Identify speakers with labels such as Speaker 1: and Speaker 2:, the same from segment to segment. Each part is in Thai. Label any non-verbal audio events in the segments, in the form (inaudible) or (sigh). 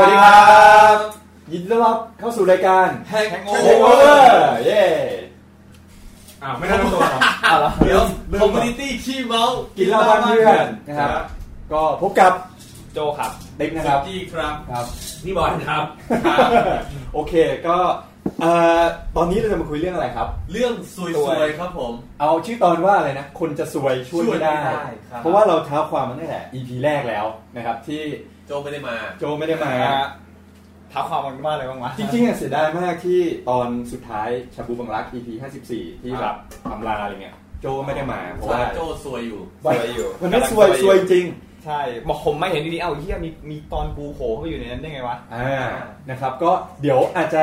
Speaker 1: วัสดีครับยินดีต้อนรับเข้าสู่รายการ
Speaker 2: แฮงโอ
Speaker 1: โอ
Speaker 2: เว
Speaker 1: เว
Speaker 2: อ
Speaker 1: อ
Speaker 2: ร์
Speaker 1: ร์เย้
Speaker 3: อ้าวไม่ได้ตัวหรอ
Speaker 1: เอาละ
Speaker 2: เดี๋ยวคอมมูนิตี้ขี้เมา
Speaker 1: กินเหล้าบ้านเพื่อนนะครับก็พบกับ
Speaker 3: โจครับ
Speaker 1: ติ๊กนะ
Speaker 2: ค
Speaker 1: ค
Speaker 2: รั
Speaker 1: รั
Speaker 2: บบ ที่ครับ
Speaker 1: ครับ
Speaker 3: นี่บอลครับ
Speaker 1: โอเคก็เอ่อตอนนี้เราจะมาคุยเรื่องอะไรครับ
Speaker 2: เรื่องซวย
Speaker 1: ซ
Speaker 2: ๆ
Speaker 1: วย
Speaker 2: ครับผม
Speaker 1: เอาชื่อตอนว่าอะไรนะ คนจะสวยช่วยไม่ได้
Speaker 2: ช่วยไม่ได้ครับ
Speaker 1: เพราะว่าเราเท้าความมันตั้งแต่ EP แรกแล้วนะครับ ที่
Speaker 2: โจไม่ได้มา
Speaker 1: โจไม่ได้มา
Speaker 3: ถามความมันว่าอะไรบ้างวะ
Speaker 1: จริงๆอะเสียดายมากที่ตอนสุดท้ายชาบูบังรัก EP 54 ที่
Speaker 3: อ่า
Speaker 1: แบบอำลาอะไรเงี้ยโจไม่ได้มาเพราะ
Speaker 2: สา
Speaker 1: ว่าย
Speaker 2: โจซวยอยู่
Speaker 3: สวยอยู่
Speaker 1: มันไม่สวยสวยจริง
Speaker 3: ใช่บอกผมไม่เห็นดีๆเอ้าเฮียมีมีตอนกูโผล่เข้าไปอยู่ในนั้นได้ไงวะ
Speaker 1: อ่า นะครับ ก็เดี๋ยวอาจจะ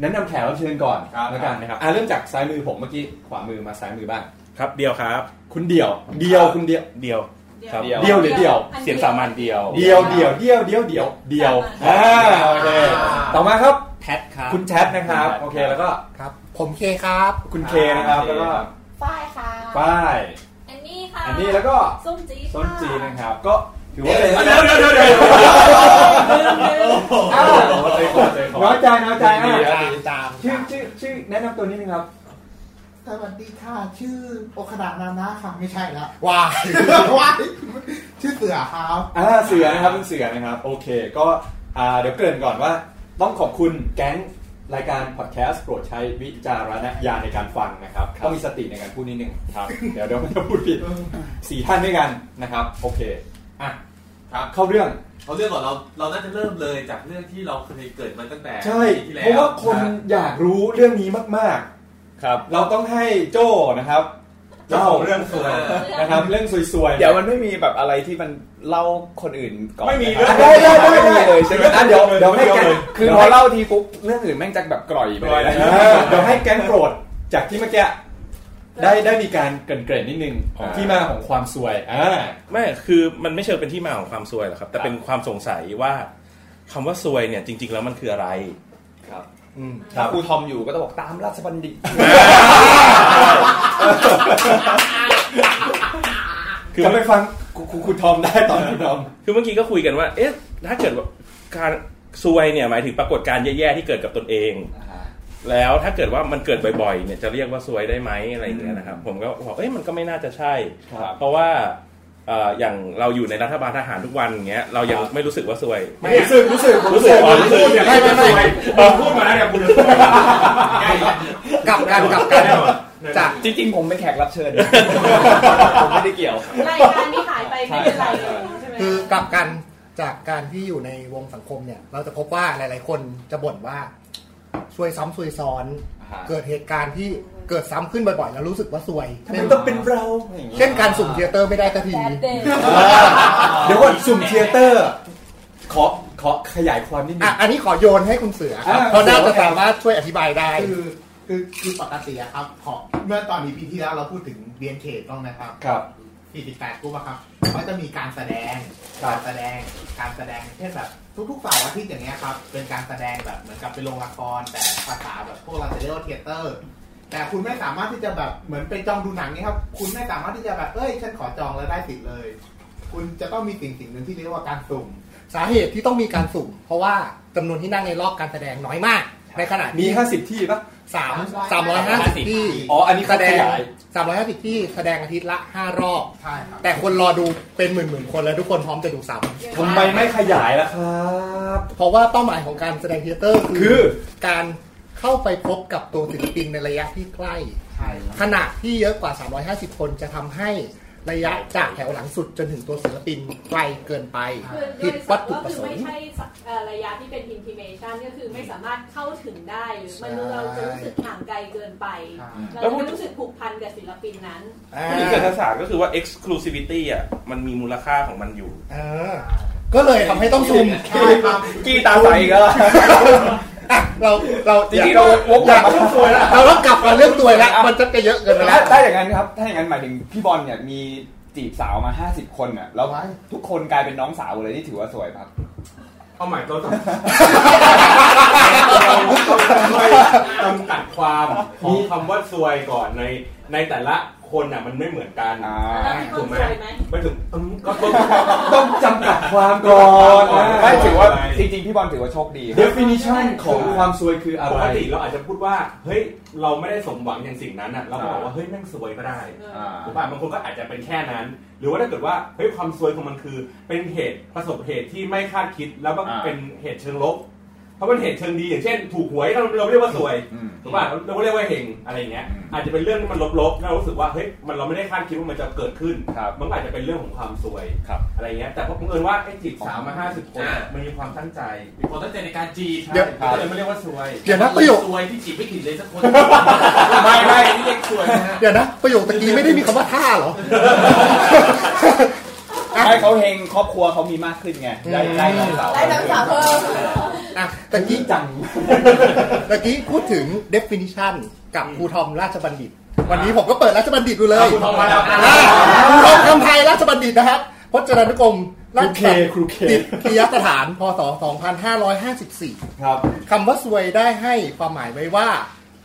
Speaker 1: แนะนำแขกรับเชิญก่อน
Speaker 2: ครับ
Speaker 1: แล้วกันนะครับ อ่าเริ่มจากซ้ายมือผมเมื่อกี้ ขวามือมาซ้ายมือบ้าง
Speaker 4: ครับเดียวครับ
Speaker 1: คุณเดี่ยว เดี่ยวคุณเดี่ยว
Speaker 4: เดียว ครับ
Speaker 1: เดี่ยวหรือเดี่ยว
Speaker 4: เสียงสามัญเดียว
Speaker 1: เดี่ยวเดี่ยวเดี่ยวเดี่ยวเดี่ยวเดี่ยว
Speaker 5: อ่า
Speaker 1: อ่าโอเค ต่อมาครับ
Speaker 4: แพทครับ
Speaker 1: คุณแชทนะครับ
Speaker 3: ครับ
Speaker 1: โอเค แล้วก็
Speaker 4: ครับ ผมเคครับ
Speaker 1: คุณเคนะครับ แล้วก็
Speaker 5: ฝ้ายค่ะ
Speaker 1: ป้าย
Speaker 5: อันนี้ค่ะ
Speaker 1: อันนี้แล้วก็
Speaker 5: ส้มจีค่ะ
Speaker 1: ส้นจีนนะครับ ก็ถือว่าเป็น
Speaker 2: เดี๋ยวเดี๋ยวเดี๋ยวเดี๋ยว
Speaker 1: อ้าวน้อยใจน้อยใจอ่ะ
Speaker 4: ตาม
Speaker 1: ชื่อชื่อชื่อแนะนำตัวนิดนึงครับ
Speaker 6: สวัสดีค่ะ ชื่อโอคดานานะค่ะไม่ใช่
Speaker 7: (laughs)
Speaker 6: ละ
Speaker 4: ว้า
Speaker 6: ว้ายชื่อเสือครับ
Speaker 1: อ่าเสือนะครับเป็นเสือนะครับ โอเค ก็อ่าเดี๋ยวเกริ่นก่อนว่า ต้องขอบคุณแก๊งรายการพอดแคสต์โปรดใช้วิจารณญาณในการฟังนะครับต้องมีสติในการพูดนิดนึงครับ เดี๋ยวเดี๋ยวมันจะพูดผิดสี่ท่านด้วยกันนะครับ โอเคอ่ะ
Speaker 2: ครับ
Speaker 1: เข้าเรื่อง
Speaker 2: เอาเรื่องก่อนเราเราน่าจะเริ่มเลยจากเรื่องที่เราเคยเกิดมาตั้งแต่
Speaker 1: ใช่
Speaker 2: ปีที่แล้ว
Speaker 1: เพราะว่าคนอยากรู้เรื่องนี้มาก
Speaker 4: ครับ
Speaker 1: ๆ เราต้องให้โจ้นะครับ
Speaker 4: เจ้าของเรื่องสวย
Speaker 2: เออ
Speaker 1: นะครับเรื่องสวยๆ
Speaker 3: เดี๋ยวมันไม่มีแบบอะไรที่มันเล่าคนอื่นก่อน
Speaker 4: ไม่มี
Speaker 3: นะ
Speaker 4: เรื่
Speaker 1: ได้
Speaker 4: อง
Speaker 1: ได้ได้ได้เลยใช่ไหมเดี๋ยวเดี๋ยวให้แก๊ง
Speaker 3: คือพอเล่าทีปุ๊บเรื่องอื่นแม่งจะแบบกร่อยไป
Speaker 4: กร่อย
Speaker 3: เล
Speaker 4: เลย ย
Speaker 1: เออเดี๋ยวให้แก๊งโปรดจากที่เมื่อกี้ได้ได้มีการเกริ่นๆนิดนึงของที่มาของความซวยอ่า
Speaker 4: ไม่คือมันไม่เชิงเป็นที่มาของความซวยหรอกครับ แต่เป็นความสงสัยว่าคำว่าซวยเนี่ยจริง ๆ แล้วมันคืออะไร
Speaker 3: อืมถ้าครูทอมอยู่ก็ต้องบอกตามราชบัณฑิต
Speaker 4: คือ
Speaker 1: จะไปฟังคุณคุณคุณทอมได้ตอนคุณทอม
Speaker 4: คือเมื่อกี้ก็คุยกันว่า เอ๊ะ ถ้าเกิดว่าการซวยเนี่ยหมายถึงปรากฏการณ์แย่ๆที่เกิดกับตนเอง แล้วถ้าเกิดว่ามันเกิดบ่อยๆ เนี่ยจะเรียกว่าซวยได้ไหมอะไรอย่างเงี้ยนะครับ ผมก็บอกเอ้ยมันก็ไม่น่าจะใช่
Speaker 1: ครับ
Speaker 4: เพราะว่าเอ่ออย่างเราอยู่ในรัฐบาลทหารทุกวันอย่างเงี้ยเรายังไม่รู้สึกว่าซวย
Speaker 1: รู้สึกรู้สึกผม
Speaker 4: รู้สึกรู้สึก
Speaker 1: ไม่ไม่ไม่
Speaker 4: พูดมาเนี่ยคุณ
Speaker 3: กลับกันกลับ
Speaker 7: (laughs)
Speaker 3: กันจากจริงๆ ผมเป็นแขกรับเชิญ ผมไม่ได้เกี่ยว
Speaker 5: รายการนี้หายไปไม่เป็นไรเลยใช่ไหม
Speaker 7: คือกลับกันจากการที่อยู่ในวงสังคมเนี่ย เราจะพบว่าหลาย ๆ คนจะบ่นว่าช่วยซ้ำซวยซ้อน เกิดเหตุการณ์ที่เกิดซ้ำขึ้นบ่อย ๆ แล้วรู้สึกว่าซวย
Speaker 1: ทำไม
Speaker 7: เช่น
Speaker 1: ต้องเป็นเราอย่างงี้
Speaker 7: เช่นการสุ่มเทยเตอร์ไม่ได้สักที
Speaker 5: แบดเดย์
Speaker 1: เดี๋ยวก่อนสุ่มเทียเตอร์ ขอขอขยายความนิดนึ
Speaker 7: อ่ะ
Speaker 1: ง
Speaker 7: อันนี้ขอโยนให้คุณเสือครับ
Speaker 1: อ่ะ
Speaker 7: เพราะน่าจะสามารถช่วยอธิบายได้
Speaker 6: คือคือคือปกติอะครับขอเมื่อตอนนี้ปีที่แล้วเราพูดถึงเบียนเคต้องนะครับ
Speaker 1: ครับ
Speaker 6: 48กุ๊บอะครับก็จะมีการแสดง
Speaker 1: ครับ
Speaker 6: การแสดงการแสดงเช่นแบบทุกๆเสาร์อาทิตย์อย่างเงี้ยครับเป็นการแสดงแบบเหมือนกับเป็นโรงละครแต่ภาษาแบบพวกเราจะเรียกว่าเทยเตอร์ แต่คุณไม่สามารถที่จะแบบเหมือนไปจองดูหนังเนี่ยครับคุณไม่สามารถที่จะแบบเอ้ยฉันขอจองแล้วได้สิทธิ์เลย คุณจะต้องมีสิ่งสิ่งหนึ่งที่เรียกว่าการสุ่ม
Speaker 7: สาเหตุที่ต้องมีการสุ่ม เพราะว่าจำนวนที่นั่งในรอบการแสดงน้อยมาก ในขณะ
Speaker 1: มี
Speaker 7: ที่
Speaker 1: 50 ที่ปะ
Speaker 7: สามสามร้อยห้าสิบที่
Speaker 1: อ๋ออันนี้
Speaker 7: แส
Speaker 1: เขา
Speaker 7: ด
Speaker 1: ข
Speaker 7: ง
Speaker 1: ยาย
Speaker 7: สามร้อยห้าสิบที่แสดงอาทิตย์ละห้ารอบ
Speaker 6: ใช่ครับ
Speaker 7: แต่คนรอดูเป็นหมื่นหมื่นๆคนแล้วทุกคนพร้อมจะดูซ้
Speaker 1: ทำไมไม่ขยายล่ะครับ
Speaker 7: ำเพราะว่าเป้าหมายของการแสดงเทยเตอร์
Speaker 1: คื
Speaker 7: คือ อ การเข้าไปพบกับตัวศิลปินในระยะที่ใกล้
Speaker 6: ใช่ครับ
Speaker 7: ขณะที่เยอะกว่า 350 คนจะทำให้ระยะจากแถวหลังสุดจนถึงตัวศิลปินไกลเกินไป
Speaker 5: คือโดย
Speaker 7: ผิด
Speaker 5: ส
Speaker 7: วัต
Speaker 5: รุป
Speaker 7: ถุ
Speaker 5: ก็
Speaker 7: ประ
Speaker 5: คือ
Speaker 7: สง
Speaker 5: ไม่
Speaker 7: ค์
Speaker 5: ใช่เอ่อระยะที่เป็น intimation ก็คือไม่สามารถเข้าถึงได้หรือมันเราจะรู้สึกห่างไกลเกินไป
Speaker 6: ใช่
Speaker 5: เราจะไม่รู้สึกผูกพันกับศิลปินนั้น
Speaker 4: นี่เกิดศาสตร์ก็คือว่า exclusivity อ่ะมันมีมูลค่าของมันอยู่
Speaker 7: เออ ก็เลยทำให้ต้องซูม
Speaker 6: ใช่ครับ
Speaker 3: กี้ตาใสก็
Speaker 7: อ่ะเราเรา
Speaker 3: จริงๆเราวกกลับมาเรื่องซวยละ
Speaker 7: เราต้องกลับมาเรื่องตัวยละมันจะเยอะเกินไป
Speaker 3: ถ้า
Speaker 7: แล้ว
Speaker 3: ถ้าอย่างนั้นครับ ถ้าอย่างนั้นหมายถึงพี่บอลเนี่ยมีจีบสาวมา 50 คนอ่ะ แล้วทุกคนกลายเป็นน้องสาวเลยนี่ถือว่าสวยครับ
Speaker 4: เอาหมายตัว
Speaker 8: ช่วยจำกัดความของคำว่าซวยก่อนในในแต่ละค
Speaker 4: คนอ่ะมันไม่เหมือนกัน
Speaker 3: อ่า
Speaker 5: แล้วมีคนสวยไหม
Speaker 4: ไม่ถึงอืมก็
Speaker 1: ต้องจำกัดความก่อนนะ
Speaker 3: ไม่ถือว่าจริงๆ พี่บอลถือว่าโชคดี
Speaker 1: definition ของความซวยคืออะ
Speaker 4: ป
Speaker 1: ไร
Speaker 4: กติเราอาจจะพูดว่า เฮ้ย เราไม่ได้สมหวังอย่างสิ่งนั้นอ่ะ เราบอกว่า เฮ้ย แม่งสวยก็ได้
Speaker 5: เออ
Speaker 3: อ่า
Speaker 4: ถูกป่ะบางคนก็อาจจะเป็นแค่นั้น หรือว่าถ้าเกิดว่า เฮ้ย ความซวยของมันคือ เป็นเหตุประสบเหตุที่ไม่คาดคิด แล้วก็
Speaker 3: อ่า
Speaker 4: เป็นเหตุเชิงลบ เพราะเป็นเหตุเชิงดีอย่างเช่น ถูกหวยเราเราเรียกว่าสวย
Speaker 3: อืม
Speaker 4: ถูกป่ะเราก็เรียกว่าเฮงอะไรอย่างเงี้ย
Speaker 3: อืม
Speaker 4: อาจจะเป็นเรื่องที่มันลบๆแล้วเรารู้สึกว่า เฮ้ย มันเราไม่ได้คาดคิดว่ามันจะเกิดขึ้น
Speaker 3: ครับ
Speaker 4: มันก็อาจจะเป็นเรื่องของความซวย
Speaker 3: ครับ
Speaker 4: อะไรเงี้ย แต่พอบังเอิญว่าไอ้จีบสาวมาห้าสิบคน
Speaker 2: อ่ามั
Speaker 4: มันมีความตั้งใจ
Speaker 2: มีคนตั้งใจในการจีบ
Speaker 7: เดี๋ยว
Speaker 4: ก็เลยไม่เรียกว่าซวย
Speaker 7: เดี๋ยวนะประโยค
Speaker 2: ซวยที่จีบไม่ถึงเลยสักคน
Speaker 4: ไม่ไม่
Speaker 2: นี่เรียกสวยนะฮะ
Speaker 7: เดี๋ยวนะประโยคตะกี้ไม่ได้มีคำว่าท่าเหรอ
Speaker 3: ให้เขาเฮงครอบครัวเขามีมากขึ้นไง ได้ได้น้องสาว
Speaker 5: ได้ทั้งสาวเพิ่ม
Speaker 7: อ่ะตะกี้จังตะกี้พูดถึง definition กับครูทอมราชบัณฑิต วันนี้ผมก็เปิดราชบัณฑิตดูเลย
Speaker 4: ครูทอมมาแล้ว
Speaker 7: อ่าครูทอมคำไทยราชบัณฑิตนะครับพจนานุกรมราชบัณฑิต
Speaker 1: ครูเค
Speaker 7: ติดกิยสถานพศ 2554
Speaker 1: ครับ
Speaker 7: คำว่าซวยได้ให้ความหมายไว้ว่า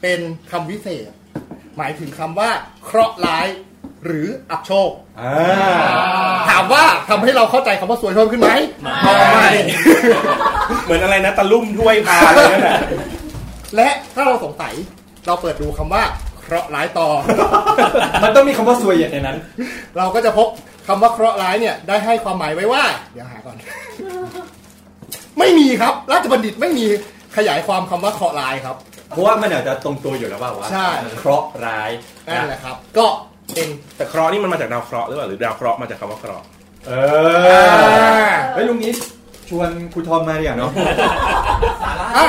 Speaker 7: เป็นคำวิเศษ หมายถึงคำว่า เคราะห์ร้าย หรืออับโชค
Speaker 1: อ่า
Speaker 7: ถามว่าทำให้เราเข้าใจคำว่าซวยเพิ่มขึ้นไหมไม่
Speaker 4: เหมือนอะไรนะตะลุ่มถ้วยพาอะไรนั่นแหละ
Speaker 7: และถ้าเราสงสัยเราเปิดดูคำว่า เคราะห์ร้ายต่อ (laughs)
Speaker 1: มันต้องมีคำว่าซวยอย่างในนั้น
Speaker 7: เราก็จะพบคำว่าเคราะห์ร้ายเนี่ยได้ให้ความหมายไว้ว่า เดี๋ยวหาก่อน (laughs) ไม่มีครับ ราชบัณฑิตไม่มีขยายความคำว่าเคราะห์ร้ายครับ
Speaker 1: เพราะว่ามันอาจจะตรงตัวอยู่แล้วเปล่าวะ
Speaker 7: ใช่
Speaker 1: เคราะห์ร้าย
Speaker 7: นั่นแหละครับ ก็เป็น
Speaker 4: (laughs) แต่เคราะห์นี่มันมาจากดาวเคราะห์หรือเปล่าหรือดาวเคราะห์มาจากคำว่าเคราะห์
Speaker 1: เอ
Speaker 7: อ่า
Speaker 1: อเฮ้ยลุงนี้ชวนครูทอมมาเดี๋ยวาเนาะ
Speaker 7: อ่ะ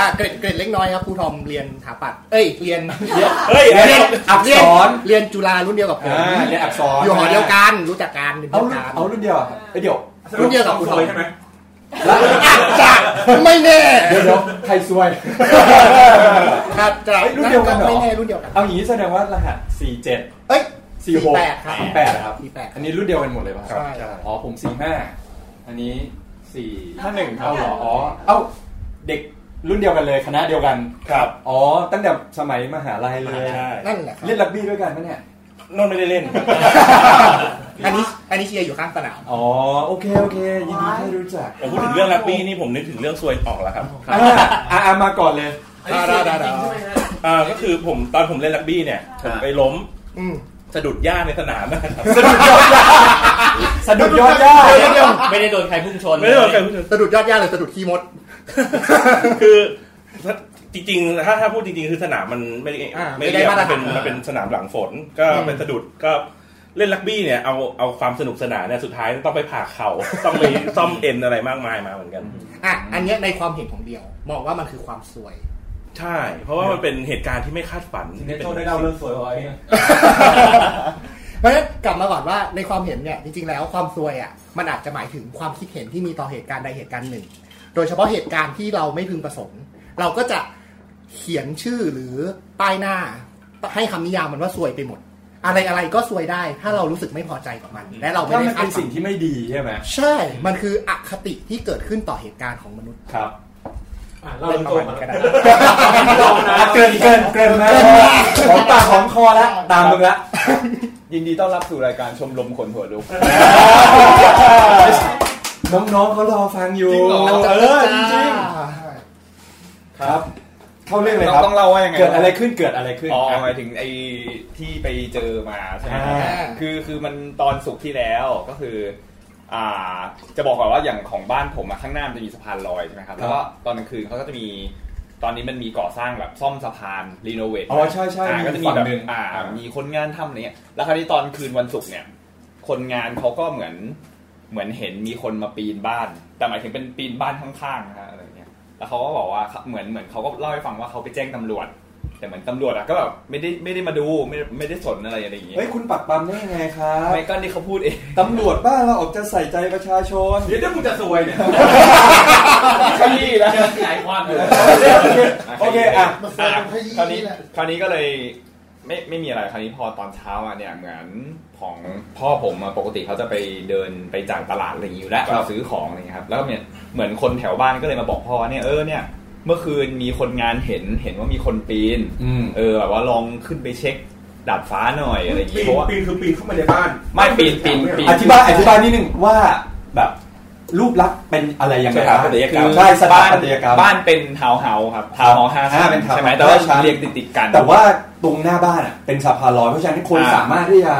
Speaker 7: อ่ะเกรดเกรดเล็กน้อยครับครูทอมเรียนถาปัด เอ้ยเรียนเรียน
Speaker 4: เฮ้ย
Speaker 7: เรียน
Speaker 1: อักษร
Speaker 7: เรียนเรียนจุฬารุ่นเดียวกับผม
Speaker 1: อ่าเรียนอักษร
Speaker 7: อยู่หอเดียวกันรู้จักกันเป็น
Speaker 1: เอา
Speaker 7: เพื่อน
Speaker 1: รุ่น
Speaker 7: กัน
Speaker 1: เอารุ่นเดียวอะครับเอ้ยเดี๋ยว
Speaker 7: รุ่นเดียวกับครูทอม
Speaker 4: ใช่ไหม
Speaker 1: แล้ว
Speaker 7: อาจจะไม่แน่
Speaker 1: เดี๋ยวเดี๋ยวใครซ
Speaker 7: (laughs)
Speaker 1: วย
Speaker 7: อาจจะ
Speaker 1: เอ้ยรุ่นเดียวกันเหรอ
Speaker 7: ไม่แน่รุ่นเดียวกัน
Speaker 1: เอาอย่างนี้แสดงว่ารหัส 47
Speaker 7: เอ้ย
Speaker 1: 46
Speaker 7: 48ครับ
Speaker 1: 48ครับ
Speaker 7: มีแปด
Speaker 1: อันนี้รุ่นเดียวกันหมดเลยป่ะ
Speaker 7: ใช่ครับ
Speaker 1: อ๋อผม 45 อันนี้ 4
Speaker 5: ถ้าหนึ่ง
Speaker 1: เอาเหรออ๋อเอ้าเด็กรุ่นเดียวกันเลยคณะเดียวกัน
Speaker 4: ครับ
Speaker 1: อ๋อ ตั้งแต่สมัยมหาลัยเลย
Speaker 4: ใช่
Speaker 7: นั่นแหละครับ
Speaker 1: เล่นรักบี้ด้วยกันไหมเนี่ย
Speaker 4: นนท์ไม่ได้เล่น
Speaker 7: อันนี้อันนี้เชียร์อยู่ข้างสนาม
Speaker 1: อ๋อ โอเค โอเค ยินดีที่รู้จัก
Speaker 4: แต่พูดถึงเรื่องรักบี้นี่ผมนึกถึงเรื่องซวยออกแล้วครับ
Speaker 1: อ่าอ่าอ่ามาก่อนเลย
Speaker 2: อันนี้สวยจริงๆใช่ไหมฮะ
Speaker 4: อ่าก็คือผมตอนผมเล่นรักบี้เนี่ยผมไปล้ม
Speaker 7: อืม
Speaker 4: สะดุดหญ้าในสนามนะครับ
Speaker 1: สะดุดยอดย่าสะดุดยอดย่า
Speaker 9: ไม่ได้โดนใครพุ่งชน
Speaker 4: ไม่ได้โดนใครพูดถึง
Speaker 7: สะดุดยอดย่าหรือสะดุดขี้มด
Speaker 4: คือจริงๆ ถ้าถ้าพูดจริงๆ คือสนามมันไม่ได้
Speaker 7: อ่า
Speaker 4: ไม่ได้
Speaker 7: ไม่ได้มา
Speaker 4: มัน
Speaker 7: ตรฐาน
Speaker 4: เป็นมันเป็นสนามหลังฝนก็
Speaker 7: อืม
Speaker 4: เป็นสะดุดก็เล่นรักบี้เนี่ยเอาเอาความสนุกสนานเนี่ยสุดท้ายต้องไปผ่าเข่า ต้องไปซ่อมเอ็นอะไรมากมายมาเหมือนกัน
Speaker 7: อ่ะอันเนี้ยในความเห็นของเดียว มองว่ามันคือความสวย
Speaker 4: ใช่ เพราะว่ามันเป็นเหตุการณ์ที่ไม่คาดฝัน
Speaker 1: เน
Speaker 4: ที่เป็น
Speaker 1: โชคได้เล่าเรื่องสวยไว้
Speaker 7: เพราะฉะนั้นกลับมาก่อนว่าในความเห็นเนี่ยจริงๆแล้วความซวยอ่ะมันอาจจะหมายถึงความคิดเห็นที่มีต่อเหตุการณ์ใดเหตุการณ์หนึ่ง โดยเฉพาะเหตุการณ์ที่เราไม่พึงประสงค์ เราก็จะเขียนชื่อหรือป้ายหน้า ให้คำนิยามมันว่าซวยไปหมด อะไรอะไรก็ซวยได้ ถ้าเรารู้สึกไม่พอใจกับมัน และเราไม่
Speaker 1: ถ้า
Speaker 7: ได้
Speaker 1: มันเป็
Speaker 7: คาด
Speaker 1: น
Speaker 7: ฝั
Speaker 1: สิ่
Speaker 7: น
Speaker 1: งที่ไม่ดีใช่ไหม
Speaker 7: ใช่ มันคืออคติที่เกิดขึ้นต่อเหตุการณ์ของมนุษย์
Speaker 1: ครับ
Speaker 2: อ่ะเล่า
Speaker 7: เป็
Speaker 2: เรื่อน ง
Speaker 7: ป
Speaker 2: ตั
Speaker 7: ระ
Speaker 2: ว
Speaker 7: มาณ
Speaker 2: มา
Speaker 7: นี้
Speaker 2: แล้ว
Speaker 7: ก็ได้
Speaker 1: อ่ะเกรินเกรินเกรินนะหอมปากหอมคอแล้ว ตามมึงละ
Speaker 3: ยินดีต้อนรับสู่รายการชมรมคนหัวลุก
Speaker 1: น้องๆเขารอฟังอยู่
Speaker 3: จริงเหรอ
Speaker 1: เออจริงๆครับ เข้าเรื่องเลยครับ
Speaker 3: ต้องเล่าว่ายังไง
Speaker 1: เกิดอะไรขึ้นเกิดอะไรขึ้น
Speaker 3: อ๋อห
Speaker 1: ะ
Speaker 3: มายถึงไอ้ที่ไปเจอมาใช่ไหมครับ
Speaker 1: อ่า
Speaker 3: คือคือมันตอนสุกร์ที่แล้วก็คือ อ่า จะบอกก่อนว่าอย่างของบ้านผมอะข้างหน้ามันจะมีสะพานลอยใช่ไหมครับ แล้วก็ตอนกลางคืนเขาก็จะมี ตอนนี้มันมีก่อสร้างแบบซ่อมสะพานรีโนเวท
Speaker 1: อ๋อใช่ใช่
Speaker 3: อ่าก็จะมีแบบ
Speaker 1: ฝั่งหนึ่ง
Speaker 3: อ่า มีคนงานทำอะไรเงี้ย แล้วคราวนี้ตอนคืนวันศุกร์เนี่ย คนงานเขาก็เหมือนเหมือนเห็นมีคนมาปีนบ้าน แต่หมายถึงเป็นปีนบ้านข้างๆนะฮะอะไรเงี้ย แล้วเขาก็บอกว่าเขาเหมือนเหมือนเขาก็เล่าให้ฟังว่าเขาไปแจ้งตำรวจ แต่เหมือนตำรวจอะก็แบบไม่ได้ไม่ได้มาดูไม่ไม่ได้สนอะไรอะไรอย่างเงี้ย
Speaker 1: เฮ้ยคุณปักปั๊มได้ยังไงครับ
Speaker 3: ไม่ก็นี่เขาพูดเอง
Speaker 1: ตำรวจบ้านเราออกจะใส่ใจประชาชน
Speaker 2: เดี๋ยวถ้ามึงจะสวยเนี่ย
Speaker 3: ขยี้แล้ว
Speaker 2: เจอขยายความเลย
Speaker 1: โอเค โอเคโอเคอ่ะ
Speaker 7: มาซว
Speaker 3: อ่ะ
Speaker 7: ยเป็นขยี้
Speaker 3: คราวนี้
Speaker 7: แหละ
Speaker 3: คราวนี้ก็เลยไม่ไม่มีอะไรคราวนี้พอตอนเช้าอ่ะเนี่ยเหมือนของพ่อผมอะปกติเขาจะไปเดินไปจ่ายตลาดอะไรอย่างนี้อยู่แล้ว
Speaker 1: ครับ
Speaker 3: ซื้อของอะไรอย่างเงี้ยครับแล้วเนี่ยเหมือนคนแถวบ้านก็เลยมาบอกพ่อว่าเนี่ยเออเนี่ย เมื่อคืนมีคนงานเห็นเห็นว่ามีคนปีน
Speaker 1: อืม
Speaker 3: เออแบบว่าลองขึ้นไปเช็คดาดฟ้าหน่อยอะไรอย่าง
Speaker 4: ปี
Speaker 3: งี้
Speaker 4: น
Speaker 3: เพราะว่า
Speaker 4: ปีนคือปีนเข้ามาในบ้าน
Speaker 3: ไม่ปีนปีนปีน
Speaker 1: อธิบายอธิบายนิดนึงว่าแบบรูปลักษณ์เป็นอะไรยังไง
Speaker 3: สถาปัตยกรรม
Speaker 1: ใช่สถา
Speaker 3: บ้าน
Speaker 1: ปัตยกรรม
Speaker 3: บ้านเป็นทาวน์เฮาส์ครับทาวน์เฮาส์ห้าชั้
Speaker 1: อ่าเป็นทาวน์
Speaker 3: ใช่ไหม
Speaker 1: เฮาส์ห้า
Speaker 3: แต่ว่า
Speaker 1: ชั้น
Speaker 3: เรียงติดติดๆกัน
Speaker 1: แต่ว่าตรงหน้าบ้านอ่ะเป็นสะพานลอยเพราะฉะนั้นคน
Speaker 3: อ่า
Speaker 1: สามารถที่จะ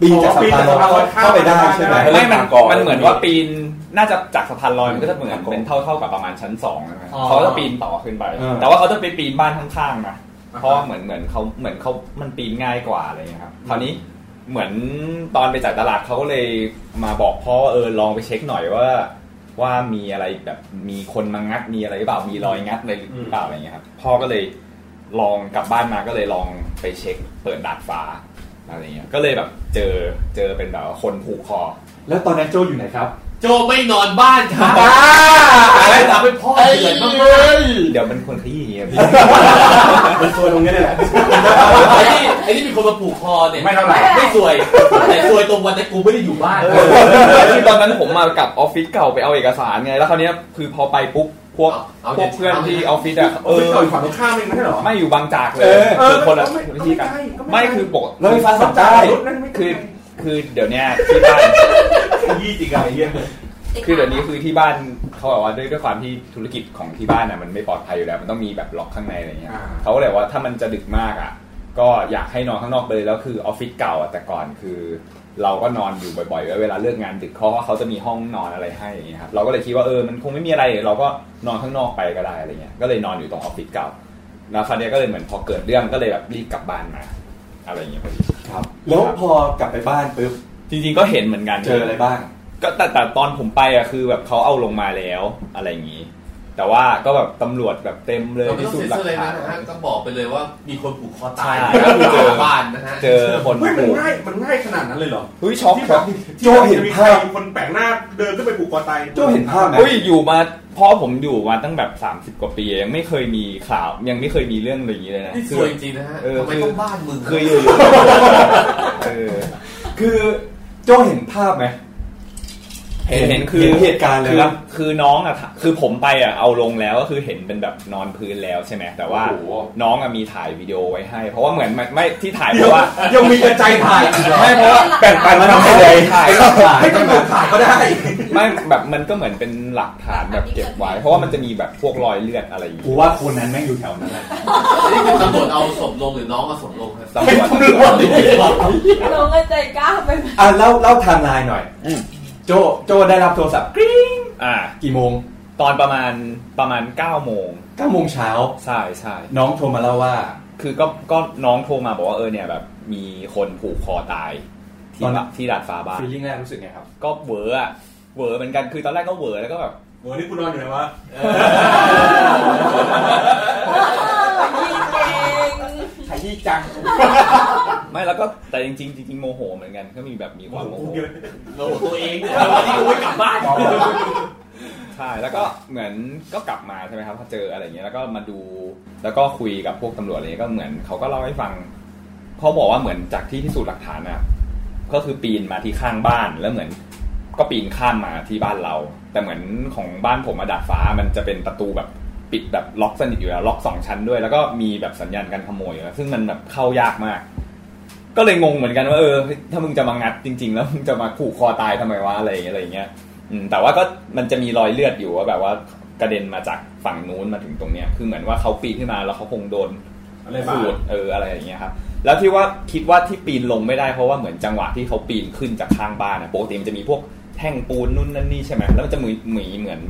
Speaker 1: ปีนจากสะพานลอยเข้าไปได้ใช่ไหม
Speaker 3: ไม่มัน
Speaker 10: ก่อน
Speaker 3: มันเหมือนว่าปีนน่าจะจากสะพานลอยมันก็จะเหมือนเป็นเท่าเท่าๆกับประมาณชั้นสองนะครับ
Speaker 1: อ๋อ
Speaker 3: เขาก็จะปีนต่อขึ้นไป
Speaker 1: อ่า
Speaker 3: แต่ว่าเขาจะไปปีนบ้านข้างๆนะเพราะว่าเหมือนเหมือนเขาเหมือนเขามันปีนง่ายกว่าอะไรอย่างเงี้ยครับคราวนี้เหมือนตอนไปจ่ายตลาดเขาก็เลยมาบอกพ่อว่าเออลองไปเช็คหน่อยว่า ว่ามีอะไรแบบมีคนมางัดมีอะไรหรือเปล่ามีรอยงัดอะไรหรือเปล่าอะไรอย่างเงี้ยครับพ่อก็เลยลองกลับบ้านมาก็เลยลองไปเช็คเปิดดาดฟ้าอะไรอย่างเงี้ยก็เลยแบบเจอเจอเป็นแบบว่าคนผูกคอ
Speaker 1: แล้วตอนนั้นโจอยู่ไหนครับ
Speaker 2: โจไม่นอนบ้านครับ
Speaker 3: อะไร
Speaker 2: ทำให้พ่อเดือดมาก
Speaker 3: เดี๋ยวมันคนขยี้อย่างเงี้ยพี่
Speaker 4: มันซวยตรงนี้เลยแหละ
Speaker 2: ไอ้นี่ไอ้นี่มีคนมาผูกคอเนี่ย
Speaker 4: ไม่เท่าไหร่
Speaker 2: ไม่สวยแต่สวยตรงวันที่กูไม่ได้อยู่บ้าน
Speaker 3: (laughs) คือตอนนั้นผมมากลับออฟฟิศเก่าไปเอาเอกสารไง แล้วคราวเนี้ยคือพอไปปุ๊บพวก
Speaker 2: า
Speaker 3: พวกเพื่อนที่ออฟฟิศอะ
Speaker 4: เอ
Speaker 3: เอ
Speaker 4: อ
Speaker 3: อ
Speaker 4: ต่อยฝั่งตรงข้ามเองไม่ใช่เหรอ
Speaker 3: ไม่อยู่บางจากเลยคือคนละ
Speaker 4: ไม่
Speaker 3: วิธีกันไม่คือปก
Speaker 1: รถไฟฟ้าสายใต้
Speaker 3: คือคือเดี๋ยวเนี้ยที่บ้าน
Speaker 4: ยี่จริงอะไรเงี้ย
Speaker 3: คือเดี๋ยวนี้คือที่บ้านเขาบอกว่าด้วยด้วยความที่ธุรกิจของที่บ้านอะมันไม่ปลอดภัยอยู่แล้ว มันต้องมีแบบล็อกข้างในอะไรเงี้ยเขาก็เลยว่าถ้ามันจะดึกมากอะก็อยากให้นอนข้างนอกไปเลยแล้วคือออฟฟิศเก่าอะแต่ก่อนคือ เราก็นอนอยู่บ่อยๆไว้เวลาเลิกงานดึกเพราะว่าเขาจะมีห้องนอนอะไรให้อย่างเงี้ยครับเราก็เลยคิดว่าเออมันคงไม่มีอะไร เราก็นอนข้างนอกไปก็ได้อะไรเงี้ยก็เลยนอนอยู่ตรงออฟฟิศเก่าแล้วคราวเนี้ยก็เลยเหมือนพอเกิดเรื่องก็เลยแบบรีบกลับบ้านมา อะไรอย่างเงี้ยพอดี
Speaker 1: ครับแล้วพอกลับไปบ้านปุ๊บ
Speaker 3: จริงๆก็เห็นเหมือนกัน
Speaker 1: เจออะไรบ้าง
Speaker 3: ก็แต่แต่ตอนผมไปอะคือแบบเขาเอาลงมาแล้วอะไรอย่างงี้ แต่ว่าก็แบบตำรวจแบบเต็มเลย
Speaker 2: เราไม่ต้
Speaker 3: พิ
Speaker 2: อง
Speaker 3: สูจ
Speaker 2: เซ็น
Speaker 3: น์หลั
Speaker 2: เซอร์
Speaker 3: ก
Speaker 2: เลย
Speaker 3: ฐา
Speaker 2: นะ
Speaker 3: น
Speaker 2: ฮะก็บอกไปเลยว่ามีคนผูกคอตาย
Speaker 3: ใช่
Speaker 2: แล้วเจอบ้านนะฮะ
Speaker 3: เจอคน
Speaker 4: เฮ้ยมัน
Speaker 3: ปลูก
Speaker 4: ง่ายมันง่ายขนาดนั้นเลยเหรอ
Speaker 3: เฮ้ยช็อก
Speaker 4: ที่
Speaker 3: ค
Speaker 4: แบ
Speaker 3: รั
Speaker 4: บบ ที่แบบ
Speaker 1: โจ้เห็น
Speaker 4: มี
Speaker 1: ภาพ
Speaker 4: ใครคนแปลกหน้าเดินขึ้นไปผูกคอตาย
Speaker 1: โจเห็นภาพไหม
Speaker 3: อุ้ยอยู่มาพ่อผมอยู่มาตั้งแบบ 30 กว่าปียังไม่เคยมีข่าวยังไม่เคยมีเรื่องอะไรอย่างนี้เลยนะ
Speaker 2: นี่ส
Speaker 3: คื
Speaker 2: วย
Speaker 3: อ
Speaker 2: จริงๆนะฮะ
Speaker 3: เออ
Speaker 2: ทำไมต้องบ้านมึง
Speaker 3: คืออยู่อยู่เออ
Speaker 1: คือโจเห็นภาพไหม
Speaker 3: เห็นเห็นคือ
Speaker 1: เห็นเหตุการณ์เลยนะ
Speaker 3: คือคือน้องอะค่ะคือผมไปอะเอาลงแล้วก็คือเห็นเป็นแบบนอนพื้นแล้วใช่ไหมแต่ว่า
Speaker 4: โอ้โห
Speaker 3: น้องอะมีถ่ายวิดีโอไว้ให้ เพราะว่าเหมือนไม่ไม่ที่ถ่ายเพราะว่า
Speaker 4: ยังมีกระจายถ่าย
Speaker 3: ไม่เพราะว่า
Speaker 5: แบ่งปัน
Speaker 1: มาทำ
Speaker 3: ไม่
Speaker 1: อะไร
Speaker 3: ได้ถ่าย
Speaker 4: ให้ตำรวจถ่ายก็ได้
Speaker 3: ไม่แบบมันก็เหมือนเป็นหลักฐานแบบเก็บไว้ เพราะว่ามันจะมีแบบพวกรอยเลือดอะไรอย่าง
Speaker 1: กู
Speaker 3: เงี้ย
Speaker 1: ว่าคนนั้นแม่งอยู่แถวนั้นแหละ
Speaker 2: นี่คือตำรวจเอาศพลงหรือน้องเอาศพลงครับ
Speaker 3: ตำรวจ
Speaker 5: เราก็ใจกล้าไปไหม
Speaker 1: อ่ะเล่าเล่าไทม์ไลน์หน่อย
Speaker 3: อืม
Speaker 1: โจโจได้รับโทรศัพท์กริ๊ง
Speaker 3: อ่า
Speaker 1: กี่โมง
Speaker 3: ตอนประมาณประมาณ9โมง
Speaker 1: เก้าโมงเช้า
Speaker 3: ใช่ใช่
Speaker 1: น้องโทรมาเล่าว่า
Speaker 3: คือก็ก็น้องโทรมาบอกว่าเออเนี่ยแบบมีคนผูกคอตายที่
Speaker 1: ตอน
Speaker 3: บะที่ดาดฟ้าบ้าน
Speaker 1: ฟีลลิ่งแรกรู้สึกไงครับ
Speaker 3: ก็เหวอร์อะเหวอร์เหมือนกันคือตอนแรกก็เหวอร์แล้วก็แบบ
Speaker 4: โอ้นี่กูนอนอยู่ไหนวะ
Speaker 5: ยิงเอง
Speaker 4: ขยี้จัง
Speaker 3: ไม่แล้วก็แต่จริงๆจริงๆโมโหเหมือนกันก็มีแบบมีความโมโห
Speaker 2: เราตัวเองเนี่ยวันนี้กูไม่กลับบ้าน
Speaker 3: ใช่แล้วก็เหมือนก็กลับมาใช่ไหมครับพอเจออะไรอย่างเงี้ยแล้วก็มาดูแล้วก็คุยกับพวกตำรวจอะไรเงี้ยก็เหมือนเขาก็เล่าให้ฟังเขาบอกว่าเหมือนจากที่พิสูจน์หลักฐานอะก็คือปีนมาที่ข้างบ้านแล้วเหมือนก็ปีนข้ามมาที่บ้านเรา แต่เหมือนของบ้านผมอะดาดฟ้ามันจะเป็นประตูแบบปิดแบบล็อกสนิทอยู่แล้วล็อกสองชั้นด้วย แล้วก็มีแบบสัญญาณการขโมยอยู่แล้วซึ่งมันแบบเข้ายากมาก ก็เลยงงเหมือนกันว่าเออถ้ามึงจะมางัดจริง ๆ แล้วมึงจะมาขู่คอตายทำไมวะอะไรอย่างเงี้ยอะไรอย่างเงี้ย อืมแต่ว่าก็มันจะมีรอยเลือดอยู่ว่าแบบว่ากระเด็นมาจากฝั่งนู้นมาถึงตรงเนี้ยคือเหมือนว่าเขาปีนขึ้นมาแล้วเขาคงโดน
Speaker 4: อะไรบ้า
Speaker 3: ขูดเอออะไรอย่างเงี้ยครับแล้วที่ว่าคิดว่าที่ปีนลงไม่ได้เพราะว่าเหมือนจังหวะที่เขาปีนขึ้นจากข้างบ้านนะปกติมันจะมีพวกแท่งปูนนู่นนั่นนี่ใช่ไหมแล้วมันจะมีมีเหมือน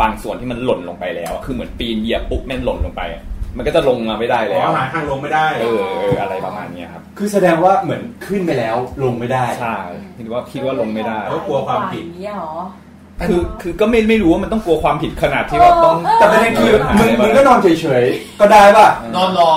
Speaker 3: บางส่วนที่มันหล่นลงไปแล้วอะคือเหมือนปีนเหยียบปุ๊บแม่นหล่นลงไปอะมันก็จะลงมาไม่ได้
Speaker 4: ข
Speaker 3: แล้
Speaker 4: อ
Speaker 3: ว
Speaker 4: หาทางลงไม่ได้
Speaker 3: เออเอออะไรประมาณเนี้ยครับ
Speaker 1: คือแสดงว่าเหมือนขึ้นไปแล้วลงไม่ได้
Speaker 3: ใช่คิดว่าคิดว่าลงไม่ได้
Speaker 4: เขากลัวความผิด
Speaker 5: อย่างนี้เหรอ
Speaker 3: คือคือก็ไม่ไม่รู้ว่ามันต้องกลัวความผิดขนาดที่แบบต้อง
Speaker 1: แต่ประเด็นคือ
Speaker 3: เออหา
Speaker 1: มึง
Speaker 3: ได้ปะ
Speaker 1: มึงก็นอนเฉยๆ ก็ได้ป่ะ
Speaker 2: นอนรอ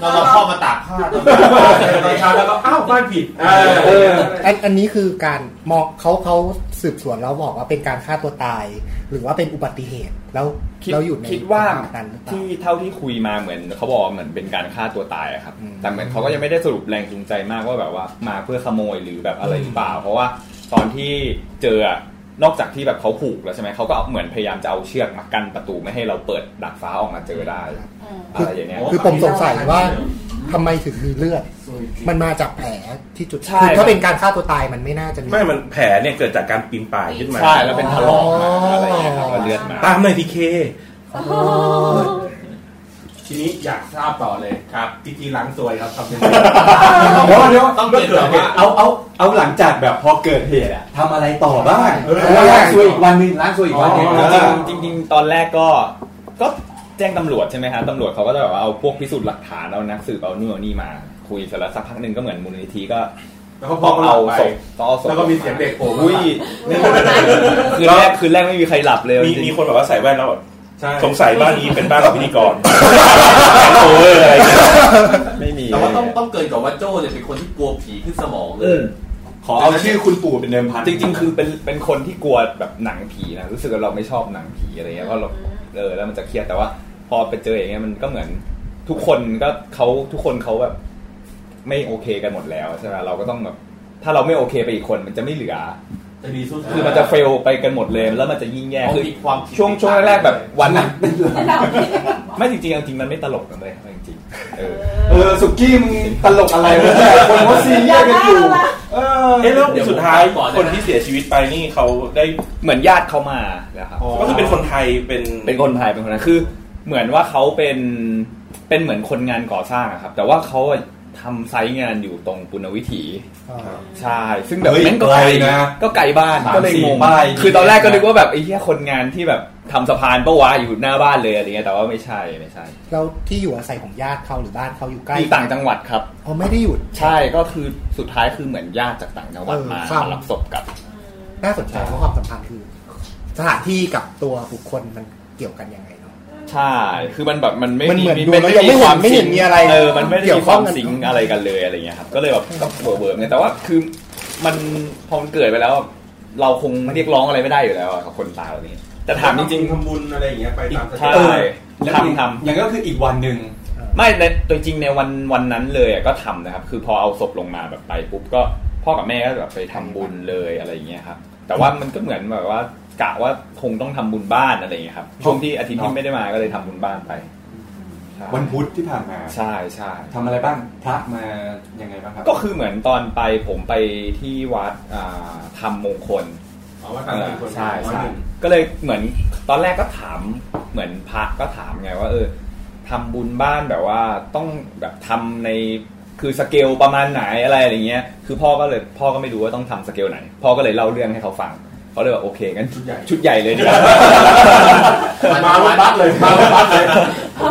Speaker 2: นอนรอพ่อมาตากผ้าตอนนี้
Speaker 4: ตอนเช้าแล้วก็อ้าวบ้านผิดเอ
Speaker 1: เอ
Speaker 4: อ
Speaker 1: อ
Speaker 7: อันอันนี้คือการมองเขาเขาสืบสวนแล้วบอกว่าเป็นการฆ่าตัวตาย หรือว่าเป็นอุบัติเหตุแล้ว
Speaker 3: คิด
Speaker 7: เราอยู่ใน
Speaker 3: คิดว่า
Speaker 7: สภพนั้นหรือเปล่า
Speaker 3: ที่เท่าที่คุยมาเหมือนเขาบอกว่าเหมือนเป็นการฆ่าตัวตายอะครับ
Speaker 7: อืม
Speaker 3: แต่เหมือนเขาก็ยังไม่ได้สรุปแรงจูงใจมากว่าแบบว่ามาเพื่อขโมยหรือแบบอะไรหรือเปล่า เพราะว่าตอนที่เจออะ นอกจากที่แบบเขาผูกแล้วใช่ไหมเขาก็เอาเหมือนพยายามจะเอาเชือกมากั้นประตูไม่ให้เราเปิดดัดฟ้าออกมาเจอได้อะไรอย่างเงี้ย
Speaker 7: คือผมสงสัยว่าทำไมถึงมีเลือด มันมาจากแผลที่จุด
Speaker 3: ใช่
Speaker 7: คือถ้าเป็นการฆ่าตัวตายมันไม่น่าจะมี
Speaker 10: ไม่มันแผลเนี่ยเกิดจากการปีนป่ายขึ้นมา
Speaker 7: ใช่แล้วเป็นถลอกมาอะไรอย่างเงี้ยครับแล้วเลือดมา
Speaker 10: ตามหน่อยพีเค
Speaker 4: ทีนี้อยากทราบต่อเลยครับพิธีล้างซวยครับทำยังไง
Speaker 1: เดี๋ยวเดี๋ยว
Speaker 4: ต้องเกิดแบบว่า
Speaker 1: เอาเอาเอาหลังจากแบบพอเกิดเหตุอะทำอะไรต่อบ้างเออล้างซวยอีกวันหนึ่งล้างซวยอีกวันหนึ่งแล้วก็
Speaker 3: จริงๆจริงๆตอนแรกก็ ก็แจ้งตำรวจใช่ไหมฮะตำรวจเขาก็จะแบบว่าเอาพวกพิสูจน์หลักฐานเอานักสืบเอานู่นเอานี่มา คุยเสร็จแล้วสักพักหนึ่งก็เหมือนมูลนิธิก็
Speaker 4: แล้วก็พอกเรา
Speaker 3: เอา
Speaker 4: ไป
Speaker 3: ศพก็เอาศพ
Speaker 4: แล้วก็มีเสียงเด็กโผล่มา
Speaker 3: อุ้ยนี่คืนแรกคืนแรกไม่มีใครหลับเลย
Speaker 10: มี
Speaker 3: จริงๆ
Speaker 10: มีคนแบบว่าใส่แว่นแล้วแบบ
Speaker 4: ใช่
Speaker 10: สงสัยบ้านนี้เป็นบ้านของพิธีกร โอเวอร์อะไรอย่างเงี้ย
Speaker 3: ไม่มี
Speaker 2: แต่ว่าต้องต้องเกินกับว่าโจ้เนี่ยเป็นคนที่กลัวผีขึ้นสมองเลย
Speaker 1: ขอเอาชื่อคุณปู่เป็นเดิมพัน
Speaker 3: จริง ๆ คือเป็นเป็นคนที่กลัวแบบหนังผีนะรู้สึกว่าเราไม่ชอบหนังผีอะไรเงี้ยก็เราเออแล้วมันจะเครียดแต่ว่า พอไปเจออย่างเงี้ยมันก็เหมือนทุกคนก็เขาทุกคนเขาแบบ ไม่โอเคกันหมดแล้วใช่ไหมเราก็ต้องแบบถ้าเราไม่โอเคไปอีกคนมันจะไม่เหลือ
Speaker 4: จะดีสู้
Speaker 3: คือมันจะเฟลไปกันหมดเลยแล้วมันจะยิ่งแย่
Speaker 2: อ๋อ
Speaker 3: คือ
Speaker 2: มีความคิด
Speaker 3: ช่วงช่วงแรกๆแบบวันนั้น
Speaker 5: เรา
Speaker 3: ไม่จริงๆเอาจริงมันไม่ตลกกันเลยเอาจริงๆเออ
Speaker 1: (laughs) เออสุกี้มึงตลกอะไรวะเนี่ยคนเขาซีเรียสกันอยู่เออ
Speaker 10: เอ๊ะแล้วสุดท้าย
Speaker 2: เดี๋ยวผมไปก่อนเลยนะ
Speaker 10: คนที่เสียชีวิตไปนี่เขาได้
Speaker 3: เหมือนญาติเขามาแล้วครับ
Speaker 1: อ๋อ
Speaker 10: ก็คือเป็นคนไทยเป็น
Speaker 3: เป็นคนไทยเป็นคนนั้นคือ เหมือนว่าเขาเป็นเป็นเหมือนคนงานก่อสร้างอะครับ แต่ว่าเขาอะทำไซต์งานอยู่ตรงปุณณวิถีใช่ ซึ่งแบบ
Speaker 1: เฮ้ย
Speaker 3: แม่งก็ไกล
Speaker 1: ไกลนะ
Speaker 3: ก็ไกลบ้าน
Speaker 1: สาม
Speaker 3: ก็เลย
Speaker 1: สี่
Speaker 3: งง
Speaker 1: ป้าย
Speaker 3: คือตอนแรกก็นึกว่าแบบไอ้เหี้ยคนงานที่แบบทำสะพานปะวะอยู่หน้าบ้านเลยอะไรเงี้ยแต่ว่าไม่ใช่ไม่ใช่
Speaker 7: แล้วที่อยู่อาศัยของญาติเขาหรือบ้านเขาอยู่ใกล้
Speaker 3: อยู่ต่างจังหวัดครับ
Speaker 7: เขาไม่ได้หยุด
Speaker 3: ใช่ก็คือสุดท้ายคือเหมือนญาติจากต่างจังหวัด
Speaker 7: เออ
Speaker 3: มา
Speaker 7: ครับ
Speaker 3: มารับศพกลับ
Speaker 7: น่าสนใจว่าความสัมพันธ์คือ สถานที่กับตัวบุคคลมันเกี่ยวกันยังไงเนาะ
Speaker 3: ใช่ คือมันแบบมันไม่
Speaker 7: มันเหมือนดู
Speaker 3: น
Speaker 7: แล้วยังไม่เห็น
Speaker 3: ควา
Speaker 7: ไม่เห็นมีอะไร
Speaker 3: เออ มันไม่ได้
Speaker 7: เกี่ย
Speaker 3: มี
Speaker 7: ว
Speaker 3: ค
Speaker 7: ข้
Speaker 3: วา
Speaker 7: อ
Speaker 3: ม
Speaker 7: งกัน
Speaker 3: สิงค์อะไรกันเลยอะไรเงี้ยครับ ก็เลยแบบก็เบื่อเบื่อไงแต่ว่าคือมันพอมันเกิดไปแล้ว เราคงเรียกร้องอะไรไม่ได้อยู่แล้วอะกับคนตายเหล่านี้ แต่ถามจริง
Speaker 4: ทำบุญอะไรอย่างเงี้ยไปตามส
Speaker 3: ๆ
Speaker 4: เต็
Speaker 3: ใช่
Speaker 4: ป
Speaker 1: แล้ว
Speaker 3: ทำทำ
Speaker 1: อย่างก็คืออีกวันหนึ่ง
Speaker 3: ไม่ในตัวจริงในวันวันนั้นเลยอะก็ทำนะครับ คือพอเอาศพลงมาแบบไปปุ๊บก็พ่อกับแม่ก็แบบไปทำบุญเลยอะไรเงี้ยครับ แต่ว่ามันก็เหมือนแบบว่ากะว่าคงต้องทำบุญบ้านอะไรเงี้ยครับ ช่วงที่อาทิตย์ที่ไม่ได้มาก็เลยทำบุญบ้านไปใช่
Speaker 1: วันพุธที่ผ่านมา
Speaker 3: ใช่ใช่
Speaker 1: ทำอะไรบ้างพระมายังไงบ้างครับ
Speaker 3: ก็คือเหมือนตอนไปผมไปที่วัดอ่าทำมงคล
Speaker 4: อ๋อวัดทำมงคล
Speaker 3: ใช่
Speaker 4: วัด
Speaker 3: ใช่
Speaker 4: หนึ่ง
Speaker 3: ก็เลยเหมือนตอนแรกก็ถามเหมือนพระก็ถามไงว่า เออทำบุญบ้านแบบว่าต้องแบบทำในคือสเกลประมาณไหนอะไรอะไรเงี้ย คือพ่อก็เลยพ่อก็ไม่รู้ว่าต้องทำสเกลไหน พ่อก็เลยเล่าเรื่องให้เขาฟังเขาเลยว่าโอเคงั้น
Speaker 4: ชุดใหญ่
Speaker 3: ชุดใหญ่เลยดีกว่า
Speaker 4: มาวัดบัสเลยมาวัดบัสเลย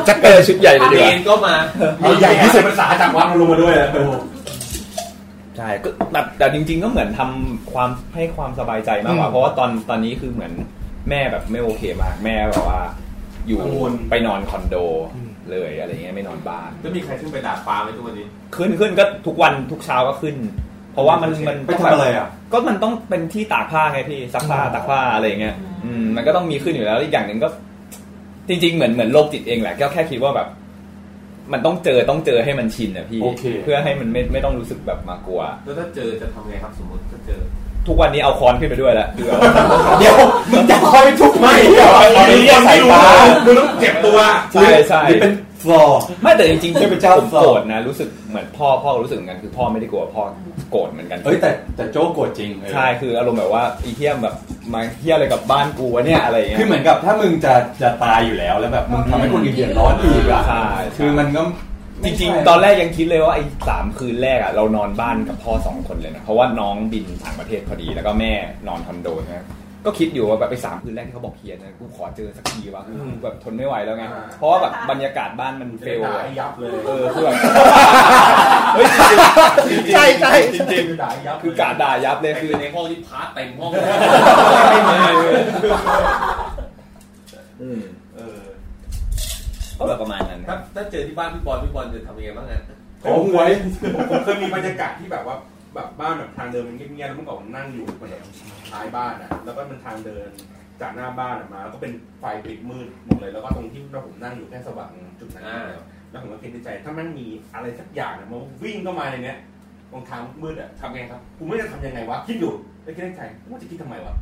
Speaker 3: จะเออชุดใหญ่เลยดี
Speaker 11: เม
Speaker 3: กว่า
Speaker 11: นก็มา
Speaker 4: เอาใหญ่ที่สุดภาษาจากวัดลงมาด้วยเลย
Speaker 3: ใช่ก็แบบแต่จริง ๆ ก็เหมือนทำความให้ความสบายใจมากกว่า
Speaker 7: อืม
Speaker 3: เพราะว่าตอนตอนนี้คือเหมือนแม่แบบไม่โอเคมาก แม่แบบว่า อยู่
Speaker 4: กังวล
Speaker 3: ไปนอนคอนโดเลยอะไรเงี้ยไม่นอนบ้าน
Speaker 11: แล้วมีใครขึ้นไปด่าฟ้าไหมทุกวันนี้
Speaker 3: ขึ้นขึ้นก็ทุกวันทุกเช้าก็ขึ้น เพราะว่ามันมัน
Speaker 1: ไปทำอะไรอ่ะ
Speaker 3: ก็มันต้องเป็นที่ตากผ้าไงพี่ซักผ้าตากผ้าอะไรเงี้ยอืมมันก็ต้องมีขึ้นอยู่แล้วอีกอย่างหนึ่งก็ จริง ๆ เหมือนเหมือนโรคจิตเองแหละก็แค่คิดว่าแบบ มันต้องเจอต้องเจอให้มันชินอะพี่
Speaker 1: โอเค
Speaker 3: เพื่อให้มันไม่ไม่ต้องรู้สึกแบบมากลัว
Speaker 11: แล้วถ้าเจอจะทำไงครับสมมติถ้าเจอ
Speaker 3: ทุกวันนี้เอาค้อนขึ้นไปด้วยแล้วคือแบบ
Speaker 1: เดี๋ยวมึงจะคอยทุกไหมเดี๋ยว
Speaker 3: ตอนนี้เรียกสายฟ้า
Speaker 4: ดูต้องเจ็บตัว
Speaker 3: ใช่ใช่
Speaker 1: นี่เป็นฟลอร์
Speaker 3: ไม่แต่จริงๆ
Speaker 1: เท
Speaker 3: ที่
Speaker 1: พ
Speaker 3: เป็น
Speaker 1: เจ้า
Speaker 3: เจ้าผมโกรธนะ รู้สึกเหมือนพ่อพ่อรู้สึกเหมือนกันคือพ่อไม่ได้กลัวพ่อโกรธเหมือนกัน
Speaker 1: เอ้ยแต่แต่โจ้โกรธจริงเออ
Speaker 3: ใช่คืออารมณ์แบบว่าอีเทียมแบบมาเทียอะไรกับบ้านกูวะเนี่ยอะไรอย่างเงี้ย
Speaker 1: คือเหมือนกับถ้ามึงจะจะตายอยู่แล้วแล้วแบบมึงทำให้คนอื่นเดือดร้อนอีกอ่ะ
Speaker 3: ใช่
Speaker 1: คือมันก็
Speaker 3: จริงๆ ตอนแรกยังคิดเลยว่าไอ้สามคืนแรกอ่ะเรานอนบ้านกับพ่อสองคนเลยนะเพราะว่าน้องบินต่างประเทศพอดีแล้วก็แม่นอนคอนโดนะก็คิดอยู่ว่าแบบไปสามคืนแรกที่เขาบอกเฮียนะกูขอเจอสักทีวะกูแบบทนไม่ไหวแล้วไง
Speaker 4: อ่า
Speaker 3: เพราะว่าแบบบรรยากาศบ้านมันเฟ
Speaker 4: เฟล
Speaker 3: ล
Speaker 4: ด่า
Speaker 3: อะ (laughs)
Speaker 4: ยับเลย
Speaker 3: เออคือแบบ
Speaker 7: ใช่ใช่
Speaker 3: จริง
Speaker 4: ด่ายับ
Speaker 3: ๆคือกาด่ายับเลยคือ
Speaker 2: ในห้องที่พาร์ตเต็มห้อง
Speaker 4: เออ
Speaker 3: ก็แบบประมาณนั้น
Speaker 11: ถ้าถ้าเจอที่บ้านพี่บอลพี่บอลจะทำยังไงบ้างอะ
Speaker 1: โอ้หวย
Speaker 4: ผมเคยมีบรรยากาศที่แบบว่าแบบบ้านแบบทางเดินมันเงียบๆแล้วเมื่อก่อนผมนั่งอยู่แบบท้ายบ้านอ่ะแล้วก็มันทางเดินจากหน้าบ้านอะมาแล้วก็เป็นไฟปิดมืดหมดเลยแล้วก็ตรงที่เราผมนั่งอยู่แค่สว่างจุดนั้นเดียวแล้วผมก็คิดในใจถ้ามันมีอะไรสักอย่างอะมันวิ่งเข้ามาในเนี้ย
Speaker 12: ตรงทางมืดอ่ะทำไงครับกูไม่รู้จะทำยังไงวะคิดอยู่แล้วคิดในใจว่าจะคิดทำไมวะ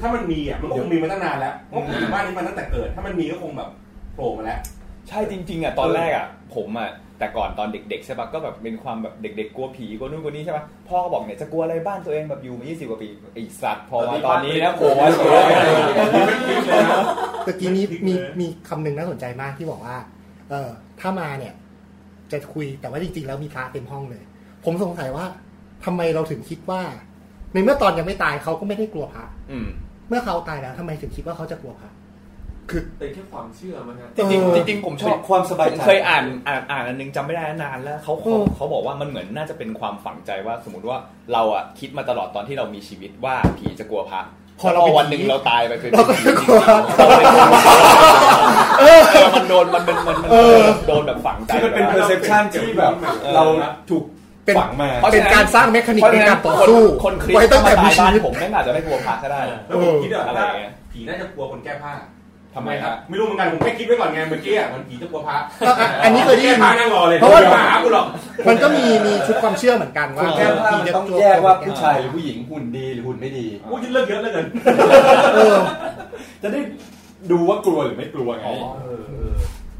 Speaker 12: ถ้ามันมีอ่ะมันก็คงมีมาตั้งนานแล้วเพราะผมอยู่บ้านนี้มาตั้งแต่เกิด ถ้ามันมีก็คงแบบโผล่มาแล้ว
Speaker 3: ใช่จริงๆอ่ะตอนแรกอ่ะผมอ่ะแต่ก่อนตอนเด็กๆใช่ปะก็แบบเป็นความแบบเด็ก ๆ กลัวผีกลัวนู่นกลัวนี่ใช่ปะพ่อก็บอกเนี่ยจะกลัวอะไรบ้านตัวเองแบบอยู่มา 20 กว่าปีไอ้สัตว์พอมาตอนนี้นะโผล่มาสวย
Speaker 7: ตะกี้นี้มีมีคำหนึ่งน่าสนใจมากที่บอกว่า เออถ้ามาเนี่ย จะคุยแต่ว่าจริงๆ แล้วมีพระเต็มห้องเลย ผมสงสัยว่าทำไมเราถึงคิดว่า ในเมื่อตอนยังไม่ตายเขาก็ไม่ได้กลัวพระ
Speaker 3: อืม
Speaker 7: เมื่อเขาตายแล้วทำไมถึงคิดว่าเขาจะกลัวพระ
Speaker 2: เป็นแค่ความเชื่อมั้งฮะ
Speaker 3: จริง
Speaker 7: เออ
Speaker 3: ๆจริงๆผมชอบ
Speaker 1: เป็นความสบายใจ
Speaker 3: ผมเคยอ่านอ่านอ่านอันนึงจำไม่ได้นานแล้วเขาเขาเขาบอกว่ามันเหมือนน่าจะเป็นความฝังใจว่า สมมติว่าเราอ่ะคิดมาตลอดตอนที่เรามีชีวิตว่าผีจะกลัวพระ
Speaker 7: พอเรา
Speaker 3: พ
Speaker 7: เป็น
Speaker 3: อวัน
Speaker 7: ผี
Speaker 3: หนึ่งเราตายไปเป็น
Speaker 7: เราก็จะกลัว
Speaker 3: เราเป็นผีเออมันโดนมันมันมันมัน
Speaker 7: เออ
Speaker 3: โดนแบบฝังใจ
Speaker 1: ที่มันเป็น
Speaker 3: ไปแล้ว
Speaker 1: perception ที่แบบเราถูก
Speaker 7: เป็น
Speaker 1: ฝังมา
Speaker 3: เพราะฉะ
Speaker 7: เป็น
Speaker 3: นั้น
Speaker 7: การสร้างเมคานิก
Speaker 3: เพราะ
Speaker 7: ใน
Speaker 3: ฉะนั้
Speaker 7: การ
Speaker 3: น
Speaker 7: ต่อ
Speaker 3: คน
Speaker 7: สู้
Speaker 3: คนคริส
Speaker 7: ไว้
Speaker 3: ต์
Speaker 7: ตั้งแต่
Speaker 3: มา
Speaker 7: มี
Speaker 3: ตายบ้าน
Speaker 7: ชีวิต
Speaker 3: ผมแม่งอาจจะไม่กลัวพระก็ได้
Speaker 12: แล้วผมคิดว่า
Speaker 3: อะไรอย่างเงี้ย
Speaker 12: ผีน่าจะกลัวคนแก้ผ้า
Speaker 3: ทำไมฮะ
Speaker 12: ไม่รู้เหมือนกันผมแค่คิดไว้ก่อนไงเมื่อกี้อ่ะมันผีจะกลัวพระ
Speaker 7: อ่ะอ่ะอันนี้เคยได้ยิน
Speaker 12: แก้ผ้านั่งรอเลย
Speaker 7: เพราะว่า
Speaker 12: ดี๋ยมาหากูหรอก
Speaker 7: มันก็มีมีชุดความเชื่อเหมือนกันว่า
Speaker 1: แก้ผ้ามัน
Speaker 7: ผีจะ
Speaker 1: ต้อง
Speaker 7: กลัว
Speaker 1: แยกว่าผู้
Speaker 7: คน
Speaker 1: ชายหรือผู้หญิงหุ่นดีหรือหุ่นไม่ดี
Speaker 12: พูดเรื่องเยอะเหลือเกิน
Speaker 7: เออ
Speaker 1: จะได้ดูว่ากลัวหรือไม่กลัวไง
Speaker 12: เออเออ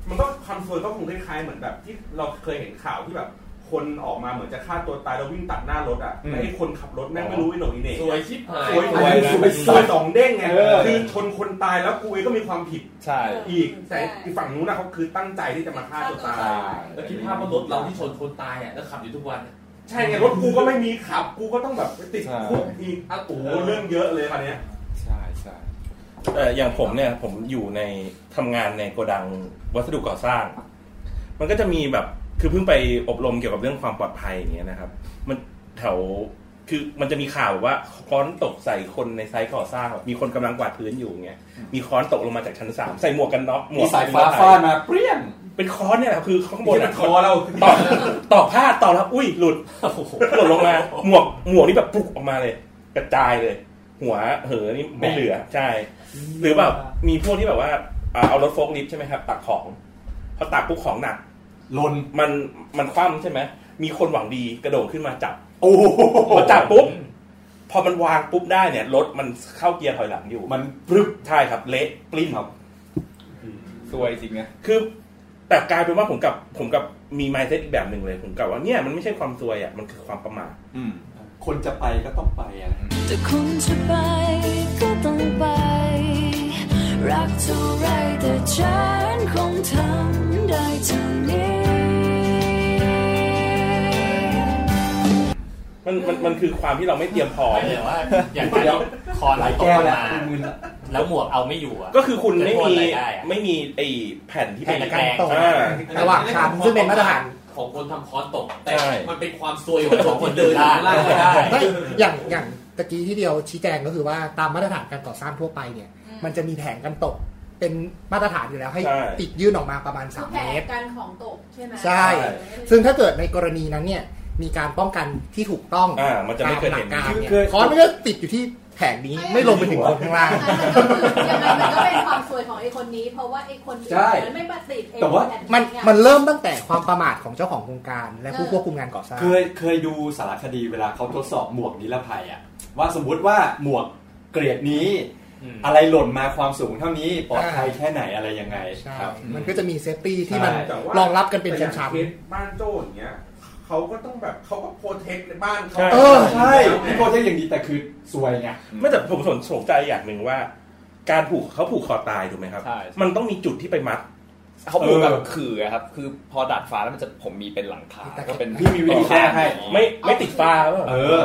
Speaker 12: มันก็คอนเฟิร์มก็คงคล้ายๆเหมือนแบบ ที่เราเคยเห็นข่าวที่แบบ คนออกมาเหมือนจะฆ่าตัวตายแล้ววิ่งตัดหน้ารถอ่ะแต่ไอ้คนขับรถแม่งไม่รู้ไอ้หน่อยเหน่
Speaker 2: สวยชิบหาย
Speaker 12: สวยสวยสวยสวยสองเด้งไงคือชนคนตายแล้วกูเองก็มีความผิด
Speaker 3: ใช่
Speaker 12: อีก แต่อีกฝั่งนู้นนะเขาคือตั้งใจที่จะมาฆ่าตัวตาย
Speaker 2: แล้วคิดภาพว่ารถเราที่ชนคนตายอ่ะแล้วขับอยู่ทุกวันอะ
Speaker 12: ใช่ไงรถกูก็ไม่มีขับ กูก็ต้องแบบไปติด
Speaker 3: ใช่
Speaker 12: คุกอีกอ่ะโอ้โหเรื่องเยอะเลยคราวเนี้ย
Speaker 3: ใช่ใช่
Speaker 4: เอ่ออย่างผมเนี่ยผมอยู่ในทำงานในโกดังวัสดุก่อสร้าง มันก็จะมีแบบคือเพิ่งไปอบรมเกี่ยวกับเรื่องความปลอดภัยอย่างเงี้ยนะครับ มันแถวคือมันจะมีข่าวว่าค้อนตกใส่คนในไซต์ก่อสร้างแบบมีคนกำลังกวาดพื้นอยู่อย่างเงี้ยมีค้อนตกลงมาจากชั้นสามใส่หมวกกันน็อกหมว
Speaker 1: มี
Speaker 4: ก
Speaker 1: สายฟ้าฟาดมาเปรี้ยง
Speaker 4: เป็นค้อนเนี่ยแหละคือข้างบนอะ
Speaker 12: คอเรา
Speaker 4: ต (laughs) อกตอกผ้าตอกแล้วอุ้ยหลุดหลุดลงมาหมวกหมวกนี่แบบปลุกออกมาเลย กระจายเลย หัวเหอนี่ไม่เหลือใช่ หรือแบบมีพวกที่แบบว่าอ่าเอารถโฟล์คลิฟต์ใช่ไหมครับ ตักของพอตักปุ๊บของหนัก
Speaker 1: ลน
Speaker 4: มันมันคว่ำใช่ไหมมีคนหวังดีกระโดดขึ้นมาจับ
Speaker 1: โอ้โห
Speaker 4: พอจับปุ๊บพอมันวางปุ๊บได้เนี่ยรถมันเข้าเกียร์ถอยหลังอยู่
Speaker 1: มันปรึบ
Speaker 4: ใช่ครับเละปลิ้นครับ
Speaker 3: ซวยจริงนะ
Speaker 4: คือ แต่กลายเป็นว่าผมกับผมกับมีไมเซ็ตอีกแบบหนึ่งเลยผมกับว่าเนี่ยมันไม่ใช่ความซวยอ่ะมันคือความประมาท
Speaker 1: คนจะไปก็ต้องไปอะไร
Speaker 13: แต่คนจะไปก็ต้องไป รักเท่าไรแต่ฉันคงทำได้เท่านี้
Speaker 4: มันมันมันคือความที่เราไม่เตรียมพร้อม
Speaker 14: ไม่เห็นว่าอย่างการที่คอไหลตกลงมาแล้วหมวกเอาไม่อยู่อ่ะ
Speaker 4: ก็คือคุณไม่มี
Speaker 14: จะโทษอะไรได้อะ
Speaker 4: ไม่มีไอ้แผ่นที่
Speaker 14: แผ่น
Speaker 4: เป็น
Speaker 14: ตะแกรง
Speaker 7: ตก
Speaker 4: อ่า
Speaker 7: ระหว่างชั้นซึ่งเป็นมาตรฐาน
Speaker 2: ของคนทำคอร์สตก แต่
Speaker 4: ใช่
Speaker 2: มันเป็นความซวยของคนที่เดินอยู่ข้างล่างไม่ได้
Speaker 7: ไม่อย่างอย่างตะกี้ที่เดียวชี้แจงก็คือว่าตามมาตรฐานการก่อสร้างทั่วไปเนี่ย
Speaker 5: อืม
Speaker 7: มันจะมีแผงกันตก เป็นมาตรฐานอยู่แล้วให้
Speaker 4: ใช่
Speaker 7: ติดยื่นออกมาประมาณ
Speaker 5: คือ
Speaker 7: 3
Speaker 5: แผ
Speaker 7: เม
Speaker 5: น
Speaker 7: ตร
Speaker 5: การของตกใช่ไหม
Speaker 7: ใช่
Speaker 5: ซึ่ง
Speaker 7: ซึ่งถ้าเกิดในกรณีนั้นเนี่ยมีการป้องกันที่ถูกต้อง
Speaker 4: อ่ามันจะไม่เคยเห็น
Speaker 7: ตามหลักการเนี่ย
Speaker 1: คือ
Speaker 7: คอนมันก็ติดอยู่ที่แผงนี้ไม่ลงไปถึงคนข้างล่าง
Speaker 5: ยังไงมันก็เป็นความสวยของไอ้คนนี้ เพราะว่าไอ้คนอื่น
Speaker 1: ใช่
Speaker 5: มันไม่มาติดไอ้
Speaker 1: แต่ว่า
Speaker 5: คแบบ
Speaker 7: มัน
Speaker 5: อะ
Speaker 7: มันเริ่มตั้งแต่ความประมาทของเจ้าของโครงการ และผู้
Speaker 5: เออ
Speaker 7: ควบคุมงานก่อสร้าง
Speaker 1: เคยเคยดูสารคดีเวลาเขาทดสอบหมวกนิรภัยอะว่าสมมุติว่าหมวกเกรดนี้ อะไรหล่นมาความสูงเท่านี้ปลอดภัยแค่ไหนอะไรยังไง
Speaker 7: ใช่
Speaker 1: ครับ
Speaker 7: มันก็จะมีเซฟตี้ที่มัน
Speaker 1: ใช่
Speaker 12: แต่ว่าร
Speaker 7: องรับกันเป็น
Speaker 12: แต่อย่าง
Speaker 7: ชั้น
Speaker 12: เคสบ้านโจ้อย่างเงี้ยเขาก็ต้องแบบเขาก็โปรเทคในบ้านเขา
Speaker 4: ใช่
Speaker 7: ๆเออ
Speaker 1: ใช่พี่โคจะอย่างดีแต่คือซวยไง
Speaker 4: ไม่แต่ผมสนสนใจอย่างหนึ่งว่า การผูกเขาผูกคอตายถูกไหมครับ
Speaker 3: ใช่
Speaker 4: มันต้องมีจุดที่ไปมัด
Speaker 3: เขาปลูกแบบ
Speaker 4: เออ
Speaker 3: ขื่ออะครับ คือพอดาดฟ้าแล้วมันจะผมมีเป็นหลังคา
Speaker 7: แต่
Speaker 3: ก็เป็น
Speaker 1: พี่มีวิธีแก้ให้
Speaker 4: ไม่ไม่ติดฟ้าหรือเป
Speaker 1: เออ
Speaker 4: ล่า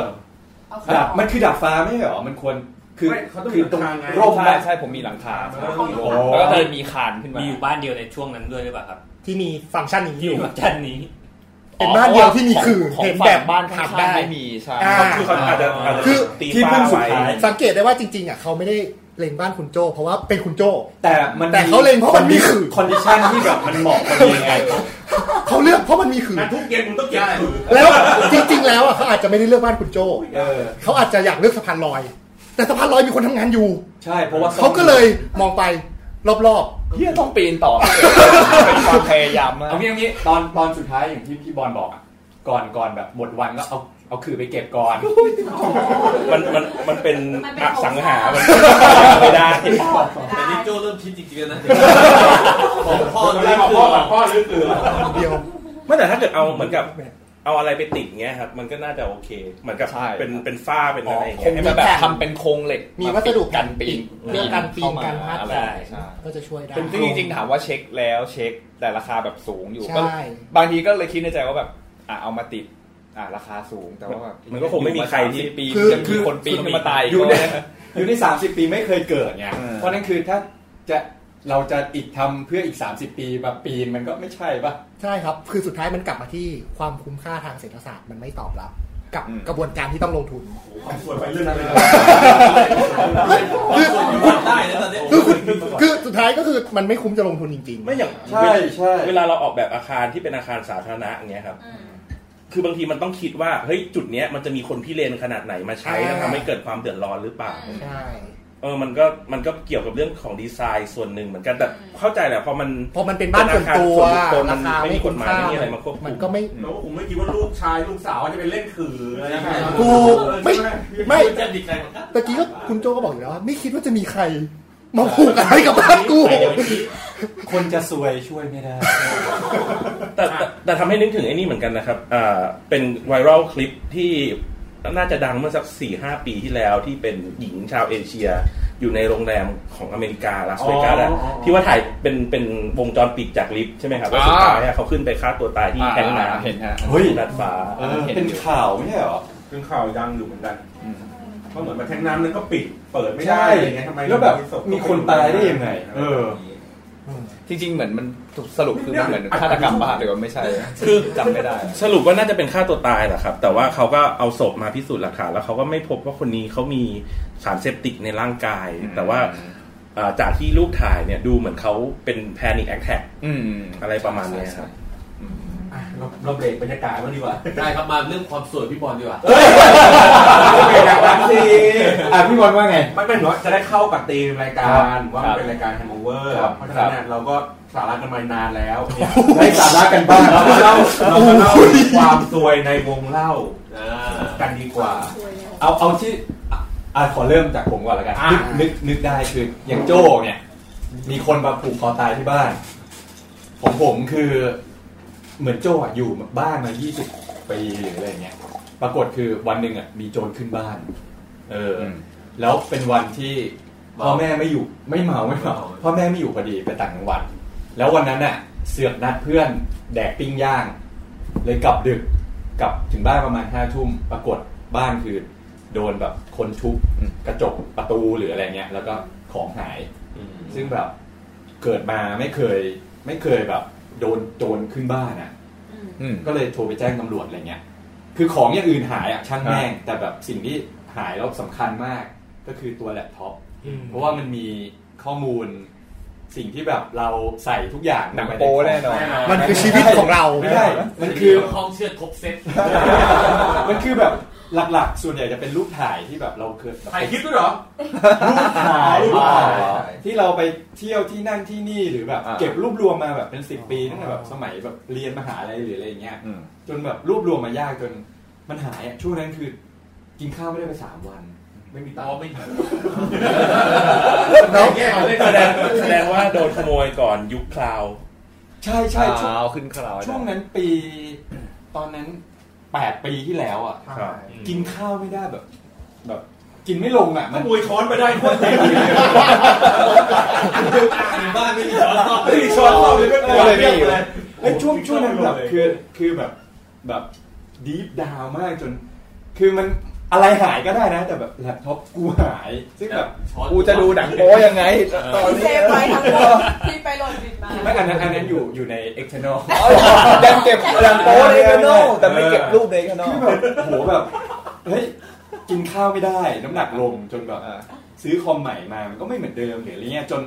Speaker 5: เอาข
Speaker 1: ดั
Speaker 5: อบ ง
Speaker 1: มันคือดับฟ้าไม่ใช่เหรอมันควรคือ
Speaker 12: ไม่เขาต้อง
Speaker 1: คือ
Speaker 12: มี
Speaker 1: ตรง
Speaker 12: ทางไง
Speaker 1: ร่ม
Speaker 3: ใช่
Speaker 1: นะ
Speaker 3: ใช่ผมมีหลังคา
Speaker 12: มันก็ต้องมี
Speaker 1: โอ้
Speaker 3: แล้วก็เลยมีคานขึ้นมา
Speaker 14: มีอยู่บ้านเดียวในช่วงนั้นด้วยหรือเปล่าครับ
Speaker 7: ที่มีฟังก์ชันนี้
Speaker 14: ที่
Speaker 7: อ
Speaker 14: อยู่ ยู่กับชั้นนี้
Speaker 7: เป็นบ้านเดียวที่มีขื่อ
Speaker 3: ขง
Speaker 7: เห็น
Speaker 3: ฝั่ง
Speaker 7: แบบ
Speaker 3: บ้านข้า
Speaker 7: ขั
Speaker 3: งๆ
Speaker 7: บได้
Speaker 3: ไม่มีใช่
Speaker 7: อ่า
Speaker 4: คือเขาอาจจะอาจจะ
Speaker 7: คือ
Speaker 4: ตี
Speaker 1: ที่พึ่
Speaker 4: ฟ้าง
Speaker 1: สุด
Speaker 4: ไว้
Speaker 1: ท้าย
Speaker 7: สังเกตได้ว่าจริงๆอ่ะเขาไม่ได้เลงบ้านคุณโจ เพราะว่าเป็นคุณโจ
Speaker 1: แต่มัน
Speaker 7: แต่เขาเล็งเพราะมันมีขื่อ
Speaker 1: คอนดิชันที่แบบมันเหมาะกับยังไง
Speaker 7: เขาเลือกเพราะมันมีขื่อ
Speaker 12: นะทุกเย็นมึงต้องเก็บถือ
Speaker 7: แล้วจริงๆแล้วอ่ะเขาอาจจะไม่ได้เลือกบ้านคุณโจ
Speaker 1: เออ
Speaker 7: เขาอาจจะอยากเลือกสะพานลอย แต่สะพานลอยมีคนทำงานอยู่
Speaker 1: ใช่เพราะว่า
Speaker 7: เขาก็เลยมองไปรอบ
Speaker 3: เฮียต้องปีนต่อ เป็นความพยายามมาก
Speaker 1: เอางี้เอางี้ตอนตอนสุดท้ายอย่างที่พี่บอลบอกอะก่อนก่อนแบบหมดวันก็เอา เอาคือไปเก็บก่อน
Speaker 4: มันมันมันเป็น
Speaker 5: มันเป็น
Speaker 4: อสังหา มันมันไม่ได้
Speaker 2: แต่นี่โจเริ่มคิดจริงๆแล้วนะ
Speaker 4: บอกพ่อ
Speaker 2: เรียกพ่อก่อนพ่อ
Speaker 4: ลึกคือเดียว (laughs) ไม่แต่ถ้าเกิด (laughs) เอาเหมือนกับเอาอะไรไปติดเงี้ยครับ มันก็น่าจะโอเค เหมือนกับเป็นเป็นฝ้าเป็นอะไรอย่างเงี้ย
Speaker 3: คง
Speaker 4: ให้
Speaker 3: จะ
Speaker 4: มัน
Speaker 3: แบ
Speaker 4: แบบบ
Speaker 3: ทำเป็นโครงเหล็ก
Speaker 7: มีวัสดุ
Speaker 3: กันปีน
Speaker 7: เรื่องการปีนการพัด
Speaker 3: อะไรใช่
Speaker 7: ก็จะช่วยได้
Speaker 3: เป็นซึ่งจริงๆถามว่าเช็คแล้วเช็คแต่ราคาแบบสูงอยู่
Speaker 7: ใช่
Speaker 3: ก็บางทีก็เลยคิดในใจว่าแบบอ่ะเอามาติดอ่ะราคาสูงแต่ว่าแบบ
Speaker 4: มันก็คงไม่มีใคร
Speaker 3: อ
Speaker 4: ที่
Speaker 3: ยู่มา30ปี
Speaker 4: คือ
Speaker 3: จะมีคนปีนขึ้นมาตาย
Speaker 1: อยู่ใน
Speaker 3: ก็
Speaker 1: อยู่ในสามสิบปีไม่เคยเกิดไง
Speaker 3: เออ
Speaker 1: เพราะนั่นคือถ้าจะเราจะอีกทำเพื่ออีก 30 ปีแบบปีนมันก็ไม่ใช่ปะ
Speaker 7: ใช่ครับ คือสุดท้ายมันกลับมาที่ความคุ้มค่าทางเศรษฐศาสตร์มันไม่ตอบรับ กับ
Speaker 1: อืม
Speaker 7: กระบวนการที่ต้องลงทุน
Speaker 6: ความสวยไปเรื่องอะไรนะ
Speaker 7: คือ
Speaker 2: ได้แล้วตอนนี้
Speaker 7: คือคุณคือสุดท้ายก็คือมันไม่คุ้มจะลงทุนจริงๆ
Speaker 4: ไม่อย่าง
Speaker 7: ใช่
Speaker 1: ใช่
Speaker 4: เวลาเราออกแบบอาคารที่เป็นอาคารสาธารณะเงี้ยครับ คือบางทีมันต้องคิดว่าเฮ้ยจุดเนี้ยมันจะมีคนพิเรนขนาดไหนมาใช้แล้วทำให้เกิดความเดือดร้อนหรือเปล่า
Speaker 7: ใช่
Speaker 4: เออ มันก็ มันก็เกี่ยวกับเรื่องของดีไซน์ส่วนหนึ่งเหมือนกัน แต่เข้าใจแหละพอมัน
Speaker 7: พอมันเป็นบ้านส่วนตัว
Speaker 4: เป็นอคารส่วนบุคคลมัน
Speaker 7: ราคา
Speaker 4: ไม่มีกฎหมาย
Speaker 7: ไม่
Speaker 4: ไม่มี
Speaker 7: คุ้มค่า
Speaker 4: อะไรมาควบคุ
Speaker 7: มัน
Speaker 4: ม
Speaker 7: ก็ไม่
Speaker 6: เราก็คงไม่คิดว่าลูกชายลูกสาวจะเป็นเล่นขืออะไรอย่างเงี้ย
Speaker 7: ถูกไม่
Speaker 6: ใช่ห
Speaker 7: ไม่
Speaker 6: จะดีใจหมดครับ
Speaker 7: ตะกี้ก็คุณโจก็บอกอยู่แล้วว่าไม่คิดว่าจะมีใครมาผูกอะไรกับบ้านกู
Speaker 1: คนจะซวยช่วยไม่ได้
Speaker 4: แต่แต่แต่ทำให้นึกถึงไอ้นี่เหมือนกันนะครับ อ่า เป็นไวรัลคลิปที่น่าจะดังเมื่อสัก4ี่หปีที่แล้วที่เป็นหญิงชาวเอเชีย อยู่ในโรงแรมของอเมริกาลาสเวกัส
Speaker 1: อ๋อ
Speaker 4: อะ
Speaker 1: อ๋ออ๋อ
Speaker 4: ที่ว่าถ่ายเป็นเป็นวงจรปิดจากลิฟต์ใช่ไหมครับแล้วสุดท้ายอะเขาขึ้นไปฆ่าตัวตายที่
Speaker 3: อ่า
Speaker 4: แทงน้ำ
Speaker 3: เห็นฮะ
Speaker 4: เฮ้ยดัดฟ้า
Speaker 1: เออเป็นข่าวไม่ใช่เหรอ
Speaker 6: เป็นข่าวดังอยู่เหมือนกันเพราะเหมือนมาแทงน้ำนั้นก็ปิด เปิดไม่
Speaker 1: ใช่
Speaker 6: ได้อะไรเงี้ยทำไม
Speaker 1: แล้วแบบ
Speaker 6: ศพ
Speaker 1: มีคนตายได้ยังไง
Speaker 6: เออ
Speaker 3: จริง ๆ เหมือนมันสรุปคือมันเหมือนฆาตกรรมบ้านหรือว่าไม่ใช่
Speaker 4: คือ
Speaker 3: จำไม่ได้
Speaker 4: สรุปว่าน่าจะเป็นฆ่าตัวตายแหละครับ แต่ว่าเขาก็เอาศพมาพิสูจน์หลักฐานแล้วเขาก็ไม่พบว่าคนนี้เขามีสารเสพติดในร่างกาย แต่ว่าเอ่อจากที่รูปถ่ายเนี่ยดูเหมือนเขาเป็นแพนิคแอคแท็ก
Speaker 3: อืม
Speaker 4: อะไรประมาณเนี้ยครับ
Speaker 6: เราเราเบรกบรรยากาศมันดีกว่า
Speaker 2: ได้ครับมาเรื่องความสวยพี่บอลดีกว่า
Speaker 6: เบรกแบบนั้นสิ
Speaker 1: อ่ะพี่บอลว่าไง
Speaker 6: มันเป็นเหรอจะได้เข้ากับธีมรายกา
Speaker 1: ครั
Speaker 6: ร
Speaker 1: บ
Speaker 6: ว่ามันเป็นรายการแฮมเบอร์เวอร์
Speaker 3: ครับ
Speaker 6: เพราะฉะนั้นเนี่ยเราก็สาระกันมานานแล้ว
Speaker 1: ได้สาระกันบ้าง
Speaker 6: เราจะเล่าเราจะเล่าความซวยในวงเล่ากันดีกว่า
Speaker 1: เอาเอาที่อ่ะอ่ะขอเริ่มจากผมก่อนละกัน
Speaker 6: อ่ะ
Speaker 1: นึกนึกนึกได้คืออย่างโจ้เนี่ย มีคนมาผูกคอตายที่บ้านของผมคือเหมือนโจ้อ่ะอยู่บ้านมา 20 ปีหรืออะไรเงี้ย ปรากฏคือวันหนึ่งอ่ะมีโจรขึ้นบ้าน เอออแล้วเป็นวันที่พ่อแม่ไม่อยู่ไม่เมาไม่เมาพ่อแม่ไม่อยู่พอดีไปต่างจังหวัด แล้ววันนั้นน่ะ เสือกนัดเพื่อนแดกปิ้งย่าง เลยกลับดึกกลับถึงบ้านประมาณห้าทุ่มปรากฏบ้านคือโดนแบบคนทุบกระจกประตูหรืออะไรเงี้ย แล้วก็ของหาย ซึ่งแบบเกิดมาไม่เคย ไม่เคยแบบ โดนโจรขึ้นบ้านอ่ะ ก็เลยโทรไปแจ้งตำรวจอะไรเงี้ย คือของอย่างอื่นหายอ่ะช่างแม่ง แต่แบบสิ่งที่หายแล้วสำคัญมาก ก็คือตัวแล็ปท็อป เพราะว่ามันมีข้อมูลสิ่งที่แบบเราใส่ทุกอย่าง
Speaker 3: หนัง
Speaker 1: ไปใน
Speaker 3: โป๊แน่นอน
Speaker 7: มันคือชีวิตของเรา
Speaker 1: ไม่ได้มันคือ
Speaker 2: ห้องเชือดครบเซ็ต
Speaker 1: มันคือแบบหลักๆ ส่วนใหญ่จะเป็นรูปถ่ายที่แบบเราเคยแบบ
Speaker 2: ถ่ายคลิปด้วยเหรอ
Speaker 1: ถ่ายรูปถ่าย
Speaker 3: รูปถ่าย
Speaker 1: ที่เราไปเที่ยวที่นั่นที่นี่หรือแบบ เก็บรวบรวมมาแบบเป็นสิบปีตั้งแต่แบบสมัยแบบเรียนมหาลัยหรืออะไรอย่างเงี้ย จนแบบรวบรวมมายากจนมันหายอะช่วงนั้นคือ กินข้าวไม่ได้ไปสามวัน ไม่มีตังค์ไม่
Speaker 4: แล้วแสดงแสดงว่าโดนขโมยก่อนยุคคลาว
Speaker 1: ใช่ใช่ช่วง
Speaker 3: เอาขึ้นคราว
Speaker 1: ช่วงนั้นปี (coughs) ตอนนั้นแปดปีที่แล้วอ่ะ
Speaker 4: ครับ
Speaker 1: กินข้าวไม่ได้แบบ แบบ กินไม่ลงอ่ะมัน
Speaker 6: มวยค้อนไปได้โคตรเจ๋งเลย
Speaker 2: บ้านไม่มีช้อนซ่อม
Speaker 6: ไม่มีช้อนเข้าเลยไม่เป็นไรไม่เป็นไร
Speaker 1: ไอ้ยช่วงช่วงนั้นแบบ
Speaker 6: เลย
Speaker 1: คือคือแบบแบบดีฟดาวมากจน คือมันอะไรหายก็ได้นะ แต่แบบแล็ปท็อปกูหาย ซึ่งแบบ
Speaker 3: กูจะดูหนังโป๊ยังไงตอน
Speaker 5: เซ
Speaker 3: นี้
Speaker 5: ฟไว้ทั้งหมดที่ไปโหลดบิดมา
Speaker 1: ไม่อันนั้นอันนั้นอยู่อยู่ใน external
Speaker 3: ยังเก็บหนังโป๊ในคานอลแต่ไม่เก็บรูปในคานอล
Speaker 1: คือแบบ (laughs) โหแบบเฮ้ยกินข้าวไม่ได้ น้ำหนักลงจนแบบซื้อคอมใหม่มามันก็ไม่เหมือนเดิมหรืออะไรเงี้ยจน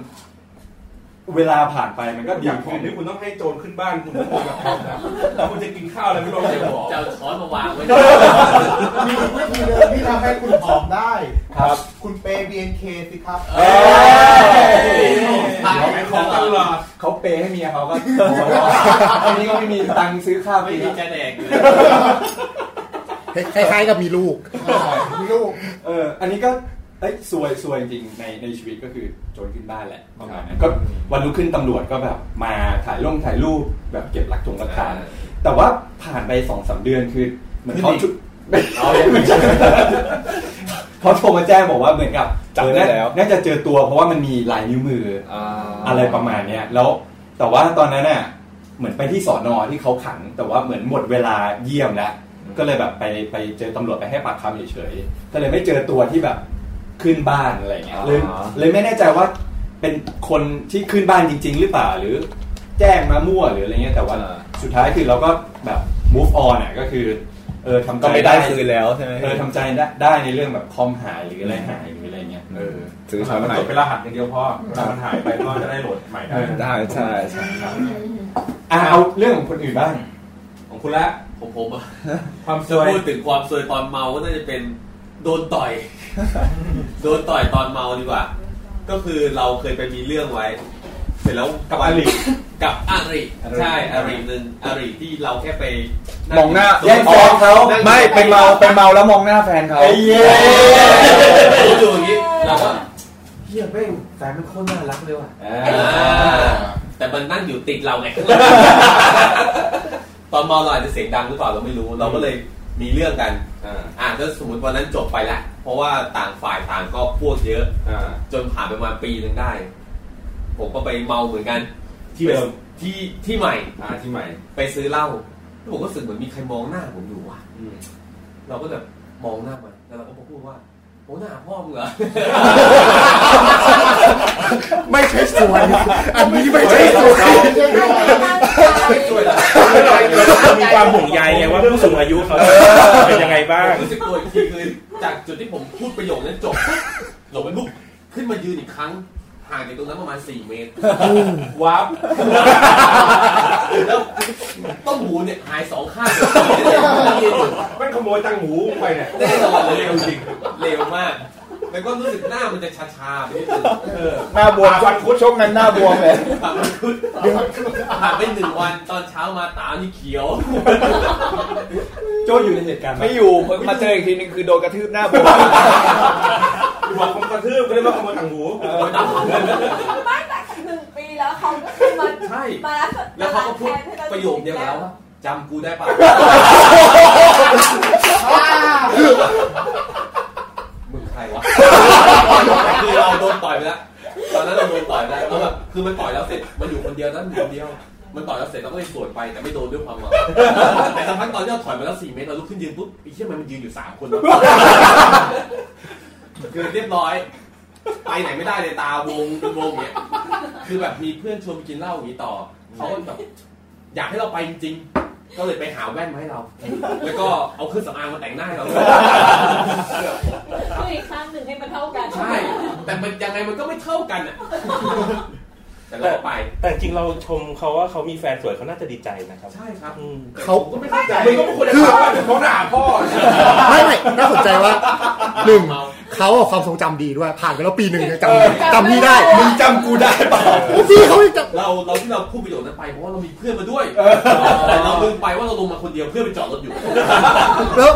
Speaker 1: เวลาผ่านไปมันก็
Speaker 6: อ
Speaker 1: ดี
Speaker 6: ย่างของ
Speaker 1: ขึ้น
Speaker 6: นี่คุณต้องให้โจรขึ้นบ้านคุณต้องคุยกับเขานะแล้วคุณจะกินข้าวอะไรไม่รู้เลยบอก
Speaker 2: จะเอาช้อนมาวางไว้
Speaker 15: มีวิธีเดิมที่ทำให้คุณผอมได้
Speaker 1: ครับ
Speaker 15: คุณเปย์ BNK สิครับ
Speaker 1: เอ้ย
Speaker 2: ขาย
Speaker 1: ของตลอดเขาเปย์ให้เมีย (laughs) เขาก็หัวเราะอันนี้ก็ไม่มีตังค์ซื้อข้าว
Speaker 2: ไม่
Speaker 1: กิน
Speaker 2: มีจะแดกเลย
Speaker 7: คล้ายๆกับมีลูก
Speaker 1: มีลูก เออ อันนี้ก็เอ้ยซวยซวยจริงในในชีวิตก็คือโจรขึ้นบ้านแหละประมาณนั้นก็วันรุ่งขึ้นตำรวจก็แบบมาถ่ายลงถ่ายรูปแบบเก็บหลักฐงหลักฐานแต่ว่าผ่านไปสองสามเดือนคือเหมือนเขาชุดไม่ใช่เขาโทรมาแจ้งบอกว่าเหมือนกับจับได้แล้วน่าจะเจอตัวเพราะว่ามันมีลายนิ้วมืออะไรประมาณเนี้ยแล้วแต่ว่าตอนนั้นน่ะเหมือนไปที่สอนอที่เขาขัง แต่ว่าเหมือนหมดเวลาเยี่ยมแล้ว ก็เลยแบบไปไปเจอตำรวจไปให้ปากคำเฉยๆก็เลยไม่เจอตัวที่แบบ ขึ้นบ้านอะไรเงี้ยเลยเลยไม่แน่ใจว่าเป็นคนที่ขึ้นบ้านจริง ๆ หรือเปล่าหรือแจ้งมามั่วหรืออะไรเงี้ยแต่ว่าสุดท้ายคือเราก็แบบ move on อ่ะก็คือเออทำใจ
Speaker 3: ก็ไม่ได้คืนแล้วใช่ไหม
Speaker 1: เออทำใจได้ได้ในเรื่องแบบคอมหายหรืออะไรหายหรืออะไรเงี้ยเออ
Speaker 4: ซื้อช้อนใหม่เป็นรหัสอย่างเดียวพ่อถ้ามันหายไปก็จะได้โหลดใหม่ได้
Speaker 1: ได้ใช่ใช่ครับอ่ะเอาเรื่องของคนอื่นบ้าง
Speaker 4: ของคุณละ
Speaker 2: ผมผมอะ
Speaker 4: ความซวย
Speaker 2: จะพูดถึงความซวยตอนเมาก็น่าจะเป็นโดนต่อย โดนต่อยตอนเมาดีกว่า ก็คือเราเคยไปมีเรื่องไว้ เสร็จแล้ว
Speaker 1: กับอริ
Speaker 2: กับอริ
Speaker 1: อริ
Speaker 2: ใช่อริหนึ่งอริที่เราแค่ไป
Speaker 3: มองหน้า
Speaker 2: แย่ง
Speaker 3: อ๋อ
Speaker 2: แฟนเขา
Speaker 3: ไม่ไปเมาไปเมาแล้วมองหน้าแฟนเขา
Speaker 2: อยู่อย่างนี้เราก็
Speaker 11: เฮียแม่งแฟนมันโคตรน่ารักเลยว่ะ
Speaker 2: แต่มันนั่งอยู่ติดเราไง
Speaker 4: (laughs)
Speaker 2: ตอนเมาเราอาจจะเสียงดังหรือเปล่าเราไม่รู้ เราก็เลยมีเรื่องกัน อ่าถ้าสมมติวันนั้นจบไปละ เพราะว่าต่างฝ่ายต่างก็พวกเยอะ จนผ่านไปประมาณปีนึงได้ ผมก็ไปเมาเหมือนกัน
Speaker 4: ที่เดิม
Speaker 2: ที่ที่ใหม่
Speaker 4: อ่าที่ใหม่
Speaker 2: ไปซื้อเหล้าแล้วผมก็รู้สึกเหมือนมีใครมองหน้าผมอยู่ว่ะ เราก็แบบมองหน้ามัน แล้วเราก็พูดว่าโอ้หน้าพ่อมึงเหรอ
Speaker 7: ไม่ใช่สวย อันนี้ไม่ใช่สวย
Speaker 10: เรามีความห่วงใยไงว่าผู้สูงอายุเขาเป็นยังไงบ้าง
Speaker 2: ผมรู้สึกตัวอีกทีคือจากจุดที่ผมพูดประโยคนั้นจบปุ๊บหลบไปลุกขึ้นมายืนอีกครั้ง ห่างจากตรงนั้นประมาณ 4 เมตรว้าบแล้วต้มหูเนี่ยหายสองข้างเลย
Speaker 4: มันขโมยตังหูไปเนี่ย
Speaker 2: แน่นอนเลย
Speaker 4: เร็วจริง
Speaker 2: เร็วมาก แล้วก็รู้สึกหน้ามันจะชาๆไปนิดนึงเออ
Speaker 3: หน้าบวมฟันคุดชกกันหน้าบวมเลย
Speaker 2: ผ่านไปหนึ่งวันตอนเช้ามาตานี่เขียว
Speaker 1: โจอยู่ในเหตุการณ์
Speaker 3: ไม่อยู่มาเจออีกทีนึงคือโดนกระทืบหน้าบวม
Speaker 4: หวังคมกระทืบก็เลยว่าขโมยตังหู
Speaker 5: ไม่แต่หนึ่งปีแล้วเขาก็คือมา
Speaker 2: ใช่
Speaker 5: มา
Speaker 2: แล้วเขาก็พูด
Speaker 5: ให้รา
Speaker 2: ประโยคเดียวกับแล้วว่าจำกูได้ป่ะ มึงใครวะ คือเราโดนต่อยไปแล้วตอนนั้นเราโดนต่อยไปแล้วแล้วแบบคือมันต่อยแล้วเสร็จมันอยู่คนเดียวนั่นอยู่คนเดียว มันต่อยแล้วเสร็จเราก็เลยสวนไปแต่ไม่โดนด้วยความเมาแต่สักพักตอนที่เราถอยมาแล้วสี่เมตรเราลุกขึ้นยืนปุ๊บไอ้เหี้ยมันยืนอยู่สามคนวะ (laughs) คือเรียบร้อย ไปไหนไม่ได้เลยตาวงวงเนี่ยคือแบบมีเพื่อนชวนไปกินเหล้าอย่างนี้ต่อเขาก็แบบอยากให้เราไปจริงๆก็เลยไปหาแว่นมาให้เรา (laughs) แล้วก็เอาเครื่องสำอางมาแต่งหน้าให้เรา
Speaker 5: พูดอีกครั้งหนึ่งให้มันเท่ากัน
Speaker 2: ใช่ แต่มันยังไงมันก็ไม่เท่ากันอ่ะ แต่เราก็ไป
Speaker 10: แต่จริงเราชมเขาว่าเขามีแฟนสวยเขาน่าจะดีใจนะครับ
Speaker 2: ใช่ครับ
Speaker 7: เขา
Speaker 2: ผมก็ไม่เข้าใจมึงก็ไม่ควรจะ
Speaker 7: คือ
Speaker 2: ทำว่าถึงเขาด่าพ่อ
Speaker 7: ไม่ไม่น่าสนใจว่าหนึ่งเขาอะความทรงจำดีด้วย ผ่านไปแล้วปีหนึ่งยังจำจำนี่ได้
Speaker 5: มึ
Speaker 7: งจำกูได้เปล่าพี่เขายังจำ
Speaker 2: เราเราที่เราพูดประโยชน์นั้นไปเพราะว่าเรามีเพื่อนมาด้วย แต่เราลืมไปว่าเราลงมาคนเดียวเพื่อนไปจอดรถอยู่
Speaker 7: แล้ว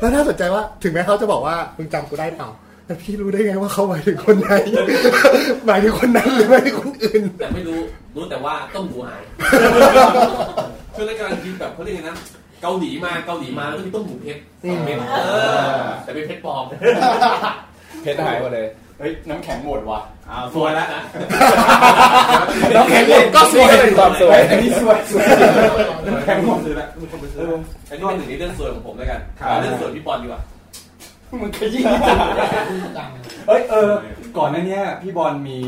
Speaker 7: แล้วน่าสนใจว่าถึงแม้เขาจะบอกว่ามึงจำกูได้เปล่าแต่พี่รู้ได้ไงว่าเขาหมายถึงคน (laughs) ไหนหมายถึงคนนั้นหรือหมายถึงคนอื่น
Speaker 2: แต่ไม่รู้ รู้แต่ว่าต้องหูหาย (laughs) ช่วงนั้นกำลังกินแบบเขาเรียกไงนะ เกาหลีมาเกาหลีมาแล้วก็มีต้มหูเพชรสองเม็ดเออ แต่เป็นเพชรปลอม
Speaker 3: เพชรหายหมดเลย
Speaker 1: เฮ้ยน้ำแข็งหมดว่ะ
Speaker 2: อ้าวสวยแล้ว
Speaker 1: น้ำแข็งหมดก็ซวย
Speaker 3: เป็นความสวย
Speaker 1: อันนี้ซวยซวยน้ำแข็งหมด
Speaker 4: ซื้อละมีคนไปซื้อ
Speaker 2: อันนี้เป็นหนึ่งในเรื่องส่วนของผมแล้วกัน
Speaker 4: ครับ
Speaker 2: เอาเรื่องส่วนพี่บอลดีกว่า
Speaker 1: มึงขยี้เอ้ยเออ ก่อนหน้าเนี้ยพี่บอลมี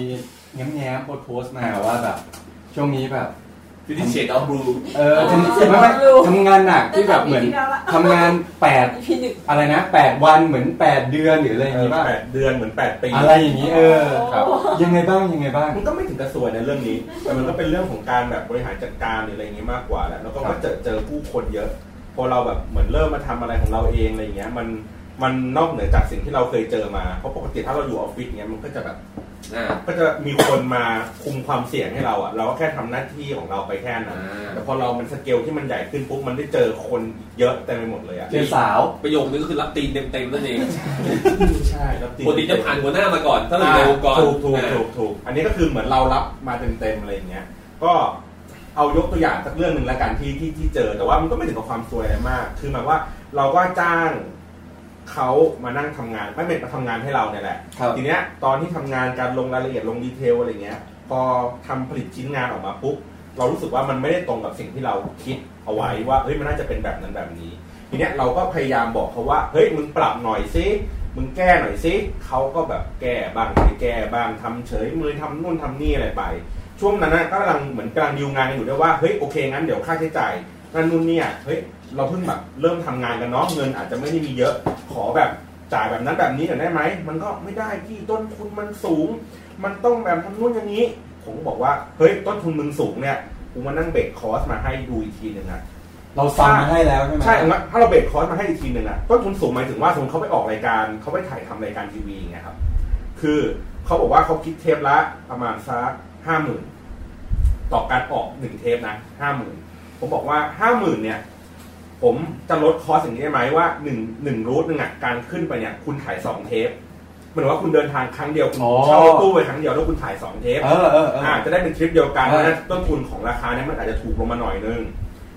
Speaker 1: แง้มแง้มโพสต์โพสต์มาว่าแบบ ช่วงนี้แบบ
Speaker 2: อยู่ที่เฉดเอาบลู
Speaker 1: เออทำไม่ไม่ทำงานหนักที่แบบเหมือนทำงานแปด
Speaker 5: พี่หนึ่ง
Speaker 1: อะไรนะแปดวันเหมือนแปดเดือนหรืออะไรอย่างงี้ป่ะ
Speaker 4: แปดเดือนเหมือนแปดปี
Speaker 1: อะไรอย่างงี้เออ ยังไงบ้างยังไงบ้าง
Speaker 4: มันก็ไม่ถึงกระสวยในะเรื่องนี้ แต่มันก็เป็นเรื่องของการแบบบริหารจัดการหรืออะไรอย่างงี้มากกว่าแหละแล้วก็
Speaker 1: ครั
Speaker 4: ก็
Speaker 1: บ
Speaker 4: เจอเจอผู้คนเยอะ พอเราแบบเหมือนเริ่มมาทำอะไรของเราเองอะไรอย่างเงี้ย มัน มันนอกเหนือจากสิ่งที่เราเคยเจอมาเพราะปกติถ้าเราอยู่ออฟฟิศเนี้ยมันก็จะแบบก็จะมีคนมาคุมความเสี่ยงให้เราอ่ะเราก็แค่ทำหน้าที่ของเราไปแค่นั้นแต่พอเรามันสเกลที่มันใหญ่ขึ้นปุ๊บมันได้เจอคนเยอะเต็มไปหมดเลยอ่ะ
Speaker 2: เจอสาว ประโยคนึงก็คือรับตีนเต็มๆนั่นเอง
Speaker 4: ใช่รับตีน
Speaker 2: ปกติจะผ่านหัวหน้ามาก่อนถ้าเราอยู่ในองค์กร
Speaker 4: ถูกถูกถูกถูกอันนี้ก็คือเหมือนเรารับมาเต็มๆอะไรอย่างเงี้ย ก็เอายกตัวอย่างสักเรื่องหนึ่งละกันที่ที่ที่เจอ แต่ว่ามันก็ไม่ถึงกับความซวยอะไรมาก คือหมายว่าเราก็จ้างเขามานั่งทำงานไม่เป็นมาทำงานให้เราเนี่ยแหละ ทีเนี้ยตอนที่ทำงานการลงรายละเอียดลงดีเทลอะไรเงี้ย พอทำผลิตชิ้นงานออกมาปุ๊บเรารู้สึกว่ามันไม่ได้ตรงกับสิ่งที่เราคิดเอาไว้ว่าเฮ้ยมันน่าจะเป็นแบบนั้นแบบนี้ ทีเนี้ยเราก็พยายามบอกเขาว่าเฮ้ยมึงปรับหน่อยซิ มึงแก้หน่อยซิเขาก็แบบแก้บ้างไม่แก้บ้างทำเฉยมือทำนู่นทำนี่อะไรไป ช่วงนั้นนะก็กำลังเหมือนกำลังดีลงานกันอยู่ด้วยว่าเฮ้ยโอเคงั้นเดี๋ยวค่าใช้จ่ายนั่นนู่นเนี่ยเฮ้ยเราเพิ่งแบบเริ่มทำงานกันเนาะเงินอาจจะไม่ได้มีเยอะขอแบบจ่ายแบบนั้นแบบนี้หน่อยได้ไหมมันก็ไม่ได้พี่ต้นทุนมันสูง มันต้องแบบทำนู่นอย่างนี้ ผมก็บอกว่าเฮ้ยต้นทุนมึงสูงเนี่ยกูมานั่งเบรกคอร์สมาให้ดูอีกทีหนึ่งอะ
Speaker 1: เราสั่งมาให้แล้วใช่ไหม
Speaker 4: ใช่งั้นถ้าเราเบรกคอร์สมาให้อีกทีหนึ่งอะต้นทุนสูงหมายถึงว่าสมมติเขาไปออกรายการเขาไปถ่ายทำรายการทีวีอย่างเงี้ยครับ คือเขาบอกว่าเขาคิดเทปละประมาณสักห้าหมื่นต่อการออกหนึ่งเทปนะห้าหมื่นผมบอกว่าห้าหมื่นเนี่ย ผมจะลดคอสอย่างนี้ได้ไหมว่าหนึ่งหนึ่งรูทหนึ่งอะการขึ้นไปเนี่ย คุณถ่ายสองเทปเหมือนว่าคุณเดินทางครั้งเดียวคุณ
Speaker 1: อ๋อ
Speaker 4: เช่ารถตู้ไปครั้งเดียวแล้วคุณถ่ายสองเทป
Speaker 1: เออเออเอออ่
Speaker 4: าจะได้เป็นทริปเดียวกัน
Speaker 1: เออ
Speaker 4: เพราะฉะนั้นต้นทุนของราคาเนี่ยมันอาจจะถูกลงมาหน่อยนึง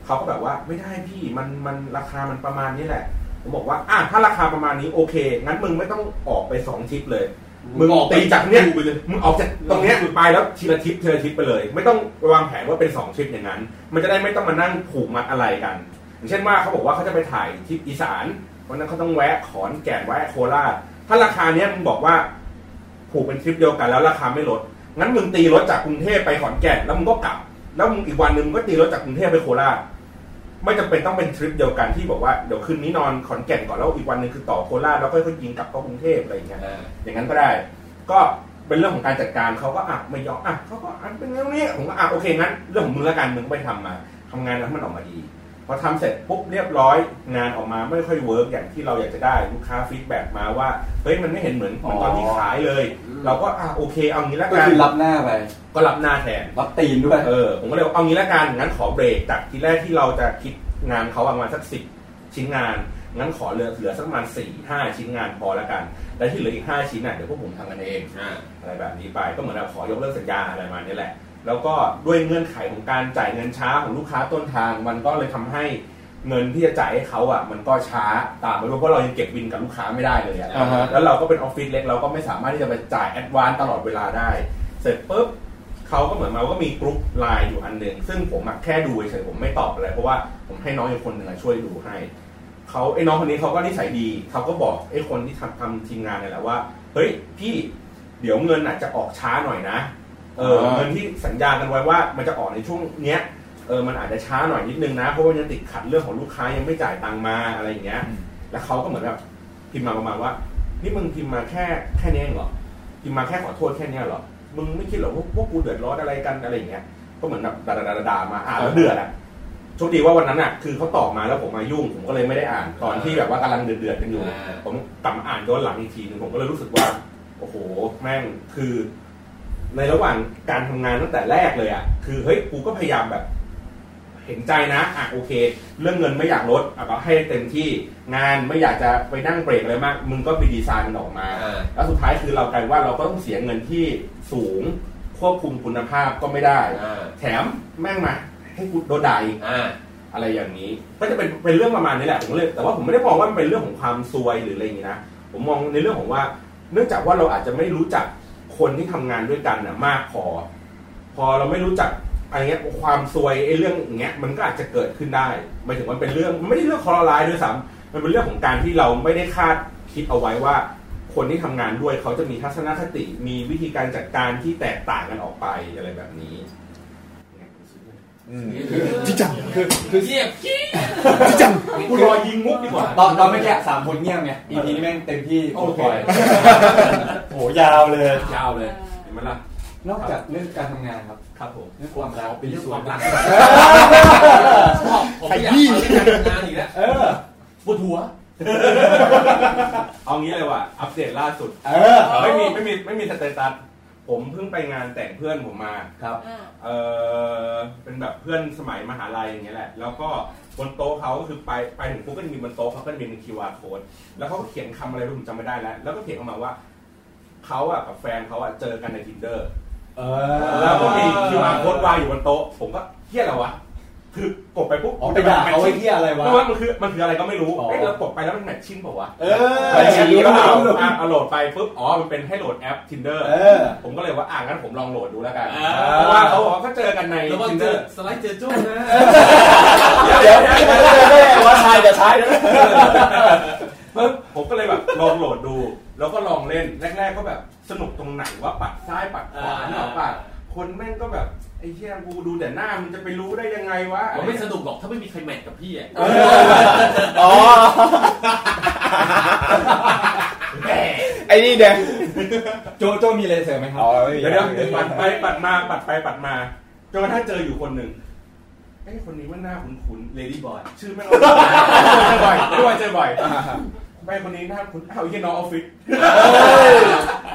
Speaker 4: เขาก็แบบว่าไม่ได้พี่มันมันราคามันประมาณนี้แหละ ผมบอกว่าอ่ะถ้าราคาประมาณนี้โอเค งั้นมึงไม่ต้องออกไปสองทริปเลย มึง
Speaker 2: ออกไป
Speaker 4: ตีจากเนี้ย
Speaker 2: ดูไปเลย
Speaker 4: มึงออกจากตรงเนี้ยไปแล้วทีละทริปทีละทริปไปเลย ไม่ต้องวางแผนว่าเป็นสองทริปอย่างนั้น มันจะได้ไม่ต้องมานั่งผูกมัดอะไรกัน อย่างเช่นว่าเขาบอกว่าเขาจะไปถ่ายทริปอีสานวันนั้นเขาต้องแวะขอนแก่นแวะโคราชถ้าราคาเนี้ยมึงบอกว่า ผูกเป็นทริปเดียวกันแล้วราคาไม่ลด งั้นมึงตีรถจากกรุงเทพไปขอนแก่นแล้วมึงก็กลับ แล้วมึงอีกวันหนึ่งมึงก็ตีรถจากกรุงเทพไปโคราช ไม่จำเป็นต้องเป็นทริปเดียวกันที่บอกว่าเดี๋ยวคืนนี้นอนขอนแก่นก่อนแล้วอีกวันหนึ่งคือต่อโคราชแล้วก็ค่อยๆยิงกลับเข้ากรุงเทพอะไรอย่างเงี้ย อย่างนั้นก็ได้ ก็เป็นเรื่องของการจัดการเขาก็อ่ะไม่ยอมอ่ะเขาก็อ่ะเป็นเรื่องนี้ผมก็อ่ะโอเคงั้นเรื่องของมึงละกันมึงก็ไปทำมาทำงานแล้วให้มันออกมาดี พอทำเสร็จปุ๊บเรียบร้อยงานออกมาไม่ค่อยเวิร์กอย่างที่เราอยากจะได้ลูกค้าฟีดแบ็กมาว่าเฮ้ยมันไม่เห็นเหมือนเหมือนตอนที่ขายเลย เราก็อ่ะโอเคเอางี้ละ
Speaker 1: ก็
Speaker 4: กัน
Speaker 1: คือรับหน้าไป
Speaker 4: ก็รับหน้าแทนรับตีนด้วยเออผมก็เลยเอางี้ละกันงั้นขอเบรกจากทีแรกที่เราจะคิดงานเขาประมาณสักสิบชิ้นงานงั้นขอเหลือเหลือสักประมาณสี่ห้าชิ้นงานพอละกันและที่เหลืออีกห้าชิ้นน่ะเดี๋ยวพวกผมทำกันเองอะไรแบบนี้ไปก็เหมือนเราขอยกเลิกสัญญาอะไรประมาณนี้แหละ แล้วก็ด้วยเงื่อนไขของการจ่ายเงินช้าของลูกค้าต้นทาง มันก็เลยทำให้เงินที่จะจ่ายให้เขาอ่ะ มันก็ช้าตามไปด้วยเพราะเรายังเก็บบินกับลูกค้าไม่ได้เลยอ่ะ
Speaker 1: อ่าฮะ
Speaker 4: แล้วเราก็เป็นออฟฟิศเล็กเราก็ไม่สามารถที่จะไปจ่ายแอดวานซ์ตลอดเวลาได้ เสร็จปุ๊บ เขาก็เหมือนมาว่ามีกรุ๊ปไลน์อยู่อันหนึ่งซึ่งผมอะแค่ดูเฉยๆผมไม่ตอบอะไร เพราะว่าผมให้น้องอีกคนหนึ่งอะช่วยดูให้ เขาไอ้น้องคนนี้เขาก็นิสัยดี เขาก็บอกไอ้คนที่ทำทำทีมงานเนี่ยแหละว่า เฮ้ยพี่เดี๋ยวเงินอาจจะออกช้าหน่อยนะ เออ
Speaker 1: อ่า
Speaker 4: เงินที่สัญญากันไว้ว่ามันจะออกในช่วงเนี้ยเออมันอาจจะช้าหน่อยนิดนึงนะ เพราะว่ายังติดขัดเรื่องของลูกค้ายังไม่จ่ายตังค์มาอะไรอย่างเงี้ย แล้วเขาก็เหมือนแบบพิมพ์มาประมาณว่า นี่มึงพิมพ์มาแค่แค่นี้เองเหรอ พิมพ์มาแค่ขอโทษแค่เนี้ยเหรอ มึงไม่คิดเหรอว่าพวกกูเดือดร้อนอะไรกันอะไรอย่างเงี้ย ก็เหมือนแบบด่าๆๆๆมาอ่านแล้วเดือดอ่ะ โชคดีว่าวันนั้นอ่ะ คือเขาตอบมาแล้วผมมายุ่ง ผมก็เลยไม่ได้อ่าน ตอนที่แบบว่ากำลังเดือดๆกันอยู่ ผมกลับมาอ่านย้อนหลังอีกทีหนึงผมก็เลยรู้สึกว่า โอ้โห แม่งคือ ในระหว่างการทำงานตั้งแต่แรกเลยอ่ะ คือเฮ้ย กูก็พยายามแบบ เห็นใจนะ อ่ะโอเค เรื่องเงินไม่อยากลดอ่ะก็ให้เต็มที่ งานไม่อยากจะไปนั่งเบรกอะไรมาก มึงก็ไปดีไซน์มันออกมา แล้วสุดท้ายคือเรากลายว่าเราก็ต้องเสียเงินที่สูง ควบคุมคุณภาพก็ไม่ได้ แถมแม่งมาให้กูโดนด่าอีกอะไรอย่างนี้ ก็จะเป็นเป็นเรื่องประมาณนี้แหละผมเลยแต่ว่าผมไม่ได้มองว่ามันเป็นเรื่องของความซวยหรืออะไรอย่างนี้นะ ผมมองในเรื่องของว่า เนื่องจากว่าเราอาจจะไม่รู้จักคนที่ทำงานด้วยกันนะมากพอ พอเราไม่รู้จักอะไรเงี้ยความซวยไอ้เรื่องอย่างเงี้ยมันก็อาจจะเกิดขึ้นได้หมายถึงมันเป็นเรื่องมันไม่ได้เรื่องคอร์รายด้วยซ้ำมันเป็นเรื่องของการที่เราไม่ได้คาดคิดเอาไว้ว่า คนที่ทำงานด้วยเขาจะมีทัศนคติมีวิธีการจัดการที่แตกต่างกันออกไปอะไรแบบนี้
Speaker 1: จริงจังคือคือเงียบ
Speaker 7: จริงจัง
Speaker 1: กูรอยิงมุกดีกว่าตอนตอนเมื่อกี้สามคนเงียบไงอีพีนี้แม่งเต็มที่โอเคโหยาวเลย
Speaker 2: ยาวเลย
Speaker 4: เห็นไหมล่ะ
Speaker 1: นอกจากเรื่องการทำงานครับ ครับผมเรื่องความรักเป็นส่วนหลัก
Speaker 2: ชอบผมไม่อยากฟังเรื่องการทำงานอีกแล้ว
Speaker 1: เออ
Speaker 2: ปวดหัว
Speaker 4: เอางี้เลยว่ะ อัปเดตล่าสุด
Speaker 1: เออ
Speaker 4: ไม่มีไม่มีไม่มีสเตตัสผมเพิ่งไปงานแต่งเพื่อนผมมา
Speaker 1: ครับ
Speaker 4: เออเป็นแบบเพื่อนสมัยมหาลัยอย่างเงี้ยแหละ แล้วก็บนโต๊ะเขาก็คือไปไปถึงปุ๊บก็จะมีบนโต๊ะเขาก็จะมีเป็นคิวอาร์โค้ดแล้วเขาก็เขียนคำอะไรไม่รู้ผมจำไม่ได้แล้ว แล้วก็เขียนออกมาว่าเขาอ่ะกับแฟนเขาอ่ะเจอกันใน tinder
Speaker 1: เอ
Speaker 4: อแล้วก็มีคิวอาร์โค้ดวางอยู่บนโต๊ะผมก็เฮี้ยอะไรวะ คือกดไปปุ๊บ
Speaker 1: อ๋อไปด่าเขาไอ้เหี้ยอะไรวะ
Speaker 4: ม่ว่ามันคือมันคืออะไรก็ไม่รู้
Speaker 1: อ๋อ
Speaker 4: เอ้ยเรากดไปแล้วมันแมทชิ่งเปล่าวะ
Speaker 1: เออ
Speaker 4: แมทชิ่งหรือเปล่า
Speaker 1: รู้รู้
Speaker 4: อ่ะเอาโหลดไปปุ๊บอ๋อมันเป็นให้โหลดแอป tinder
Speaker 1: เออ
Speaker 4: ผมก็เลยว่าอ่ะงั้นผมลองโหลดดูแล้วกัน
Speaker 11: อ่า
Speaker 4: เพราะว่าเขาบอกว่าเขาเจอกันใน
Speaker 11: แล้วก็เจ
Speaker 4: tinder
Speaker 11: อสไลด์เจอโจ้นะ
Speaker 4: เดี๋ยวเดี๋ยวว่าชายจะชายปึ๊บผมก็เลยแบบลองโหลดดู แล้วก็ลองเล่นแรกๆก็แบบสนุกตรงไหนว่าปัดซ้ายปัดขวาหรือปัดคนแม่งก็แบบไอ้เหี้ยกูดูแต่หน้ามันจะไปรู้ได้ยังไงวะ
Speaker 11: มันไม่สนุกหรอกถ้าไม่มีใครแมทกับพี่อ่ะ
Speaker 4: อ๋อ
Speaker 1: ไอ้นี่เด็กโจโจมีเลเซอร์ไหมครับ
Speaker 4: เดี๋ยวเดี๋ยวปัดไปปัดมาปัดไปปัดมาจนกระทั่งเจออยู่คนหนึ่งไอ้คนนี้มันหน้าคุ้นๆเลดี้บอยชื่อแม่งบ่อย (laughs) ไม่ว่าเจอบ่อย ไม่คนนี้หน้าคุณอ้าวยี่น้องออฟฟิศ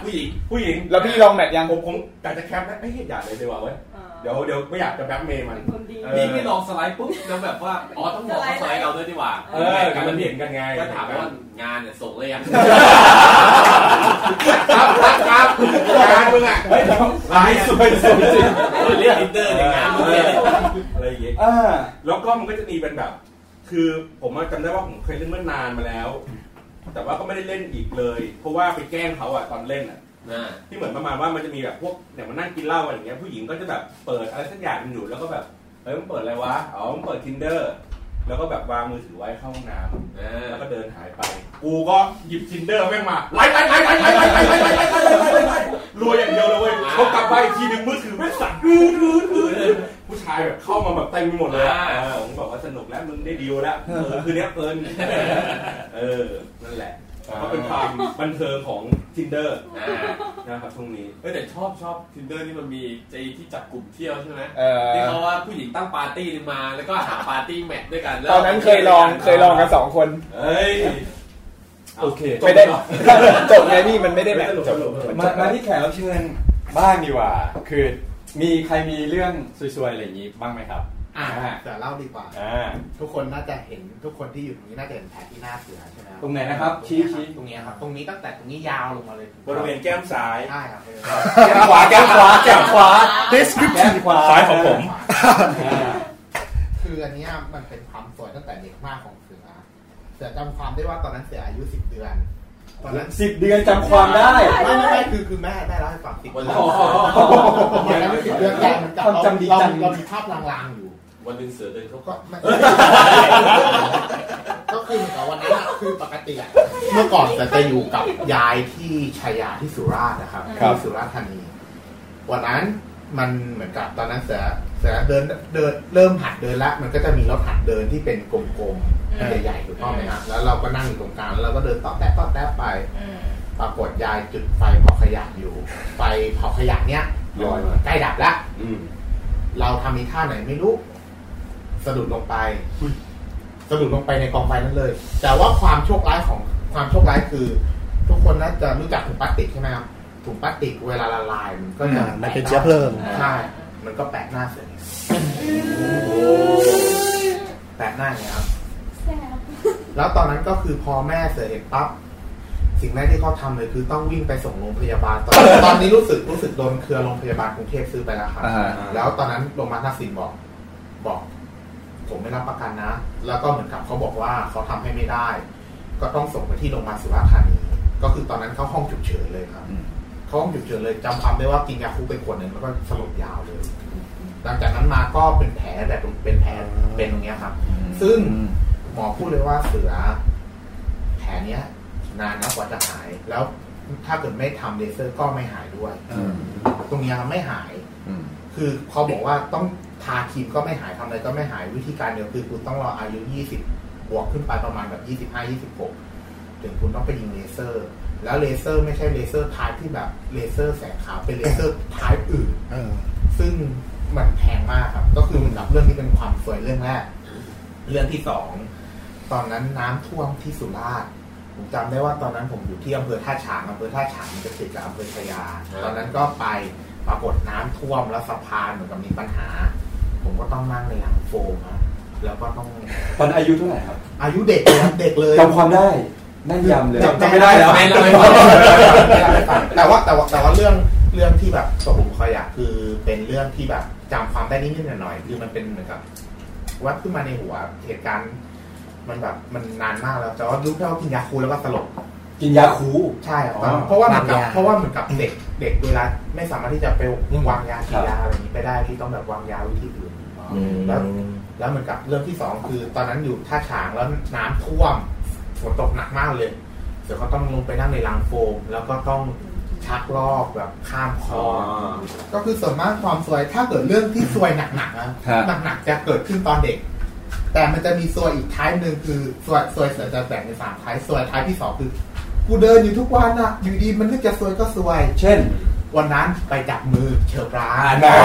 Speaker 4: ผู้หญิงผู้หญิง
Speaker 3: แล้วพี่ลองแมทยัง
Speaker 4: ผมผมอยากจะแคปนะไอ้ยเหี้ยอยากเลยดีกว่าเว้ยเดี๋ยวเดี๋ยวไม่อยากจะแบล็คเมย์มัน
Speaker 5: คนดี
Speaker 4: เ
Speaker 11: นี่ไม่ลองสไลด์ปุ๊บแล้วแบบว่าอ๋อต้องบอกว่าสไลด์เราด้วยดีกว่า
Speaker 4: เออการมันเห็นกันไง
Speaker 11: ก็ถามว่างานเนี่ยส่งเลยยัง
Speaker 4: ครับครับครับงานมึงอ่ะ
Speaker 1: เฮ้ยเดี๋ยว
Speaker 4: ร้ายสุดสุดจริง
Speaker 11: เรียกอินเตอร์ในงานมึงเนี่ย
Speaker 4: อะไรอย่างเงี้ย
Speaker 1: อ่า
Speaker 4: แล้วก็มันก็จะมีเป็นแบบ คือผมอะจำได้ว่าผมเคยเล่นเมื่อนานมาแล้ว แต่ว่าก็ไม่ได้เล่นอีกเลย เพราะว่าไปแกล้งเขาอ่ะตอนเล่นอ่ะ
Speaker 11: นะ
Speaker 4: ที่เหมือนประมาณว่ามันจะมีแบบพวกเนี่ยมันนั่งกินเหล้าอะไรอย่างเงี้ยผู้หญิงก็จะแบบเปิดอะไรสักอย่างมันอยู่แล้วก็แบบเฮ้ยมันเปิดอะไรวะอ๋อมันเปิด tinder แล้วก็แบบวางมือถือไว้เข้าห้องน้
Speaker 11: เอ
Speaker 4: ำ
Speaker 11: อ
Speaker 4: แล้วก็เดินหายไป กูก็หยิบ tinder แม่งมาไล่ไล่ไล่ไล่ไล่ไล่ไล่ไล่ไล่ไล่ไล่ไล่ไล่ไล่รวยอย่างเดียวเลยเว้ยเขากลับไปอีกทีหนึงมือถือแม่งสั่นอื้ออื้ออื้ออื้อผู้ชายแบบเข้ามาแบบเต็มไปหมดเลยอะเออผมบอกว่าสนุกแล้วมึงได้ดีลแล้วเออคือเนี้ยเพลินเออนั่นแหละก็เป็นความบันเทิงของ tinder
Speaker 11: อ่า
Speaker 4: นะครับช่วงนี้
Speaker 11: เออแต่ชอบชอบทินเดอร์นี่มันมีใจที่จับกลุ่มเที่ยวใช่ไหม
Speaker 3: เออ
Speaker 11: ที่เขาว่าผู้หญิงตั้งปาร์ตี้นึงมาแล้วก็หาปาร์ตี้แมทด้วยกันแล้ว
Speaker 3: ตอนนั้นเคยลองเคยลองกันสองคน
Speaker 4: เอ้ย
Speaker 1: โอเค
Speaker 3: ไม่ได้ จบไงพี่มันไม่ได้แมทจบ
Speaker 1: มามาที่แขกรับเชิญบ้างดีกว่า คือมีใครมีเรื่องซวยๆอะไรอย่างนี้บ้างไหมครับ
Speaker 6: อ่ะ
Speaker 1: อ่า
Speaker 6: แต่เล่าดีกว่า
Speaker 1: อ่า
Speaker 6: ทุกคนน่าจะเห็นทุกคนที่อยู่ตรงนี้น่าจะเห็นแผลที่หน้าเสือใช่ไหม
Speaker 1: ตรงไหนนะครับชี้ชี้
Speaker 6: ตรงเนี้ยครับ ตรงนี้ตั้งแต่ตรงนี้ยาวลงมาเลย
Speaker 4: บริเวณแก้มซ้าย
Speaker 6: ใช่ครับเออ
Speaker 1: แก้มขวาแก้มขวาแก้มขวา
Speaker 7: description
Speaker 1: แก้มขวา
Speaker 10: ซ้ายของผม
Speaker 1: อ่า
Speaker 6: คืออันเนี้ยมันเป็นความสวยตั้งแต่เด็กมากของเสือ เสือจำความได้ว่าตอนนั้นเสืออายุสิบเดือน ตอนนั้น
Speaker 1: สิบเดือนจำความได้
Speaker 6: ไม่ไม่ไม่คือคือแม่แม่เล่าให้ฟังสิ
Speaker 11: วันห
Speaker 6: เดื
Speaker 11: นึ่
Speaker 6: อง นอายุสิบเดือนแต่มัน
Speaker 1: ค
Speaker 6: จำ
Speaker 1: วามจำดี
Speaker 6: เรา
Speaker 1: จัง
Speaker 6: เรามีภาพลางๆอยู่
Speaker 11: วันหนึ่งเสือเดินเข้า
Speaker 6: ก็ไม่ ก็คือเหมือนกับวันนั้นอะคือปกติอะเมื่อก่อนแต่จะอยู่กับยายที่ชัยยาที่สุราษฎร์นะครับ
Speaker 1: ครับ
Speaker 6: ที่สุราษฎร์ธานีวันนั้นมันเหมือนกับตอนนั้นเสือเสือเดินเดินเริ่มหัดเดินละมันก็จะมีรถหัดเดินที่เป็นกลม
Speaker 5: อืม
Speaker 6: ๆใหญ่ๆถูกต้องไหมครับแล้วเราก็นั่งอยู่ตรงกลางแล้วเราก็เดินต่อแตะต่อแตะไป
Speaker 5: อืม
Speaker 6: ปรากฏยายจุดไฟเผาขยะอยู่ ไฟเผาขยะเนี้ย
Speaker 4: ลอยมา
Speaker 6: ใกล้ดับแล้ว
Speaker 4: อืม
Speaker 6: เราทำอีท่าไหนไม่รู้สะดุดลงไปสะดุดลงไปในกองไฟนั้นเลย แต่ว่าความโชคร้ายของความโชคร้ายคือ ทุกคนน่าจะรู้จักถุงพลาสติกใช่ไหมครับถุงพลาสติกเวลาละลายมันก็จะ
Speaker 7: อ่ามันเป็นเชื้อเพลิง
Speaker 6: ใช่ มันก็แปะหน้าเสร็จแปะหน้าอย่างเนี้ยครับ
Speaker 5: แซ่บ
Speaker 6: แล้วตอนนั้นก็คือพอแม่เสือเห็นปั๊บสิ่งแรกที่เขาทำเลยคือต้องวิ่งไปส่งโรงพยาบาลตอน
Speaker 1: (laughs)
Speaker 6: ตอนนี้รู้สึกรู้สึกโดนเครือโรงพยาบาลกรุงเทพซื้อไปแล้วครับ
Speaker 1: อ่า
Speaker 6: แล้วตอนนั้นโรงพยาบาลทักษิณบอก บอก ผมไม่รับประกันนะ แล้วก็เหมือนกับเขาบอกว่าเขาทำให้ไม่ได้ ก็ต้องส่งไปที่โรงพยาบาลสุราษฎร์ธานีก็คือตอนนั้นเข้าห้องฉุกเฉินเลยครับ เขาห้องฉุกเฉินเลยจำความได้ว่ากินยาคุกไปขวดหนึ่งแล้วก็สลบยาวเลย หลังจากนั้นมาก็เป็นแผลแต่เป็นแผลเป็นตรงเนี้ยครับ ซึ่งหมอพูดเลยว่าเสือ แผลเนี้ย นานนะกว่าจะหาย แล้วถ้าเกิดไม่ทำเลเซอร์ก็ไม่หายด้วย ตรงเนี้ยไม่หาย คือเขาบอกว่าต้องทาครีมก็ไม่หายทำอะไรก็ไม่หายวิธีการเดียวคือคุณต้องรออายุ 20 บวกขึ้นไปประมาณแบบ 25 26 ถึงคุณต้องไปยิงเลเซอร์ แล้วเลเซอร์ไม่ใช่เลเซอร์ทายที่แบบเลเซอร์แสงขาวเป็นเลเซอร์ทายอื่น
Speaker 7: เออ
Speaker 6: ซึ่งมันแพงมากครับ ก็คือเหมือนกับเรื่องนี้เป็นความสวยเรื่องแรก เรื่องที่สอง ตอนนั้นน้ำท่วมที่สุราษฎร์ผมจำได้ว่าตอนนั้นผมอยู่ที่อำเภอท่าฉางอำเภอท่าฉางมันจะติดกับอำเภอชายา ตอนนั้นก็ไปปรากฏน้ำท่วมแล้วสะพานเหมือนกับมีปัญหา ผมก็ต้องนั่งในยางโฟมครับแล้วก็ต้อง
Speaker 1: ตอนอายุเท่าไหร่ครับ
Speaker 6: อายุเด็กเลยครับเด็กเลย
Speaker 1: จำความได้แม่นยำเลยจำไม่ได้แล้ว
Speaker 6: จำไม่ได้แต่ว่าแต่ว่าแต่ว่าเรื่องเรื่องที่แบบสมุนคอยอะคือเป็นเรื่องที่แบบจำความได้นิดนิดหน่อยหน่อยๆคือมันเป็นเหมือนกับแวับขึ้นมาในหัวเหตุการณ์ มันแบบมันนานมากแล้วแต่ว่ารู้แค่ว่ากินยาคูลแล้วก็สลบ
Speaker 1: กินยาคู
Speaker 6: ใช่ครับเพราะว่าเหมือนกั
Speaker 1: วา
Speaker 6: บ
Speaker 1: งยา
Speaker 6: เพราะว่าเหมือนกับเด็กเด็กเวลาไม่สามารถที่จะไปวางยาฉีดยาอะไรอย่างนี้ไปได้ที่ต้องแบบวางยาวิธีอื่นแล้วแล้วเหมือนกับเรื่องที่สองคือ ตอนนั้นอยู่ท่าฉางแล้วน้ำท่วมฝนตกหนักมากเลยเดี๋ยวก็ต้องลงไปนั่งในรางโฟม แล้วก็ต้องชักลอกแบบข้ามคลองก็คือส่วนมากความซวยถ้าเกิดเรื่องที่ซวยหนักๆนะ
Speaker 3: ฮะ
Speaker 6: หนักๆจะเกิดขึ้นตอนเด็ก แต่มันจะมีซวยอีกท้ายหนึ่งคือซวยซวยเสือจะแบ่งเป็นสามท้ายซวยท้ายที่สองคือ กูเดินอยู่ทุกวันอะอยู่ดีมันนึกจะซวยก็ซวย
Speaker 1: เช่น
Speaker 6: วันนั้นไปจับมือเชอปราน
Speaker 1: นะ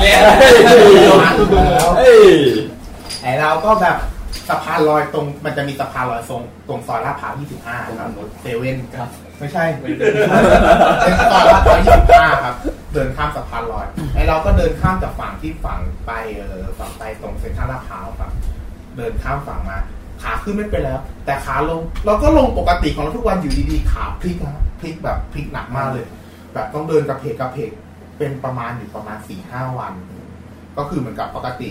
Speaker 6: เล่น
Speaker 1: เฮ้ย
Speaker 6: ดูดูแล้ว
Speaker 1: เอ้ย
Speaker 6: ไอเราก็แบบสะพานลอยตรงมันจะมีสะพานลอยตรงตรงซอยลาดพร้าว25ครับเซเว่นครับ ไม่ใช่ไม่ใช่เป็นซอยลาดพร้าว25ครับ เดินข้ามสะพานลอยไอเราก็เดินข้ามจากฝั่งที่ฝั่งไปเออฝั่งไปตรงเซ็นทรัลลาดพร้าวครับ เดินข้ามฝั่งมา ขาขึ้นไม่เป็นแล้ว แต่ขาลง เราก็ลงปกติของเราทุกวันอยู่ดีๆขาพลิกนะพลิกแบบพลิกหนักมากเลย แบบต้องเดินกระเพกกระเพกเป็นประมาณอยู่ประมาณสี่ห้าวัน ก็คือเหมือนกับปกติ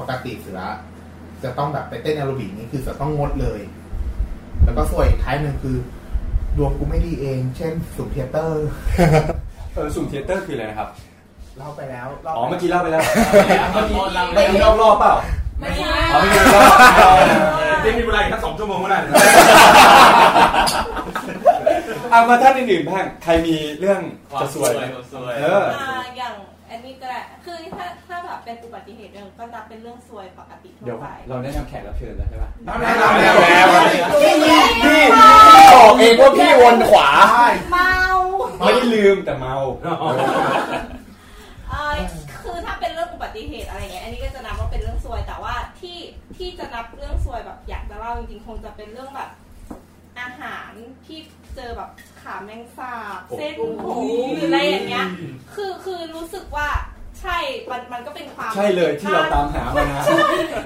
Speaker 6: ปกติเสือ จะต้องแบบไปเต้นแอโรบิกนี่คือจะต้องงดเลย แล้วก็ส่วนอีกท้ายหนึ่งคือดวงกูไม่ดีเอง เช่นสุ่มเทยเตอร์
Speaker 1: เออสุ่มเทยเตอร์คืออะไรนะครับ
Speaker 6: เล่าไปแล้ว
Speaker 1: อ๋อเมื่อ
Speaker 6: (laughs)
Speaker 1: กี้เล่าไปแล้ว
Speaker 11: ตอนตอนเรา
Speaker 1: ไม่มีรอบๆเปล่า
Speaker 5: ไม่ใช่
Speaker 1: อ๋อไม่มีรอบ
Speaker 4: จมีเวลาแค่สองชั่วโมงเท่านั้น
Speaker 1: ๆ (laughs) เอามาท่านอื่นๆบ้าง ใครมีเรื่อง
Speaker 11: ความ
Speaker 1: จะ
Speaker 11: ส
Speaker 1: ส
Speaker 11: ว
Speaker 1: วย ย
Speaker 11: ความสวย
Speaker 1: เออ
Speaker 5: อ่าอย่างอันนี้ก็ได้คือถ้าถ้าแบบเป็นอุบัติเหตุเนี่ยก็นับเป็นเรื่องซวยปกติทั่
Speaker 1: เดี๋ยว
Speaker 5: วไป
Speaker 1: เราแนะนำแขกรับเชิญแล้วใช่ป่ะ
Speaker 4: น้ำแล้วน้ำแล้วน้ำแล้ว
Speaker 5: พี่พี่
Speaker 16: บอกเองว่าพี่วนขวา
Speaker 5: เมา
Speaker 1: ไม่ได้ลืมแต่เมา
Speaker 5: เอ่อคือถ้าเป็นเรื่องอุบัติเหตุอะไรเงี้ยอันนี้ก็จะนับว่าเป็นเรื่องซวยแต่ว่าที่ที่จะนับเรื่องซวยแบบอยากจะเล่าจริงๆคงจะเป็นเรื่องแบบ อาหารที่เจอแบบขาแมงสาบเส้นผมหรืออะไรอย่างเงี้ย คือคือรู้สึกว่าใช่มันมันก็เป็นความ
Speaker 1: ใช่เลยที่เราตามหามานะ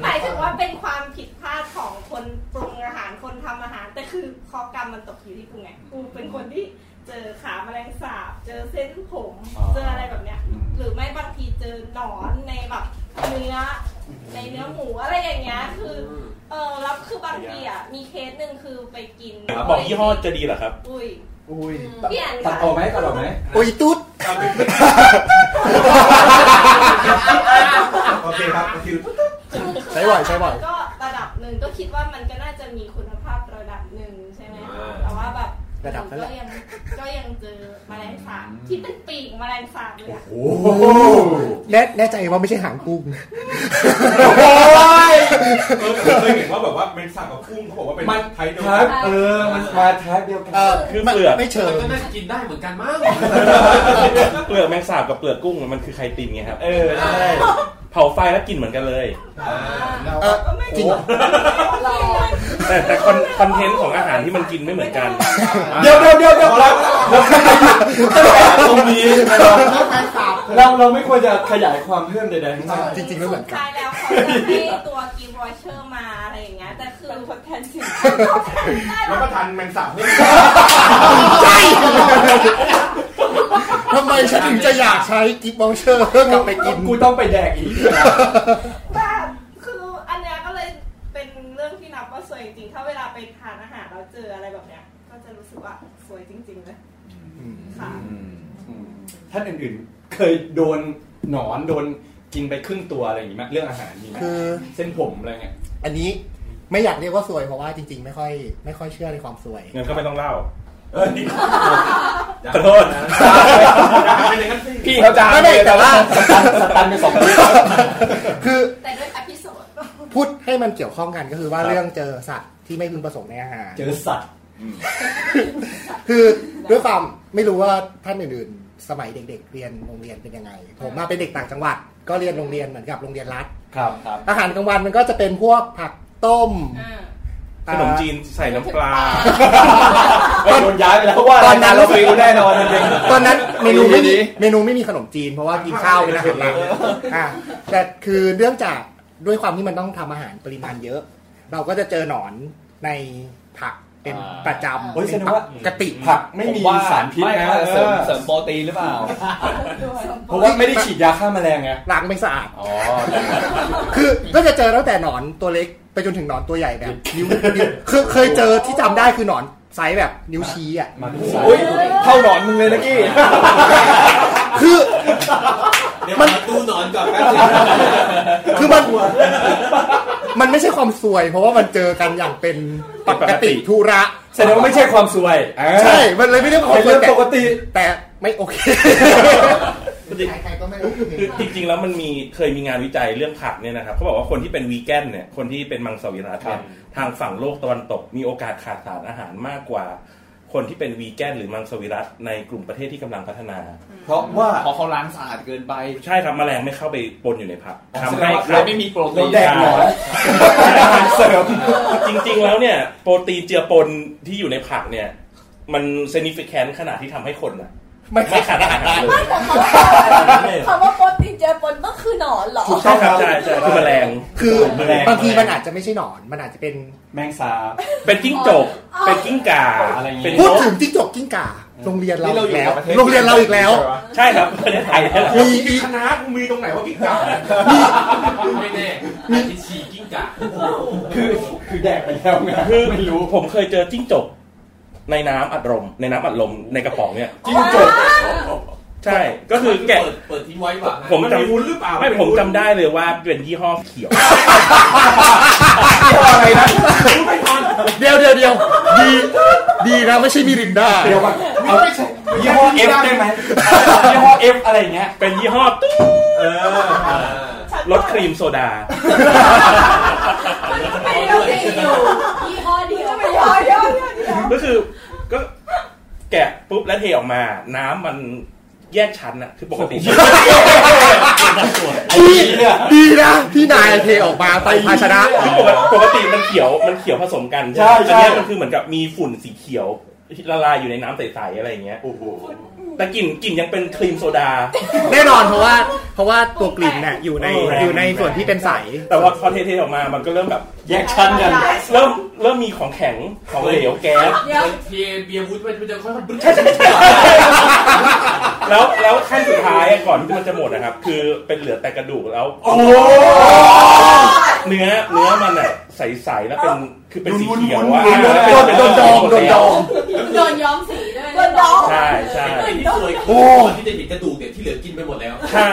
Speaker 5: หมายถึงว่าเป็นความผิดพลาดของคนปรุงอาหารคนทำอาหาร แต่คือข้อกรรมมันตกอยู่ที่กูไงกูเป็นคนที่เจอขาแมลงสาบ เจอเส้นผม เจออะไรแบบเนี้ย หรือไม่บางทีเจอหนอนในแบบเนื้อในเนื้อหมูอะไรอย่างเงี้ยคือเออแล้วคือบางทีอ่ะมีเคสหนึ่งคือไปกิน
Speaker 10: บอกยี่ห้อจะดีเหรอครับ
Speaker 5: อุ้ย
Speaker 7: อุ้ย
Speaker 5: พี่อ่าน
Speaker 1: ตัดออกไหมตัดออกไหม
Speaker 7: อุ้ยตุ๊ด
Speaker 6: โอเคครับก็คือ
Speaker 7: ใช้บ่
Speaker 5: (laughs)
Speaker 7: อยใช้บ่อย
Speaker 5: ก็ระดับหนึ่งก็คิดว่ามันก็น่าจะมีคุณภาพระดับหนึ่งใช่ไหม
Speaker 4: อ่า
Speaker 5: แต่ว่าแบบ
Speaker 7: ระดับเท่าไหร่
Speaker 5: ก็ยังก็ยังเจอแมลงสาบที่เป็นปีกแมลงสาบเลยอะ
Speaker 1: โอ้โห
Speaker 7: แน่แน่ใจว่าไม่ใช่หางกุ้ง
Speaker 4: เออเคยเห็นว่าแบบว่าเป็นสัตว์กับกุ้งเขาบอกว่าเป็น
Speaker 1: มัน
Speaker 4: ไท
Speaker 1: ท้าย ย
Speaker 4: เดียว
Speaker 1: ทั
Speaker 4: กั
Speaker 1: บ
Speaker 4: น
Speaker 1: เออ มันมาท้ายเดียวกัน
Speaker 7: เออ
Speaker 10: คือเปลือก
Speaker 7: ไม่เชิง
Speaker 11: ก็น่าจะกินได้เหมือนกันมั้ง
Speaker 10: เปลือกแมงสาบกับเปลือกกุ้งมันคือไคตินไงครับ
Speaker 1: เออใช่
Speaker 10: เผาไฟแล้วกินเหมือนกันเลย
Speaker 7: เออจริงเหรอ
Speaker 10: แต่แต่คอนคอนเทนต์ของอาหารที่มันกินไม่เหมือนกัน
Speaker 1: เดี๋ยวเดี๋ยวเดี๋ยวเดี๋ยวเราเราไม่ได้หยุดตั้งแต่ตรงนี้นะครับเราเราไม่ควรจะขยายความเพิ่มใดๆทั้งสิ้น
Speaker 7: จริงๆไม่เหมือนกัน
Speaker 5: สุดท้ายแล้วเขาจะให้ตัวกินวอยเชอร์มาอะไรอย่างเงี้ยแต่คือทดแทนสินค้าทดแทนได้
Speaker 4: แล้วก็ทานแมงสาบเพิ่ม
Speaker 7: ใช่ (laughs) ทำไมฉันถึงจะอยากใช้กิฟต์บองเชอร์กลับไปกิน
Speaker 1: กูต้องไปแดกอีกนะ
Speaker 5: แต่คืออันเนี้ยก็เลยเป็นเรื่องที่นับว่าสวยจริงๆถ้าเวลาไปทานอาหารเราเจออะไรแบบเนี้ย ก็จะรู้สึกว่าสวยจริงๆเลยค่ะ
Speaker 1: ท่านอื่นๆ เคยโดนหนอนโดนกินไปครึ่งตัวอะไรอย่างงี้ไหมเรื่องอาหารมีไหม
Speaker 7: คือ
Speaker 1: เส้นผมอะไรเงี้ย
Speaker 7: อันนี้ไม่อยากเรียกว่าซวยเพราะว่าจริงๆ ไม่ค่อยไม่ค่อยเชื่อในความซวย
Speaker 10: เงินก็ไม่ต้องเล่า
Speaker 4: อย่า
Speaker 10: ขอโทษ
Speaker 4: อย่าเป็นอย่างนั้นสิ
Speaker 16: พี่เขาจะ
Speaker 7: ไม่ไม่แต่ว่า
Speaker 1: สตันไปสองที
Speaker 7: คือ
Speaker 5: แต่ด้วยอพิโซด
Speaker 7: พูดให้มันเกี่ยวข้องกันก็คือว่า
Speaker 10: ครับ
Speaker 7: เรื่องเจอสัตว์ที่ไม่พึงประสงค์ในอาหาร
Speaker 1: เจอสัตว์
Speaker 7: คือด้วยความไม่รู้ว่าท่านอื่นๆ
Speaker 6: สมัยเด็ก ๆ เรียนโรงเรียนเป็นยังไง ผมมาเป็นเด็กต่างจังหวัด ก็เรียนโรงเรียนเหมือนกับโรงเรียนรัฐ
Speaker 1: ครับ
Speaker 3: ครับ
Speaker 6: อาหารกลางวันมันก็จะเป็นพวกผักต้ม
Speaker 4: ขนมจีนใส่น้ำปลา
Speaker 1: ไปโดนย้ายไปแล้วว่า
Speaker 6: ตอนนั้น
Speaker 1: เราฟิวแน่นอนจริง
Speaker 6: ตอนนั้นเมนูไม่มีเมนูไม่มีขนมจีน เพราะว่ากินข้าวเป็นอาหารหลักอ่ะแต่คือเนื่องจากด้วยความที่มันต้องทำอาหารปริมาณเยอะ เราก็จะเจอหนอนในผักเป็นประจำ
Speaker 1: โอ้ยแสดงว่า
Speaker 6: ปกติ
Speaker 1: ผักไม่มี
Speaker 3: ผว่
Speaker 1: สารพิษ
Speaker 3: ไม่
Speaker 1: นะ
Speaker 3: อาจจะเสริม
Speaker 1: เออ
Speaker 3: เสริมโปรตีนหรือเปล่า
Speaker 1: เพราะว่าไม่ได้ฉีดยาฆ่าแมลงไง
Speaker 6: ล้างไม่สะอาด
Speaker 3: อ๋อ
Speaker 6: คือก็จะเจอตั้งแต่หนอนตัวเล็กไปจนถึงหนอนตัวใหญ่แบบนิ้วนิ้วคือเคยเจอที่จำได้คือหนอนไซส์แบบนิ้วชี้อ่ะ
Speaker 3: อุ้ยเท่าหนอนมึงเลยนะกี้
Speaker 6: คือ
Speaker 2: เดี๋ยว
Speaker 6: มัน
Speaker 2: หาตู้นอนก่อนแป๊บนึง
Speaker 6: คือมันมันไม่ใช่ความสวย เพราะว่ามันเจอกันอย่างเป็นปกติธุระ
Speaker 1: แสดงว่าไม่ใช่ความซวย
Speaker 6: ใช่ มันเลยไม่ได้ความ
Speaker 1: เป็น
Speaker 6: สวย
Speaker 1: เรื่อง
Speaker 6: แต่
Speaker 1: ปกติ
Speaker 6: แต่ไม่โอเค
Speaker 7: ใครๆก็ไม่รู้
Speaker 4: คือจริงๆ แล้วมันมีเคยมีงานวิจัยเรื่องผักเนี่ยนะครับเขาบอกว่าคนที่เป็นวีแกนเนี่ยคนที่เป็นมังสวิรัติเนี่ยทางฝั่งโลกตะวันตก มีโอกาสขาดสารอาหารมากกว่า คนที่เป็นวีแกนหรือมังสวิรัติในกลุ่มประเทศที่กำลังพัฒนา
Speaker 1: เพราะว่า
Speaker 3: พอเขาล้างสะอาดเกินไป
Speaker 4: ใช่ครับแมลงไม่เข้าไปปนอยู่ในผักทำ
Speaker 3: ไม่
Speaker 4: ให้
Speaker 3: ไม่ไม่มีโปรตีน
Speaker 1: แดกหนอน อาหารเสริม
Speaker 4: จริงๆ แล้วเนี่ยโปรตีนเจือปนที่อยู่ในผักเนี่ยมัน significant ขนาดที่ทำให้คนอะ
Speaker 6: ไม่
Speaker 4: ไม่ขาดอาหารเลย
Speaker 13: แต่เขาว่าคำว่าโปรตี (laughs) นเจอปนก็คือหนอนเหรอ
Speaker 4: ใช่ครับใช่ใช่คือแมลง
Speaker 6: คือ
Speaker 4: แมลง
Speaker 6: บางทีมันอาจจะไม่ใช่หนอน มันอาจจะเป็น
Speaker 1: แมงสาบ
Speaker 4: เป็นจิ้งจก
Speaker 13: อ๋อ
Speaker 4: เป็นกิ้งก่า
Speaker 1: อะไรอย่างงี้
Speaker 4: เป็นน
Speaker 6: พูด
Speaker 4: ก
Speaker 6: ถึงจิ้งจกกิ้งก่า โรงเรียนเราอีกแล้ว โรงเรียนเราอีกแล้ว
Speaker 4: ใช่ครับประเทศไทยเนี่ยแหละ
Speaker 6: มี
Speaker 17: มีคณะมึงมีตรงไหนว่าพี่กา
Speaker 18: ไม่แน่อาจจะฉี่กิ้งก่า
Speaker 1: คือคือแดกไปแล้วไง
Speaker 4: คือ
Speaker 1: ไม่รู้
Speaker 4: ผมเคยเจอจิ้งจก ในน้ำอัดลมในน้ำอัดลมในกระป๋องเนี่ย
Speaker 1: จิ้งจก
Speaker 4: ใช่ก็คือแกะ
Speaker 2: เปิดเปิดทิ้งไว้ป่ะ
Speaker 4: ผม
Speaker 17: มัน
Speaker 4: จ
Speaker 17: มีวุ้นหรือเปล่า
Speaker 4: ำไม่ผมจำได้เลยว่าเป็นยี่ห้อเขียว
Speaker 6: อะไรนะเดียวเดียวเดียวดีดีนะไม่ใช่มิรินดา
Speaker 1: เดี๋ยวก่อนเอายี่ห้อเอฟได้ไหมยี่ห้อเอฟอะไรอย่างเงี้ย
Speaker 4: เป็นยี่ห้อตู้
Speaker 1: เออ
Speaker 4: รสครีมโซดา
Speaker 13: ไม่ได้อยู่ยี่ห้อเดียวไม่ย่อเดียว
Speaker 4: ก็คือก็แกะปุ๊บแล้วเทออกมา น้ำมันแยกชั้นอะคือปกติ
Speaker 6: ดีดีนะที่นายเทออกมาใส่ภาชนะ
Speaker 4: คือปกติปกติมันเขียวมันเขียวผสมกัน
Speaker 1: ใช่ใช่
Speaker 4: อันเนี้ยมันคือเหมือนกับมีฝุ่นสีเขียวละลายอยู่ในน้ำใสๆอะไรอย่างเงี้ย
Speaker 1: โอ้โห
Speaker 4: แต่กลิ่นกลิ่นยังเป็นครีมโซดา
Speaker 6: แน่นอนเพราะว่าเพราะว่าตัวกลิ่นเนี่ยอยู่ใน
Speaker 4: เออแรง
Speaker 6: อยู่ในส่วนที่เป็นใส
Speaker 4: แต่ว่าพอเทๆออกมามันก็เริ่มแบบ
Speaker 1: แยกชั้นกัน
Speaker 4: เริ่มเริ่มมีของแข็งของเหลวแก๊ส
Speaker 13: เดี๋ยว
Speaker 18: เพียเบียร์วุ้นมันจะค่อยๆบึ้ง
Speaker 4: แล้วแล้วขั้นสุดท้ายก่อนที่มันจะหมดนะครับ คือเป็นเหลือแต่กระดูกแล้ว
Speaker 1: โอ้โห
Speaker 4: เนื้อเนื้อมันอ่ะใสๆแล้วเป็นคือเป็นสีเขียวอะ
Speaker 1: วุ้นๆวุ้นๆ
Speaker 4: เป็เป็
Speaker 1: โดนดองโดนดอง
Speaker 13: โดนย้อมสีด้วยโดนดอง
Speaker 4: ใช่ใช่
Speaker 2: ไอ้ที่สวยคือคนที่ได้เห็นกระดูกเนี่ยที่เหลือกินไปหมดแล้ว
Speaker 4: ใช่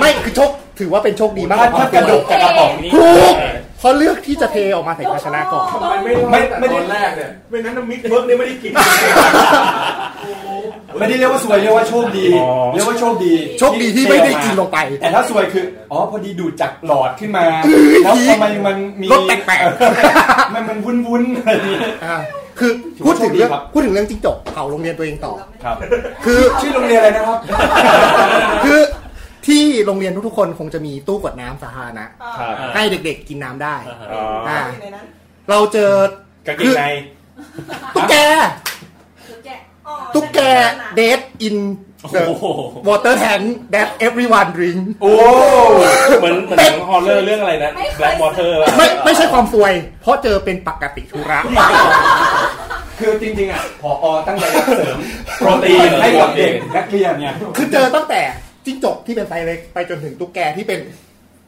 Speaker 6: ไม่คือโชคถือว่าเป็นโชคดีมาก
Speaker 1: ถ้ากระดกกับกระป๋องนี้
Speaker 6: ถูกเขาเลือกที่จะเทออกมาใส่ภาชนะก่อน
Speaker 17: มันไม่
Speaker 1: ไม่
Speaker 17: ไม่
Speaker 1: ไม่
Speaker 17: ไม่
Speaker 1: ได้
Speaker 17: ตอนแรกเนี่ยไม่งั้นน้ำมิกเบิร์กเนี่ยไม่ได้กิน
Speaker 1: ไม่ได้เรียกว่าสวยเรียกว่าโชคดี เรียกว่าโชคดี
Speaker 6: โชคดีที่ไม่ได้กินลงไป
Speaker 1: แต่ถ้าสวยคือ อ๋อพอดีดูดจากหลอดขึ้นมา แล้วทำไมมันมี
Speaker 6: รสแปลก
Speaker 1: มันมันวุ้นวุ้นๆอะไรอย่างงี้
Speaker 6: อ่าคือพูดถึงเรื่อ
Speaker 1: ถื
Speaker 6: ง
Speaker 1: อว่าโชคดีครับ
Speaker 6: พูดถึงเรื่องจิ้งจกเผาโรงเรียนตัวเองต่อ
Speaker 4: ครับ
Speaker 6: คือ
Speaker 1: ชื่อโรงเรียนอะไรนะครับ
Speaker 6: คือที่โรงเรียนทุกๆคนคงจะมีตู้กดน้ำสาธารณะให้เด็กๆกินน้ำได้
Speaker 4: อ๋อ
Speaker 6: อ่าเราเจอก
Speaker 4: างเกงใน
Speaker 6: ตุ๊กแก
Speaker 13: ตุ๊กแก
Speaker 6: ตุ๊กแกเดทอินเดอะวอเตอร์แทนแดทเอฟวีวันดริง
Speaker 1: (laughs) โอ้
Speaker 4: เหมือนเหมือนหนังฮอลเลอร์เรื่องอะไรนะ Black Water อะ
Speaker 6: ไม่ไม่ใช่ความซวย เพราะเจอเป็นปกติธุระ
Speaker 1: คือจริงๆอ่ะพอตั้งใจจะเสริมโปรตีนให้กับเด็กนักเรียนเนี่ย
Speaker 6: คือเจอตั้งแต่จิ้งจกที่เป็นไซส์เล็กไปจนถึงตุ๊กแกที่เป็น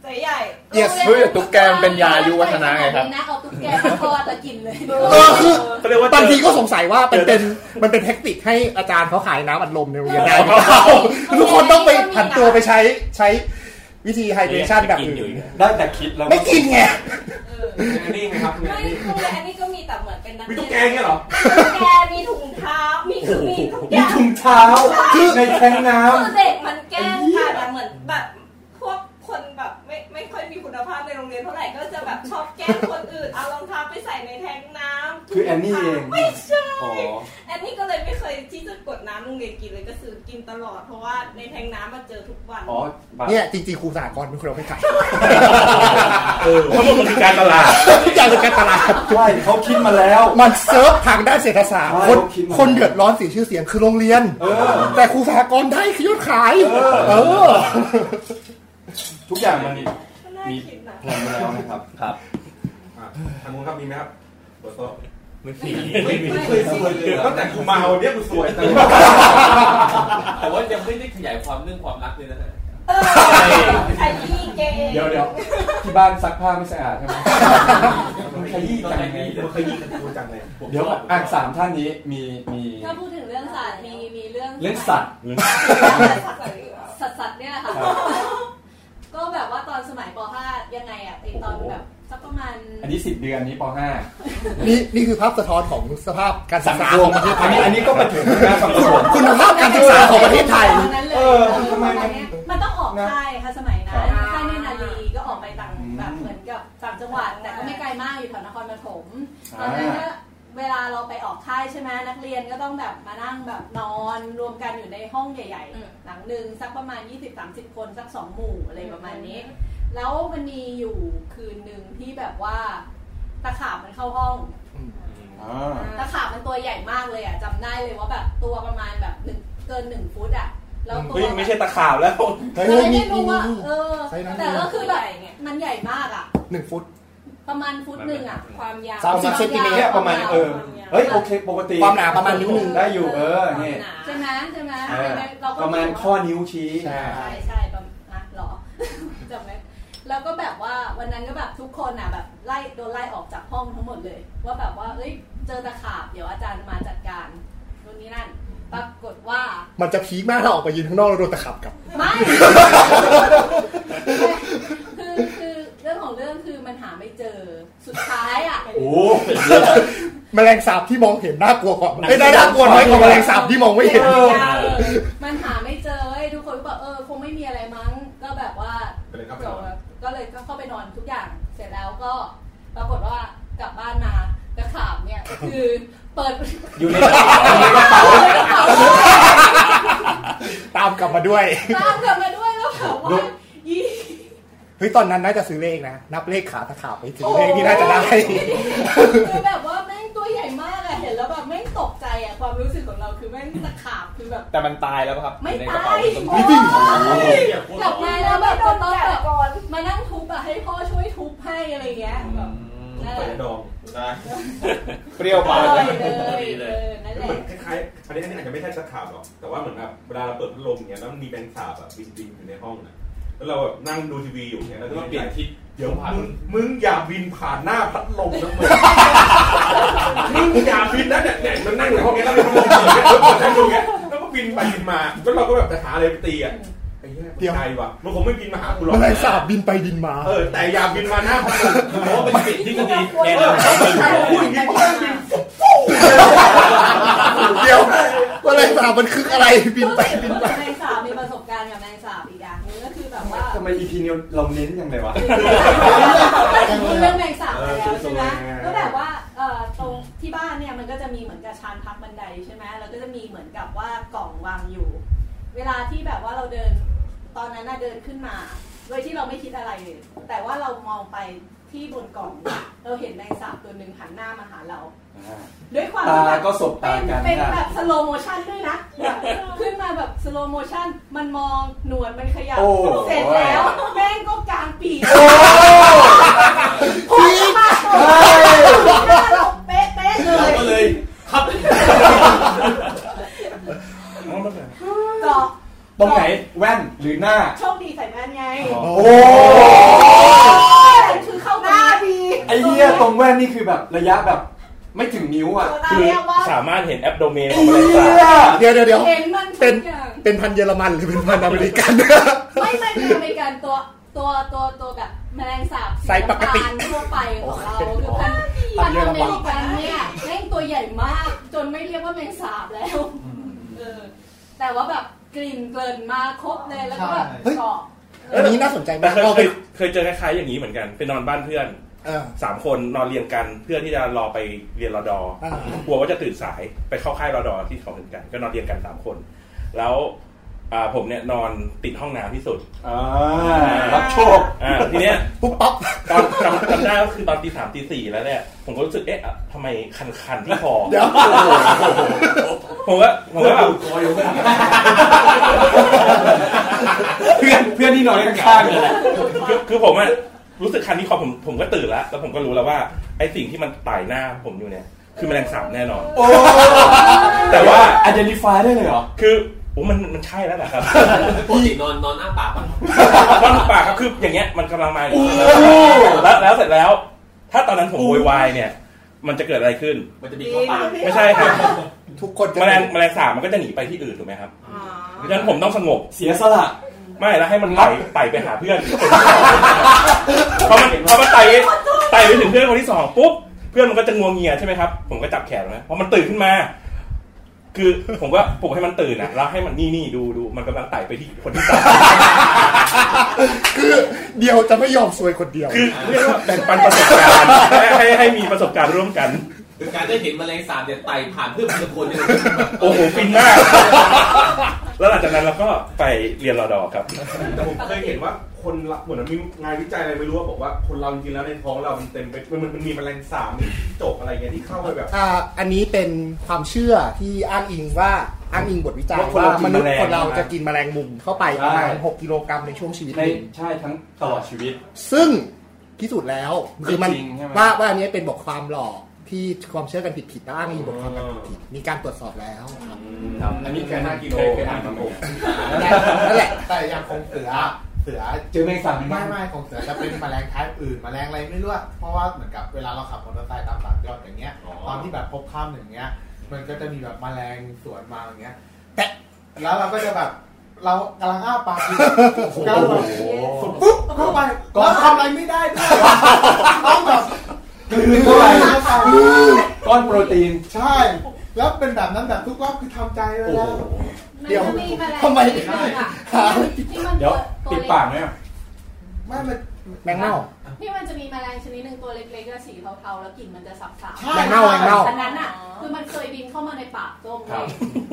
Speaker 13: ใจใหญ่
Speaker 6: Yes
Speaker 3: เฮ้ยตุ๊กแกมันเป็นยาอายุวัฒนะไงครับ
Speaker 13: นะเอาตุ๊กแกทอดแล้วกินเลย
Speaker 6: เออคือ
Speaker 4: ก็เรียกว่า
Speaker 6: บางทีก็สงสัยว่ามันเป็นมันเป็นเทคนิคให้อาจารย์เขาขายน้ำอัดลมในโรงเรียนได้หรือเปล่าทุกคนต้องไปผันตัวไปใช้ใช้วิธีไฮเดรชันแบบอื่น
Speaker 1: ได้แต่คิดแล้ว
Speaker 6: ไม่กินไง
Speaker 1: นี่ไงครับ
Speaker 13: ไม่คืออันนี้ก็มีแต่เหมือนเป็นนั
Speaker 17: มี
Speaker 13: เรียน
Speaker 17: ตุ๊กแกเงี้ยเหรอ
Speaker 13: ตุ๊กแกมีถุงเท้า มีคือมีทุกอ
Speaker 1: มี
Speaker 13: ย่าง
Speaker 1: ถุงเท้าในแทงน้ำ
Speaker 13: คือเด็กมันแกล้งค่ะแต่เหมือนแบบพวกคนแบบไม่ไม่ค่อยมีคุณภาพในโรงเรียนเท่าไหร่ก็จะแบบชอบแกล้งคนอื่นเอารองเท้าไปใส่ในแทงน้ำ
Speaker 1: คือแอนนี่เอง
Speaker 13: ไม่ใช่
Speaker 1: อ๋อ
Speaker 13: แอน
Speaker 5: นนี่ก็เลยไม่เคยที่จะกดน้ำลุงเรียนกินเลยก็ซื้อกินตลอดเพราะว่าในแทงน้ำมาเจอทุกวัน
Speaker 7: เนี่ยจริงๆครูสากรเป็นคนเอาไปขาย
Speaker 10: ทั้งหมดมันคือการตลาด
Speaker 7: ทุกอย่างเป็นการตลาด
Speaker 1: ใช่เขาคิดมาแล้ว
Speaker 7: มันเซิร์ฟทางด้านเศรษฐศาสตร์
Speaker 1: ใช่
Speaker 7: คน
Speaker 1: เขาคิดมา
Speaker 7: คนเดือดร้อนเสียชื่อเสียงคือโรงเรียน
Speaker 1: เออ
Speaker 7: แต่ครูสากรได้ยอดขาย เออ
Speaker 1: ทุกอย่างมัน
Speaker 5: มี
Speaker 1: แพลนมาแล้วนะครับ
Speaker 3: ครับ
Speaker 4: อ่ะทางนู้นครับมีไหมครับบทสอบ
Speaker 3: ไม่มี
Speaker 4: ไม่มี
Speaker 2: ไม่เคยซื้อเลย
Speaker 4: เกิด
Speaker 2: อะ
Speaker 4: ตั้งแต่กูมาวันเนี้ยกูสวยแต่
Speaker 2: แต่ว่ายังไม่ได้ขยายความเรื่องความรักเลยนะฮะ
Speaker 5: เออไอ้ยี่เกย์
Speaker 1: เดี๋ยวเดี๋ยวที่บ้านซักผ้าไม่สะอาดใช่ไหม
Speaker 4: มึงขยี้จังเลยมึงขยี้กันกูจังเลย
Speaker 1: เดี๋ยวอ่ะสามท่านนี้มีมี
Speaker 13: ถ้าพูดถึงเรื่องสัตว์มีมีเรื่อง
Speaker 1: เรื่องสัตว์
Speaker 13: สัตว์สัตว์เนี่ยแหละค่ะ ก็แบบว่าตอนสมัยป .5 ยังไงอ่ะไอตอนแบบสักประมาณ
Speaker 1: อันนี้สิบเดือนนี้ปห้ (laughs) า
Speaker 7: นี่นี่คือภาพสะท้อนของสภาพการศึกษาของประเทศไท
Speaker 1: อัน
Speaker 7: ย
Speaker 1: นี้อันนี้ก็มาถึงนะสังคม
Speaker 7: คุณภาพการศึกษาของประเทศไทย
Speaker 13: ตอนนั้นเลย
Speaker 1: เออทำไมมัน
Speaker 13: มันต้องออกค่ายค่ะสมัยนั้นค่ายเนตรนารีก็ออกไปต่างแบบเหมือนกับต่างจังหวัด แต่ก็ไม่ไกลมากอยู่แถวนครปฐม ตอนนั้นเนี่ยเวลาเราไปออกค่ายใช่ไหมนักเรียนก็ต้องแบบมานั่งแบบนอนรวมกันอยู่ในห้องใหญ่ ๆ หลังหนึ่งสักประมาณ 20-30 คนสักสองหมู่อะไรประมาณนี้ แล้วมันมีอยู่คืนหนึ่งที่แบบว่าตะขาบมันเข้าห้อง
Speaker 1: อ่า
Speaker 13: ตะขาบมันตัวใหญ่มากเลยอ่ะจำได้เลยว่าแบบตัวประมาณแบบหนึ่งเกินหนึ่งฟุตอ่ะแล้วตัว
Speaker 10: เฮ้ยไม่ใช่ตะขาบแล้ว
Speaker 7: เฮ้ย
Speaker 13: ก็เลย
Speaker 7: มีมี
Speaker 13: ไม่รู้ว่า
Speaker 7: มี
Speaker 13: เออ
Speaker 7: ใช่นะ
Speaker 13: แต่ก็คือแบบมันใหญ่มากอ่ะ
Speaker 7: หนึ่งฟุต
Speaker 13: ประมาณฟุตหนึ่งอ่ะ ความยาว
Speaker 7: สามสิบเซนติเมตร
Speaker 1: เนี่ยประมาณเออเฮ้ยโอเคปกติ
Speaker 7: ความหนาประมาณนิ้วหนึ่ง
Speaker 1: ได้อยู่เออนี่
Speaker 13: ใช่ไหมใช่ไหม
Speaker 1: เออ
Speaker 13: เราก็
Speaker 1: ประมาณข้อนิ้วชี้
Speaker 7: ใช่
Speaker 13: ใช่ใช่ประมาณนะหรอ (laughs) จำไหมแล้วก็แบบว่าวันนั้นก็แบบทุกคนอ่ะแบบไล่โดนไล่ออกจากห้องทั้งหมดเลย ว่าแบบว่าเอ้ยเจอตะขาบเดี๋ยวอาจารย์มาจัดการนู่นนี่นั่น ปรากฏว่า
Speaker 7: มันจะพีคมากถ้าออกไปยืนข้างนอกแล้วโดนตะขับกลับ
Speaker 13: ไม่ คือคือเรื่องของเรื่องคือมันหาไม่เจอสุดท้ายอ่ะ
Speaker 1: โอ้
Speaker 7: แมลงสาบที่มองเห็นน่ากลัวกว่าไม่ได้น่ากลัวน้อยกว่าแมลงสาบที่มองไม่เห็น
Speaker 13: ออมันหาไม่เจอเว้ยทุกคนก็บอกเออคงไม่มีอะไรมั้ง ก็แบบว่า
Speaker 4: ก็เลยเข้าไป
Speaker 13: จ
Speaker 4: น
Speaker 13: บ
Speaker 4: อน
Speaker 13: แล้วก็เลยก็เข้าไปนอนทุกอย่าง เสร็จแล้วก็ปรากฏว่ากลับบ้านมาตะขาบเนี่ยก็คือเปิด
Speaker 1: อยู่ใน
Speaker 7: ตามกลับมาด้วย
Speaker 13: ตามกลับมาด้วยแล้วแบบว่ายี่
Speaker 7: เฮ้ยตอนนั้นน่าจะซื้อเลขนะ นับเลขขาตะขาบไปถึงเลขที่น่าจะได้
Speaker 13: คือแบบว่าแม่งตัวใหญ่มากอะเห็นแล้วแบบแม่งตกใจอะความรู้สึกของเราคือแม่งตะขาบคือแบบ
Speaker 3: แต่มันตายแล้วป่ะครับ
Speaker 13: ไม่
Speaker 3: ในกระ
Speaker 13: ตา
Speaker 3: เป๋าย ผม
Speaker 13: โอ้ยกลับมาแล้วแบบจะต้องแบบ
Speaker 5: ก่อน
Speaker 13: มานั่งทุบอะให้พ่อช่วยทุบให้อะไรเงี้ยแบบนั่นแห
Speaker 4: ไป
Speaker 13: ละ
Speaker 4: ดอง
Speaker 1: เปรี้ยวปาก
Speaker 13: เล
Speaker 1: เลย ย
Speaker 13: เลยเลยนั่นแห
Speaker 4: เหมื
Speaker 13: ละ
Speaker 4: อนคล้ายๆอันนี้อันนี้อาจจะไม่ใช่ตะขาบหรอกแต่ว่าเหมือนแบบเวลาเราเปิดพัดลมอย่างเงี้ยแล้วมันมีแมงสาบอะบินบินอยู่ในห้องอะแล้วเราแบบนั่งดูทีวีอยู่อย่างเงี้ยแล้วก็เปลี่ยนทิศเดี๋ยวมึงมึงอย่าบินผ่านหน้าพัดลมนะมึง (laughs) มึงอย่าบินนะเนี่ยเนี่ยมันนั่งอยู่ห้องเนี้ยแล้วมีพัดลมเปิดเงี้ยแล้วเปิดให้ดูเงี้ยแล้วก็บินไปบินมาแล้วเราก็แบบจะหาอะไรไปตีอะไอ้เหี้ย
Speaker 7: เดี๋ยว
Speaker 4: ใจว่ะมันคงไม่บินมาหากูหรอก
Speaker 7: แมลงสาบบินไปบินมา
Speaker 4: เออแต่อย่าบินมาหน้าพัดลมเพราะว่าเป็นสิ่งที่ดี
Speaker 5: เออ
Speaker 4: พูดอย่างนี้ก็บิน
Speaker 7: เดี๋ยวแมลงสาบมันคืออะไรบินไปบินมา
Speaker 13: แมงสาบมีประสบการณ์กับแมงสาบอีกอย่างนึงก็คือแบบว่า
Speaker 1: ทำไม EP นี้เราเน้นยังไงวะ
Speaker 13: พูดเรื่องแมงสาบไปแล้วใช่ไหมก็แบบว่าเอ่อตรงที่บ้านเนี่ยมันก็จะมีเหมือนกับชานพักบันไดใช่ไหมแล้วก็จะมีเหมือนกับว่ากล่องวางอยู่ เวลาที่แบบว่าเราเดินตอนนั้นน่ะเดินขึ้นมา โดยที่เราไม่คิดอะไรเลยแต่ว่าเรามองไปที่บนกล่องเนี่ยเราเห็นแมงสาบตัวหนึ่งหันหน้ามาหาเรา ด้วยความที่
Speaker 1: ตา
Speaker 13: แบบ
Speaker 1: ก็สบตา
Speaker 13: เป็น
Speaker 1: กัน
Speaker 13: เป็น
Speaker 1: นะ
Speaker 13: แบบสโลโมชันด้วยนะแบบขึ้นมาแบบสโลโมชันมันมองหนวดมันขยับ
Speaker 1: โอ้โห
Speaker 13: เสร็จแล้วแม่งก็กลางปีก
Speaker 7: พีค
Speaker 13: มาตกหน้าเราเป๊ะเป๊ะๆเลย
Speaker 2: ก็เลยครับ
Speaker 13: ก็
Speaker 1: ตรงไหนแว่นหรือหน้า
Speaker 13: โชคดีใส่แว่นไง
Speaker 1: โอ้
Speaker 13: มันคือเข้าหน้าดี
Speaker 1: ไอเหี้ยตรงแว่นนี่คือแบบระยะแบบไม่ถึงนิ้วอ่ะ
Speaker 13: ตัวหน้า
Speaker 10: คือ
Speaker 13: เรียกว่า
Speaker 10: สามารถเห็นแอปโดเมน
Speaker 1: ไอ
Speaker 10: ของบริ
Speaker 1: เหี้
Speaker 10: ษัท
Speaker 1: ย
Speaker 7: เดี๋ยวเดี๋ยวเดี๋ยว
Speaker 13: เห็นมันทุก
Speaker 7: เป็น
Speaker 13: อย่าง
Speaker 7: เป็นพันเยอรมันหรือเป็นพันอเมริกัน
Speaker 13: ไม่ไม่เป็นอเมริกันตัวตัวตัวตัวแบบแมลงสาบ
Speaker 7: ไซส์ปกติ
Speaker 13: สีน้ำตาลทั่วไปของเราคือพันพันอเมริกันเนี่ยแม่งตัวใหญ่มากจนไม่เรียกว่าแมงสาบแล้ว เออแต่ว่าแบบกลิ่นเกลิ่นมาครบเลยแล้วก็แบบ
Speaker 7: ใช่
Speaker 13: เกาะ
Speaker 7: อันนี้น่าสนใจ
Speaker 10: แต่
Speaker 7: มาก
Speaker 10: เคย
Speaker 7: เรา
Speaker 10: เค
Speaker 7: ไป
Speaker 10: ยเคยเจอคล้ายๆอย่างนี้เหมือนกันไปนอนบ้านเพื่อน
Speaker 4: สามคนนอนเรียงกันเพื่อที่จะรอไปเรียนรอดอ
Speaker 7: อ่า
Speaker 4: กลัวว่าจะตื่นสายไปเข้าค่ายรอดอที่เขาถึงกัน ก็นอนเรียงกันสามคน แล้วอ่าผมเนี่ยนอนติดห้องน้ำที่สุด
Speaker 1: รับโชค
Speaker 4: อ่าทีเนี้ย
Speaker 7: ปุ๊บปั๊บ (laughs)
Speaker 4: ตอนจำจำได้ก็คือตอนตีสามตีสี่แล้วเนี่ยผมก็รู้สึกเอ๊ะอ่ะทำไมคันๆที่คอ
Speaker 7: เดี๋ยว
Speaker 4: (laughs) ผมว่าผมว่าแบบ
Speaker 1: เพื่อนเพื่อนที่นอนข้างๆเนี่ยแหละ
Speaker 4: คือคือผมอะรู้สึกคันที่คอผมผมก็ตื่นแล้วแล้วผมก็รู้แล้วว่าไอ้สิ่งที่มันไต่หน้าผมอยู่เนี่ย คือแมลงสาบแน่นอน แต่ว่า
Speaker 1: identify ได้เลยเหรอ
Speaker 4: คือโอ้มันมันใช่แล้วแหละครับ
Speaker 2: ปกตินอนนอนหน้าปากปะ
Speaker 4: นอนปากครับคืออย่างเงี้ยมันกำลังมาอยู่แล้วแล้วเสร็จแล้ว ถ้าตอนนั้นผมโวยวายเนี่ย มันจะเกิดอะไรขึ้น
Speaker 2: มันจะมีเข้าปาก
Speaker 4: ไม่ใช่ (laughs) ครับ
Speaker 7: ทุกคนจะ
Speaker 4: แมลงแมลงสาบมันก็จะหนีไปที่อื่นถูกไหมครับเพราะฉะนั้นผมต้องสงบ
Speaker 1: เสียสละ
Speaker 4: ไม่แล้วให้มันไต่ไต่ไปหาเพื่อน (laughs) พอมันพอมันไต่ไต่ไปถึงเพื่อนคนที่สองปุ๊บเพื่อนมันก็จะงวงเงียใช่ไหมครับ ผมก็จับแขนมันนะพอมันตื่นขึ้นมา คือผมก็ปลุกให้มันตื่นอ่ะแล้วให้มันนี่นี่ดูดูมันกำลังไต่ไปที่คนที่สาม
Speaker 7: คือเดียวจะไม่ยอมซวยคนเดียว
Speaker 4: คือเรียกว่าแบ่งปันประสบการณ์ให้ให้ให้มีประสบการณ์ร่วมกัน
Speaker 2: คือการได้เห็นแมลงสาบเนี่ยไต่ผ่านเพื่อนทีละคนเนี่ย
Speaker 4: โอ้โหฟินมาก แล้วหลังจากนั้นเราก็ไปเรียนรอดอครับ
Speaker 19: แต่ผมเคยเห็นว่าคนละเหมือนมีงานวิจัยอะไรไม่รู้อะบอกว่าคนเราจริงๆแล้วในท้องเรามันเต็มไปมันมันมันมีแมลงสาบมีจิ้งจกอะไรเงี้ยที่เข้าไปแบบ
Speaker 7: อ่าอันนี้เป็นความเชื่อที่อ้างอิงว่าอ้างอิงบทวิจัย
Speaker 1: ว่าคน
Speaker 7: ว่า
Speaker 1: เรากิน
Speaker 7: มนุษย์
Speaker 1: แมลง
Speaker 7: คนเรา
Speaker 1: ใช่ไหม
Speaker 7: จะกินแมลงมุมเข้าไปประมา
Speaker 1: ใช่
Speaker 7: ณ6กิโลกรัมในช่วงชีวิต
Speaker 1: ใน
Speaker 7: หนึ่ง
Speaker 1: ใช่ทั้งตลอดชีวิต
Speaker 7: ซึ่งพิสูจน์แล้วคือมัน
Speaker 1: จริงใช่ไหม
Speaker 7: ว่าว่าอันนี้เป็นบทความหลอกที่ความเชื่อกันผิดๆและอ้างอิงบทความกันผิดๆมีการตรวจสอบแล้วครับ
Speaker 1: ครับอันนี้แค่ห้ากิโลเคยอ่านมาผม
Speaker 7: นั่นแหละ
Speaker 6: แต่อย่างของเสือเสือ
Speaker 1: เจอแมงสาบไหม
Speaker 6: ไม่ไม่ของเสือจะเป็นแมลงท้ายอื่นแมลงอะไรไม่รู้อะเพราะว่าเหมือนกับเวลาเราขับมอเตอร์ไซค์ตามสามยอดอย่างเงี้ย ตอนที่แบบพบข้ามอย่างเงี้ย มันก็จะมีแบบแมลงสวนมาอย่างเงี้ยแต่แล้วเราก็จะแบบเรากำลังอ้าปากอยู่กำลังแบบสดปุ๊บเข้าไปแล้วทำอะไรไม่ได้ด้วยต้องแบบ
Speaker 1: กลืนเข้าไป
Speaker 6: เข้าไป
Speaker 1: ก้อนโปรตีน
Speaker 6: ใช่ แล้วเป็นแบบนั้นแบบทุกรอบคือทำใจไว้แล้ว
Speaker 7: เดี๋ยวทำไม
Speaker 1: เดี๋ยวปิดปากไหมอะ
Speaker 6: ไม่มัน
Speaker 7: แมงเม่า
Speaker 13: ที่มันจะมีแมลงชนิดหนึ่งตัวเล็กๆแล้วสีเทาๆแล้วกลิ่นมันจะสับๆ
Speaker 6: ใช่
Speaker 7: แมงเม่าแมงเม่า
Speaker 13: อันนั้นอ่ะคือมันเคยบินเข้ามาในปากโต้มเลย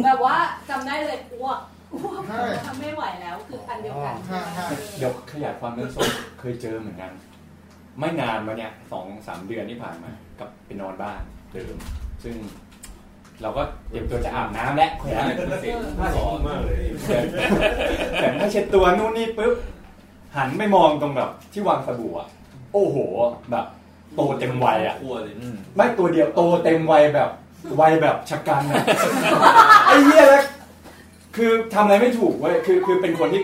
Speaker 13: แบบว่าจำได้เลยอ้วกอ้วกทำไม่ไหวแล้วคืออันเดียวกัน
Speaker 6: ใช่ใช่
Speaker 1: เดี๋ยวขยายความเรื่องส้มเคยเจอเหมือนกัน ไม่นานมาเนี่ยสองสามเดือนที่ผ่านมา กับไปนอนบ้านเดิม ซึ่ง เราก็เตรียมตัวจะอาบน้ำและแขวนเสียงผ้าสอน
Speaker 19: มากเลย
Speaker 1: แขวนผ้าเช็ดตัวนู่นนี่ปุ๊บหันไม่มองตรงแบบที่วางสบู่อะโอ้โห แบบ โตเต็มวัยอะ
Speaker 2: กลัวเลย
Speaker 1: ไม่ตัวเดียวโตเต็มวัยแบบวัยแบบชะกันอะ (laughs) ไอ้เหี้ยแล้วคือทำอะไรไม่ถูกเว้ยคือคือเป็นคนที่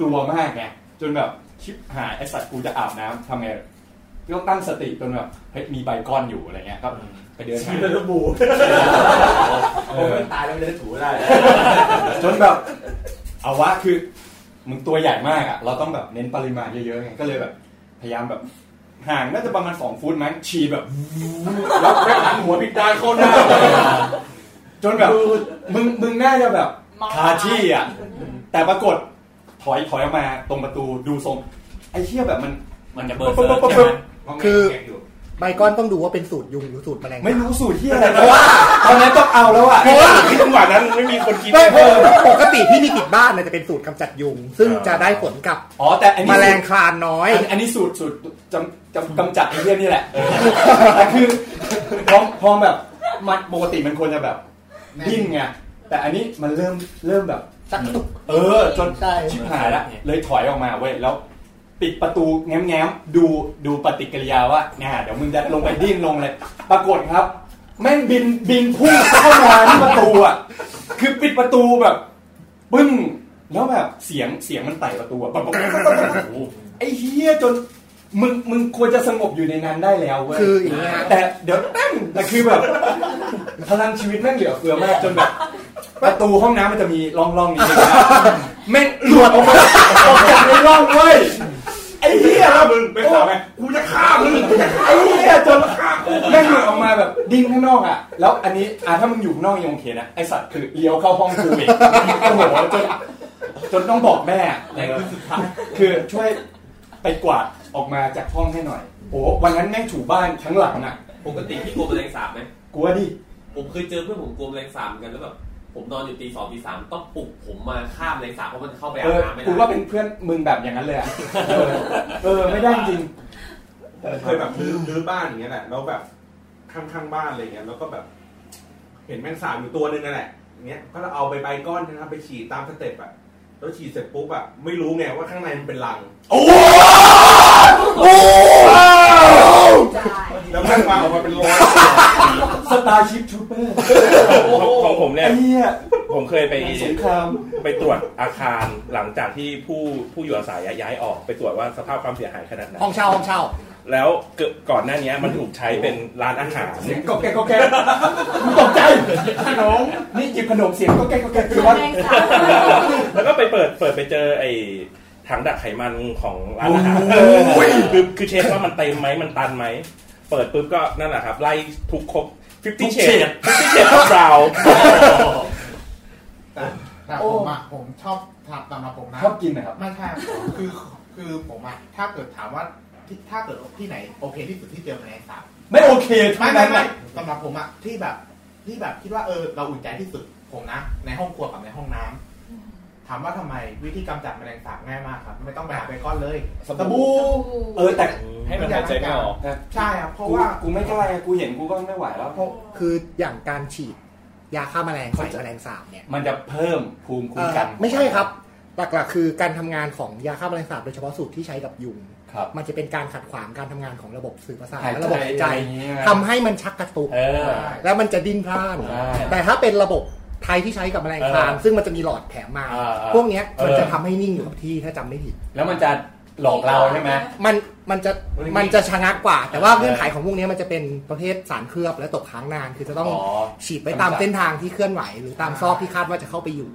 Speaker 1: กลัวมากไงจนแบบชิบหายไอสัตว์กูจะอาบน้ำทำไงต้องตั้งสติจนแบบเฮ้ยมีใบก้อนอยู่อะไรเงี้ยก็ไปเดินหา
Speaker 19: มีระบุ
Speaker 1: เออ
Speaker 19: ตายแล้วไม่ได้ถูได้
Speaker 1: จนแบบเอาวะคือมึงตัวใหญ่มากอะเราต้องแบบเน้นปริมาณเยอะๆไงก็เลยแบบ พยายามแบบ ห่างน่าจะประมาณสองฟุตมั้งฉี่แบบ แล้วแม่งหันหัวพิดด้านเข้าหน้าจนแบบมึงมึงน่าจะแบบคาที่อ่ะ แต่ปรากฏถอยถอยออกมาตรงประตูดูทรง ไอ้เชี่ยแบบมัน
Speaker 2: มันจะเบิร์ดเซิร์ฟใช่ไหม
Speaker 7: คือ ใบก้อนต้องดูว่าเป็นสูตรยุงหรือสูตรแมลง
Speaker 1: ไม่รู้สูตรที่อะไรเพราะว่าตอนนั้นต้องเอาแล้วอ่ะ
Speaker 4: ที่จังหวะนั้นไม่มีคนกิน
Speaker 7: ไม่เพราะปกติที่มีติดบ้านน่ะจะเป็นสูตรกำจัดยุง ซึ่งจะได้ผลกับ
Speaker 1: อ๋อแต่อัน
Speaker 7: แม
Speaker 1: นี้
Speaker 7: ล
Speaker 1: สู
Speaker 7: ง
Speaker 1: ตร
Speaker 7: คลานน้อย
Speaker 1: อันอันนี้สูตรสูตรจำจำกำจัดไอ้เชี่ยนี่แห
Speaker 7: (laughs)
Speaker 1: ละแต่คือพอพอแบบมันปกติมันควรจะแบบดิ้นไงแต่อันนี้มันเริ่มเริ่มแบบ
Speaker 7: สักตุก
Speaker 1: เออจน
Speaker 7: ใช่
Speaker 1: ชิบหายละเลยถอยออกมาเว้ยแล้ว ปิดประตูแง้มๆดูดูปฏิกิริยาว่าเนี่ยเดี๋ยวมึงจะลงไปดิ้นลงเลย ปรากฏครับ แม่งบินบินพุ่งเข้ามาที่ประตูอ่ะคือปิดประตูแบบปึ้งแล้วแบบเสียงเสียงมันไต่ประตูอ่ะแบบไอ้เฮียจนมึงมึงควรจะสงบอยู่ในนั้นได้แล้วเว้ย
Speaker 7: คืออย่างเงี้ย
Speaker 1: แต่เดี๋ยวแม่งแต่คือแบบ พลังชีวิตแม่งเหลือเฟือมากจนแบบ ประตูห้องน้ำมันจะมีร่องร่องนี้นะแม่งหลุดออกมาออกจากในร่องเว้ยไอ้เหี้ยแล้วมึงไปสาวไหมกูจะฆ่ามึงกูจะฆ่าไอ้เหี้ยจนแม่งหลุดออกมาแบบดิ้นข้างนอกอ่ะ แล้วอันนี้อ่ะถ้ามึงอยู่ข้างนอกยังโอเคนะไอสัตว์คือเลี้ยวเข้าห้องกูอีกโอ้โหจนจนต้องบอกแม่
Speaker 2: แรงขึ้นสุดท้าย
Speaker 1: คือช่วยไปกวาดออกมาจากห้องให้หน่อย โอ้วันนั้นแม่งถูบ้านทั้งหลังอ่ะ
Speaker 2: ปกติที่กลัวแมลงสาบไหม
Speaker 1: กลัวดิ
Speaker 2: ผมเคยเจอเพื่อนผมกลัวแมลงสาบเหมือนกันแล้วแบบผมนอนอยู่ตีสองตีสามต้องปลุกผมมาข้ามแมลงสาบเพราะมันเข้าไป
Speaker 1: เออ
Speaker 2: อาบน้ำไม่ได้
Speaker 1: กูว่าเป็นเพื่อนมึงแบบอย่างนั้นเลยอ่ะ เออเออไม่ได้จริง
Speaker 4: เคยแบบรื้อรื้อบ้านอย่างเงี้ยแหละแล้วแบบข้างข้างๆบ้านอะไรเงี้ยแล้วก็แบบ เห็นแมงสาบอยู่ตัวหนึงนั่นแหละเงี้ยก็เราเอาใบใบก้อนนะครับไปฉีดตามสเต็ปอะแล้วฉีดเสร็จปุ๊บอะไม่รู้ไงว่าข้างในมันเป็นรังโอ้โหแล้วมันวางออกมาเป็นร
Speaker 1: (laughs)
Speaker 4: อย
Speaker 1: สตาร์ชิพทูเปอร์
Speaker 10: ของของผมเนี่ย ผมเคยไป
Speaker 1: สงคราม
Speaker 10: ไปตรวจอาคารหลังจากที่ผู้ผู้อยู่อาศัยอะย้ายออกไปตรวจว่าสภาพความเสียหายขนาดไหน
Speaker 7: ห้องเช่าห้องเช่า
Speaker 10: แล้วเกิดก่อนหน้านี้มันถูกใช้เป็นร้านอาหาร
Speaker 1: เสียงก็แกกก็แกตกใจขนมนี่หยิบขนมเสียงก็แกกก็แกคือว่า
Speaker 10: แล้วก็ไปเปิดเปิดไปเจอไอ้ถังดักไขมันของร้านอาหาร
Speaker 1: โอ้ย
Speaker 10: คือคือเช็คว่ามันเต็มไหมมันตันไหม เปิดปุ๊บก็นั่นแหละครับ ไล่ทุกครบ50 shade 50 shade of brown
Speaker 6: แต่แต่ผมอะผมชอบทำสำหรับผมนะ
Speaker 1: ชอบกินนะครับ
Speaker 6: ไม่ใช่คือคือผมอะถ้าเกิดถามว่าที่ถ้าเกิดที่ไหนโอเคที่สุดที่เจอแมลงสาบ
Speaker 1: ไม่โอเคทั้
Speaker 6: ไม่
Speaker 1: ง
Speaker 6: ไม่
Speaker 1: นั้น
Speaker 6: ไม่
Speaker 1: อะ
Speaker 6: สำหรับผมอะที่แบบที่แบบคิดว่าเออเราอุ่นใจที่สุดผมนะ ในห้องครัวกับในห้องน้ำถามว่าทำไมวิธีกำจัดแมลงสาบง่ายมากครับ ไม่ต้องไปหาไปก้อนเลย
Speaker 1: สบู่เออแต่
Speaker 3: ให้มันหายใจไม่ออก
Speaker 6: ใช่ครับเพราะว่า
Speaker 1: กูไม่กล้ากูเห็นกูก็ไม่ไหวแล้ว
Speaker 7: คืออย่างการฉีดยาฆ่าแมลงใส่แมลงสาบเนี่ย
Speaker 1: มันจะเพิ่มภูมิคุ้มกัน
Speaker 7: เอ่อไม่ใช่ครับ หลักๆ คือการทำงานของยาฆ่าแมลงสาบโดยเฉพาะสูตรที่ใช้กับยุง
Speaker 1: ครับ
Speaker 7: มันจะเป็นการขัดขวางการทำงานของระบบสื่อประสาท
Speaker 1: หายใจ
Speaker 7: และระบบหายใจ
Speaker 1: อย่างเงี้ย
Speaker 7: ทำให้มันชักกระตุก
Speaker 1: เออ
Speaker 7: แล้วมันจะดิ้นพล่าน
Speaker 1: ใช่
Speaker 7: แต่ถ้าเป็นระบบไทยที่ใช้กับแมลงคาง
Speaker 1: เออ
Speaker 7: ซึ่งมันจะมีหลอดแถมมา
Speaker 1: เออเออ
Speaker 7: พวกเนี้ยมัน
Speaker 1: เออ
Speaker 7: จะทำให้นิ่งอยู่กับที่ถ้าจำไม่ผิด
Speaker 1: แล้วมันจะหลอกเราใช่ไหม
Speaker 7: มันมันจะ
Speaker 1: มันมี
Speaker 7: มันจะชะงักกว่า แต่ว่า
Speaker 1: เออ
Speaker 7: เงื่อนไขของพวกนี้มันจะเป็นประเภทสารเคลือบและตกค้างนาน คือจะต้อง
Speaker 1: อ๋อ
Speaker 7: ฉีดไปตามเส้นทางที่เคลื่อนไหว หรือตามซอกที่คาดว่าจะเข้าไปอยู่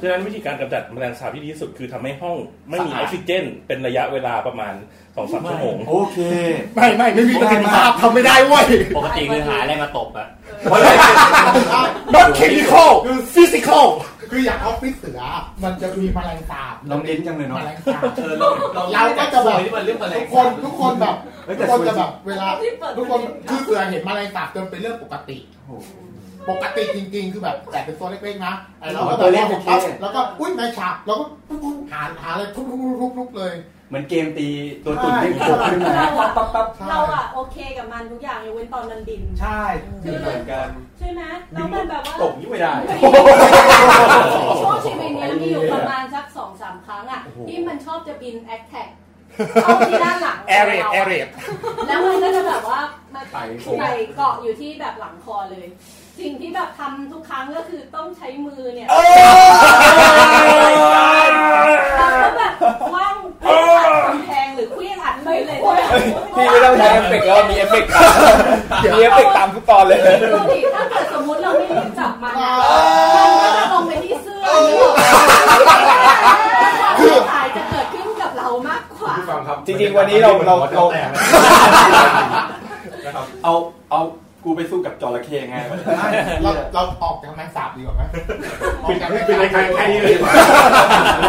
Speaker 10: ดังนั้นวิธีการกำจัดแมลงสาบที่ดีที่สุดคือทำให้ห้องไม่มีอ
Speaker 7: สะอาด
Speaker 10: อกซิเจน เป็นระยะเวลาประมาณสองสามชั่วโมง
Speaker 1: โอเค
Speaker 7: ไม่ไม่ไม่มีประสิทธิภาพทำไม่ได้เว้ย
Speaker 20: ปกติคือหาอะไรมาตบอะ
Speaker 7: not chemical physical
Speaker 6: คืออย่างออฟฟิศเสือมันจะมีแมลงสาบ
Speaker 1: ลองเล่นจังเลยเนาะ
Speaker 6: แมลงสาบเราก็จะแบบทุกคนทุกคนแบบ
Speaker 1: เฮ้ยแต่
Speaker 6: ทุกค
Speaker 1: ส
Speaker 6: น
Speaker 1: วยจริง
Speaker 6: จะแบบเวลาทุกคนคือเสือเห็นแมลงสาบจนเป็นเรื่องปกติ ปกติจริงๆ คือแบบแต่เป็นตัวเล็กๆนะไอ้เราก็แบบว่าปั๊บแล้วก็อุ้ยแมลงสาบเราก็ปุ๊บปุ๊บหาหาเลยทุบๆๆๆเลย
Speaker 1: เหมือนเกมตีตัวตุ่นที่โผล่ขึ้นมา
Speaker 13: เราอะ
Speaker 1: ปั๊บปั๊บปั๊บ
Speaker 13: เราอะโอเคกับมันทุกอย่างยกเว้นตอนมันดิน
Speaker 6: ใช่
Speaker 1: มีเหมือนกัน
Speaker 13: ใช่ไหมแล้วมันแบบว่า
Speaker 1: ตกนี่ไม่ได้
Speaker 13: ช่วงชีวิตเนี้ยมีอยู่ประมาณสักสองสามครั้งอะที่มันชอบจะบินแอคแท็กเข้าที่ด้านหลัง
Speaker 7: แอเรีย
Speaker 13: รา
Speaker 7: แอ
Speaker 13: อะ
Speaker 7: เรีย
Speaker 13: แล้วมันก็จะแบบว่ามา
Speaker 1: ไต่สูง
Speaker 13: ไปเกาะอยู่ที่แบบหลังคอเลย สิ่งที่แบบทำทุกครั้งก็คือต้องใช้มือเนี่ยแล้วก็แบบคว่างเครื่องอัดกำแพงหรือเครื่องอัดไปเลยเนี่ย
Speaker 3: พี่ไม่ต้องใช้เอฟเฟกต์แล้วมีเอฟเฟกต์ตามมีเอฟเฟกต์ตามทุกตอนเลย
Speaker 13: ปกติถ้าเกิดสมมติเราไม่รีบจับมันอะมันก็จะลงไปที่เสื้อหรือแบบความเสียหายจะเกิดขึ้นกับเรามากกว่า
Speaker 3: จริงๆวันนี้เราเราเรา
Speaker 1: (laughs) เอาเอากูไปสู้กับจระเข้ไง
Speaker 6: เราเราออกจากแมลงสาบดีกว่าไหมออกจากแมลงสาบ
Speaker 4: เป็นรายการแค่นี้เลย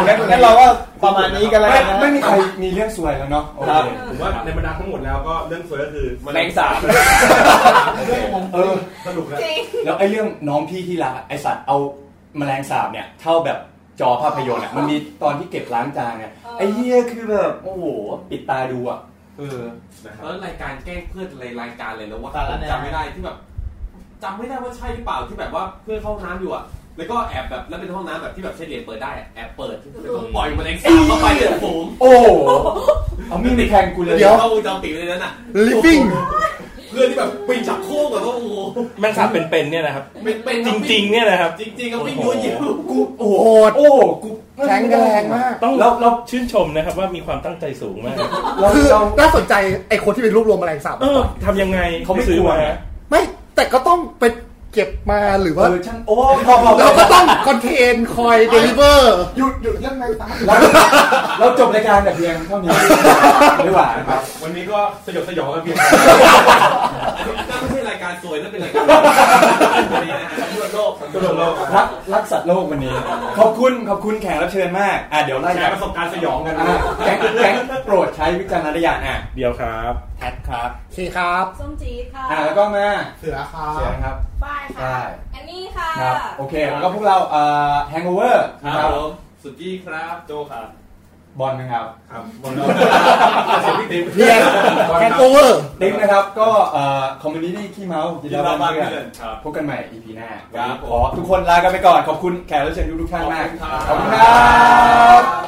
Speaker 16: งั้นเราก็ประมาณนี้กันแล้ว
Speaker 1: ไม่
Speaker 16: กันนะ
Speaker 1: ไม่มีใครมีเรื่องสวยแล้วเนาะโอเ
Speaker 4: ครับผมว่าในบรรดาทั้งหมดแล้วก็เรื่องสวยก็คือ
Speaker 3: แมลงสาบ
Speaker 1: คเออ
Speaker 4: สนุกแล้ว
Speaker 1: แล้วไอ้เรื่องน้องพี่ที่รักอะไอสัตว์เอาแมลงสาบเนี่ยเท่าแบบจอภาพยนตร์อ่ะมันมีตอนที่เก็บล้างจานเนี่ยไอ้เหี้ยคือแบบโอ้โหปิดตาดูอ่ะเออ
Speaker 4: นะครับ
Speaker 2: แล้วรายการแกล้งเพื่อนอะไรรายการเลยนะว่า
Speaker 16: สารแหน่
Speaker 2: จำไม่ได้ที่แบบจำไม่ได้ว่าใช่หรือเปล่าที่แบบว่าเพื่อนเข้าห้องน้ำอยู่อะแล้วก็แอบแบบแล้วเป็นห้องน้ำแบบที่แบบใช้เหรียญเปิดได้อะแอบเปิดแล้วก็ปล่อยแมลงสาบเข้าไปเลยผม
Speaker 1: โอ้โหเอามีดไปแทงกูเลย
Speaker 7: เดี๋ยว
Speaker 2: เข้าวงจรปิดเลยนั้นอ่ะ
Speaker 7: living
Speaker 2: เพื่อนที่แบบปีนจับโค้งแบบว่าโอ้โห
Speaker 10: แมลงสาบเป็นๆเนี่ยนะครับ
Speaker 2: เป็นเป็น
Speaker 10: จริงๆเนี่ยนะครับ
Speaker 2: จริงจริงๆก็วิ่งยั่วยิ้ม
Speaker 1: กู
Speaker 7: โอ้โหด
Speaker 1: โอ้โหกู
Speaker 7: แข็งแรงมาก
Speaker 10: ต้อง
Speaker 1: แล้วแล้ว
Speaker 10: ชื่นชมนะครับว่ามีความตั้งใจสูงมาก
Speaker 1: (laughs) แล้ว
Speaker 7: คือ
Speaker 1: เรา
Speaker 7: น่าสนใจไอคนที่เป็นรวบรวมแมลงสาบ
Speaker 10: เอ
Speaker 7: มา
Speaker 10: อ
Speaker 7: ก่อน
Speaker 10: ทำยังไง
Speaker 1: เขาไม่
Speaker 10: ซื้
Speaker 1: ก
Speaker 10: อ
Speaker 1: ลัว
Speaker 10: มา
Speaker 1: นะ
Speaker 7: ไม่แต่ก็ต้องไปเก็บมาหรือ
Speaker 1: เอ
Speaker 7: ว่า
Speaker 1: อช่างโอ้พอพอพอ
Speaker 7: เราก็ต้องคอนเทนคอยเดลิเวอร์
Speaker 6: หยุดหยุดเรื่องแมลงสาบ
Speaker 1: เราเราจบรายการแต่เพียงเท่า
Speaker 7: (laughs)
Speaker 1: นี้ไม่หวานนะครับ
Speaker 4: วันนี้ก็สยดสยองกันเพียง
Speaker 2: นั่นไม่ใช่รายการสวยนั่นเป็นรายการดีนะฮะทั่วโลก
Speaker 4: โด
Speaker 1: โลกรักรักสัตว์โลกวันนี้ ขอบคุณขอบคุณแขกรับเชิญมากอ่ะเดี๋ยวไล่
Speaker 4: แชร์ประสบการณ์สยองกัน
Speaker 1: ะแก๊งแก๊งโปรดใช้วิจารณญาณอ่ะ
Speaker 10: เดียวครับ
Speaker 1: แพทครับ
Speaker 7: เคครับ
Speaker 5: ส้มจี๊ดค่ะ
Speaker 1: อ่ะแล้วก็มา
Speaker 6: เสือครับ
Speaker 1: เสือครับ
Speaker 5: ป้ายค่ะ
Speaker 1: ได้
Speaker 5: แอนนี่ค่ะ
Speaker 1: ครับโอเคแล้วก็พวกเราเอ่อแฮงโอเวอร์
Speaker 2: ครับผมสุกี้ครับโจครับ
Speaker 1: บอลนะครับ
Speaker 4: ครับ
Speaker 1: บอล
Speaker 2: พี่ติ๊ม
Speaker 1: เรียน
Speaker 2: บอลครับ Hangover
Speaker 1: ติ๊มนะครับก็เอ่อคอมมูนิตี้ขี้เมากินเหล้าบ้าน
Speaker 2: กินเหล้าบ้าน
Speaker 1: เพื่
Speaker 2: เพื่
Speaker 1: อ
Speaker 2: อน นครับ
Speaker 1: พบกันใหม่ EP หน้า
Speaker 2: ครับ
Speaker 1: ขอทุกคนลากันไปก่อนขอบคุณแขกรับเชิญทุกๆท่านมาก
Speaker 2: ขอบคุณครับ
Speaker 1: ขอบคุณครับ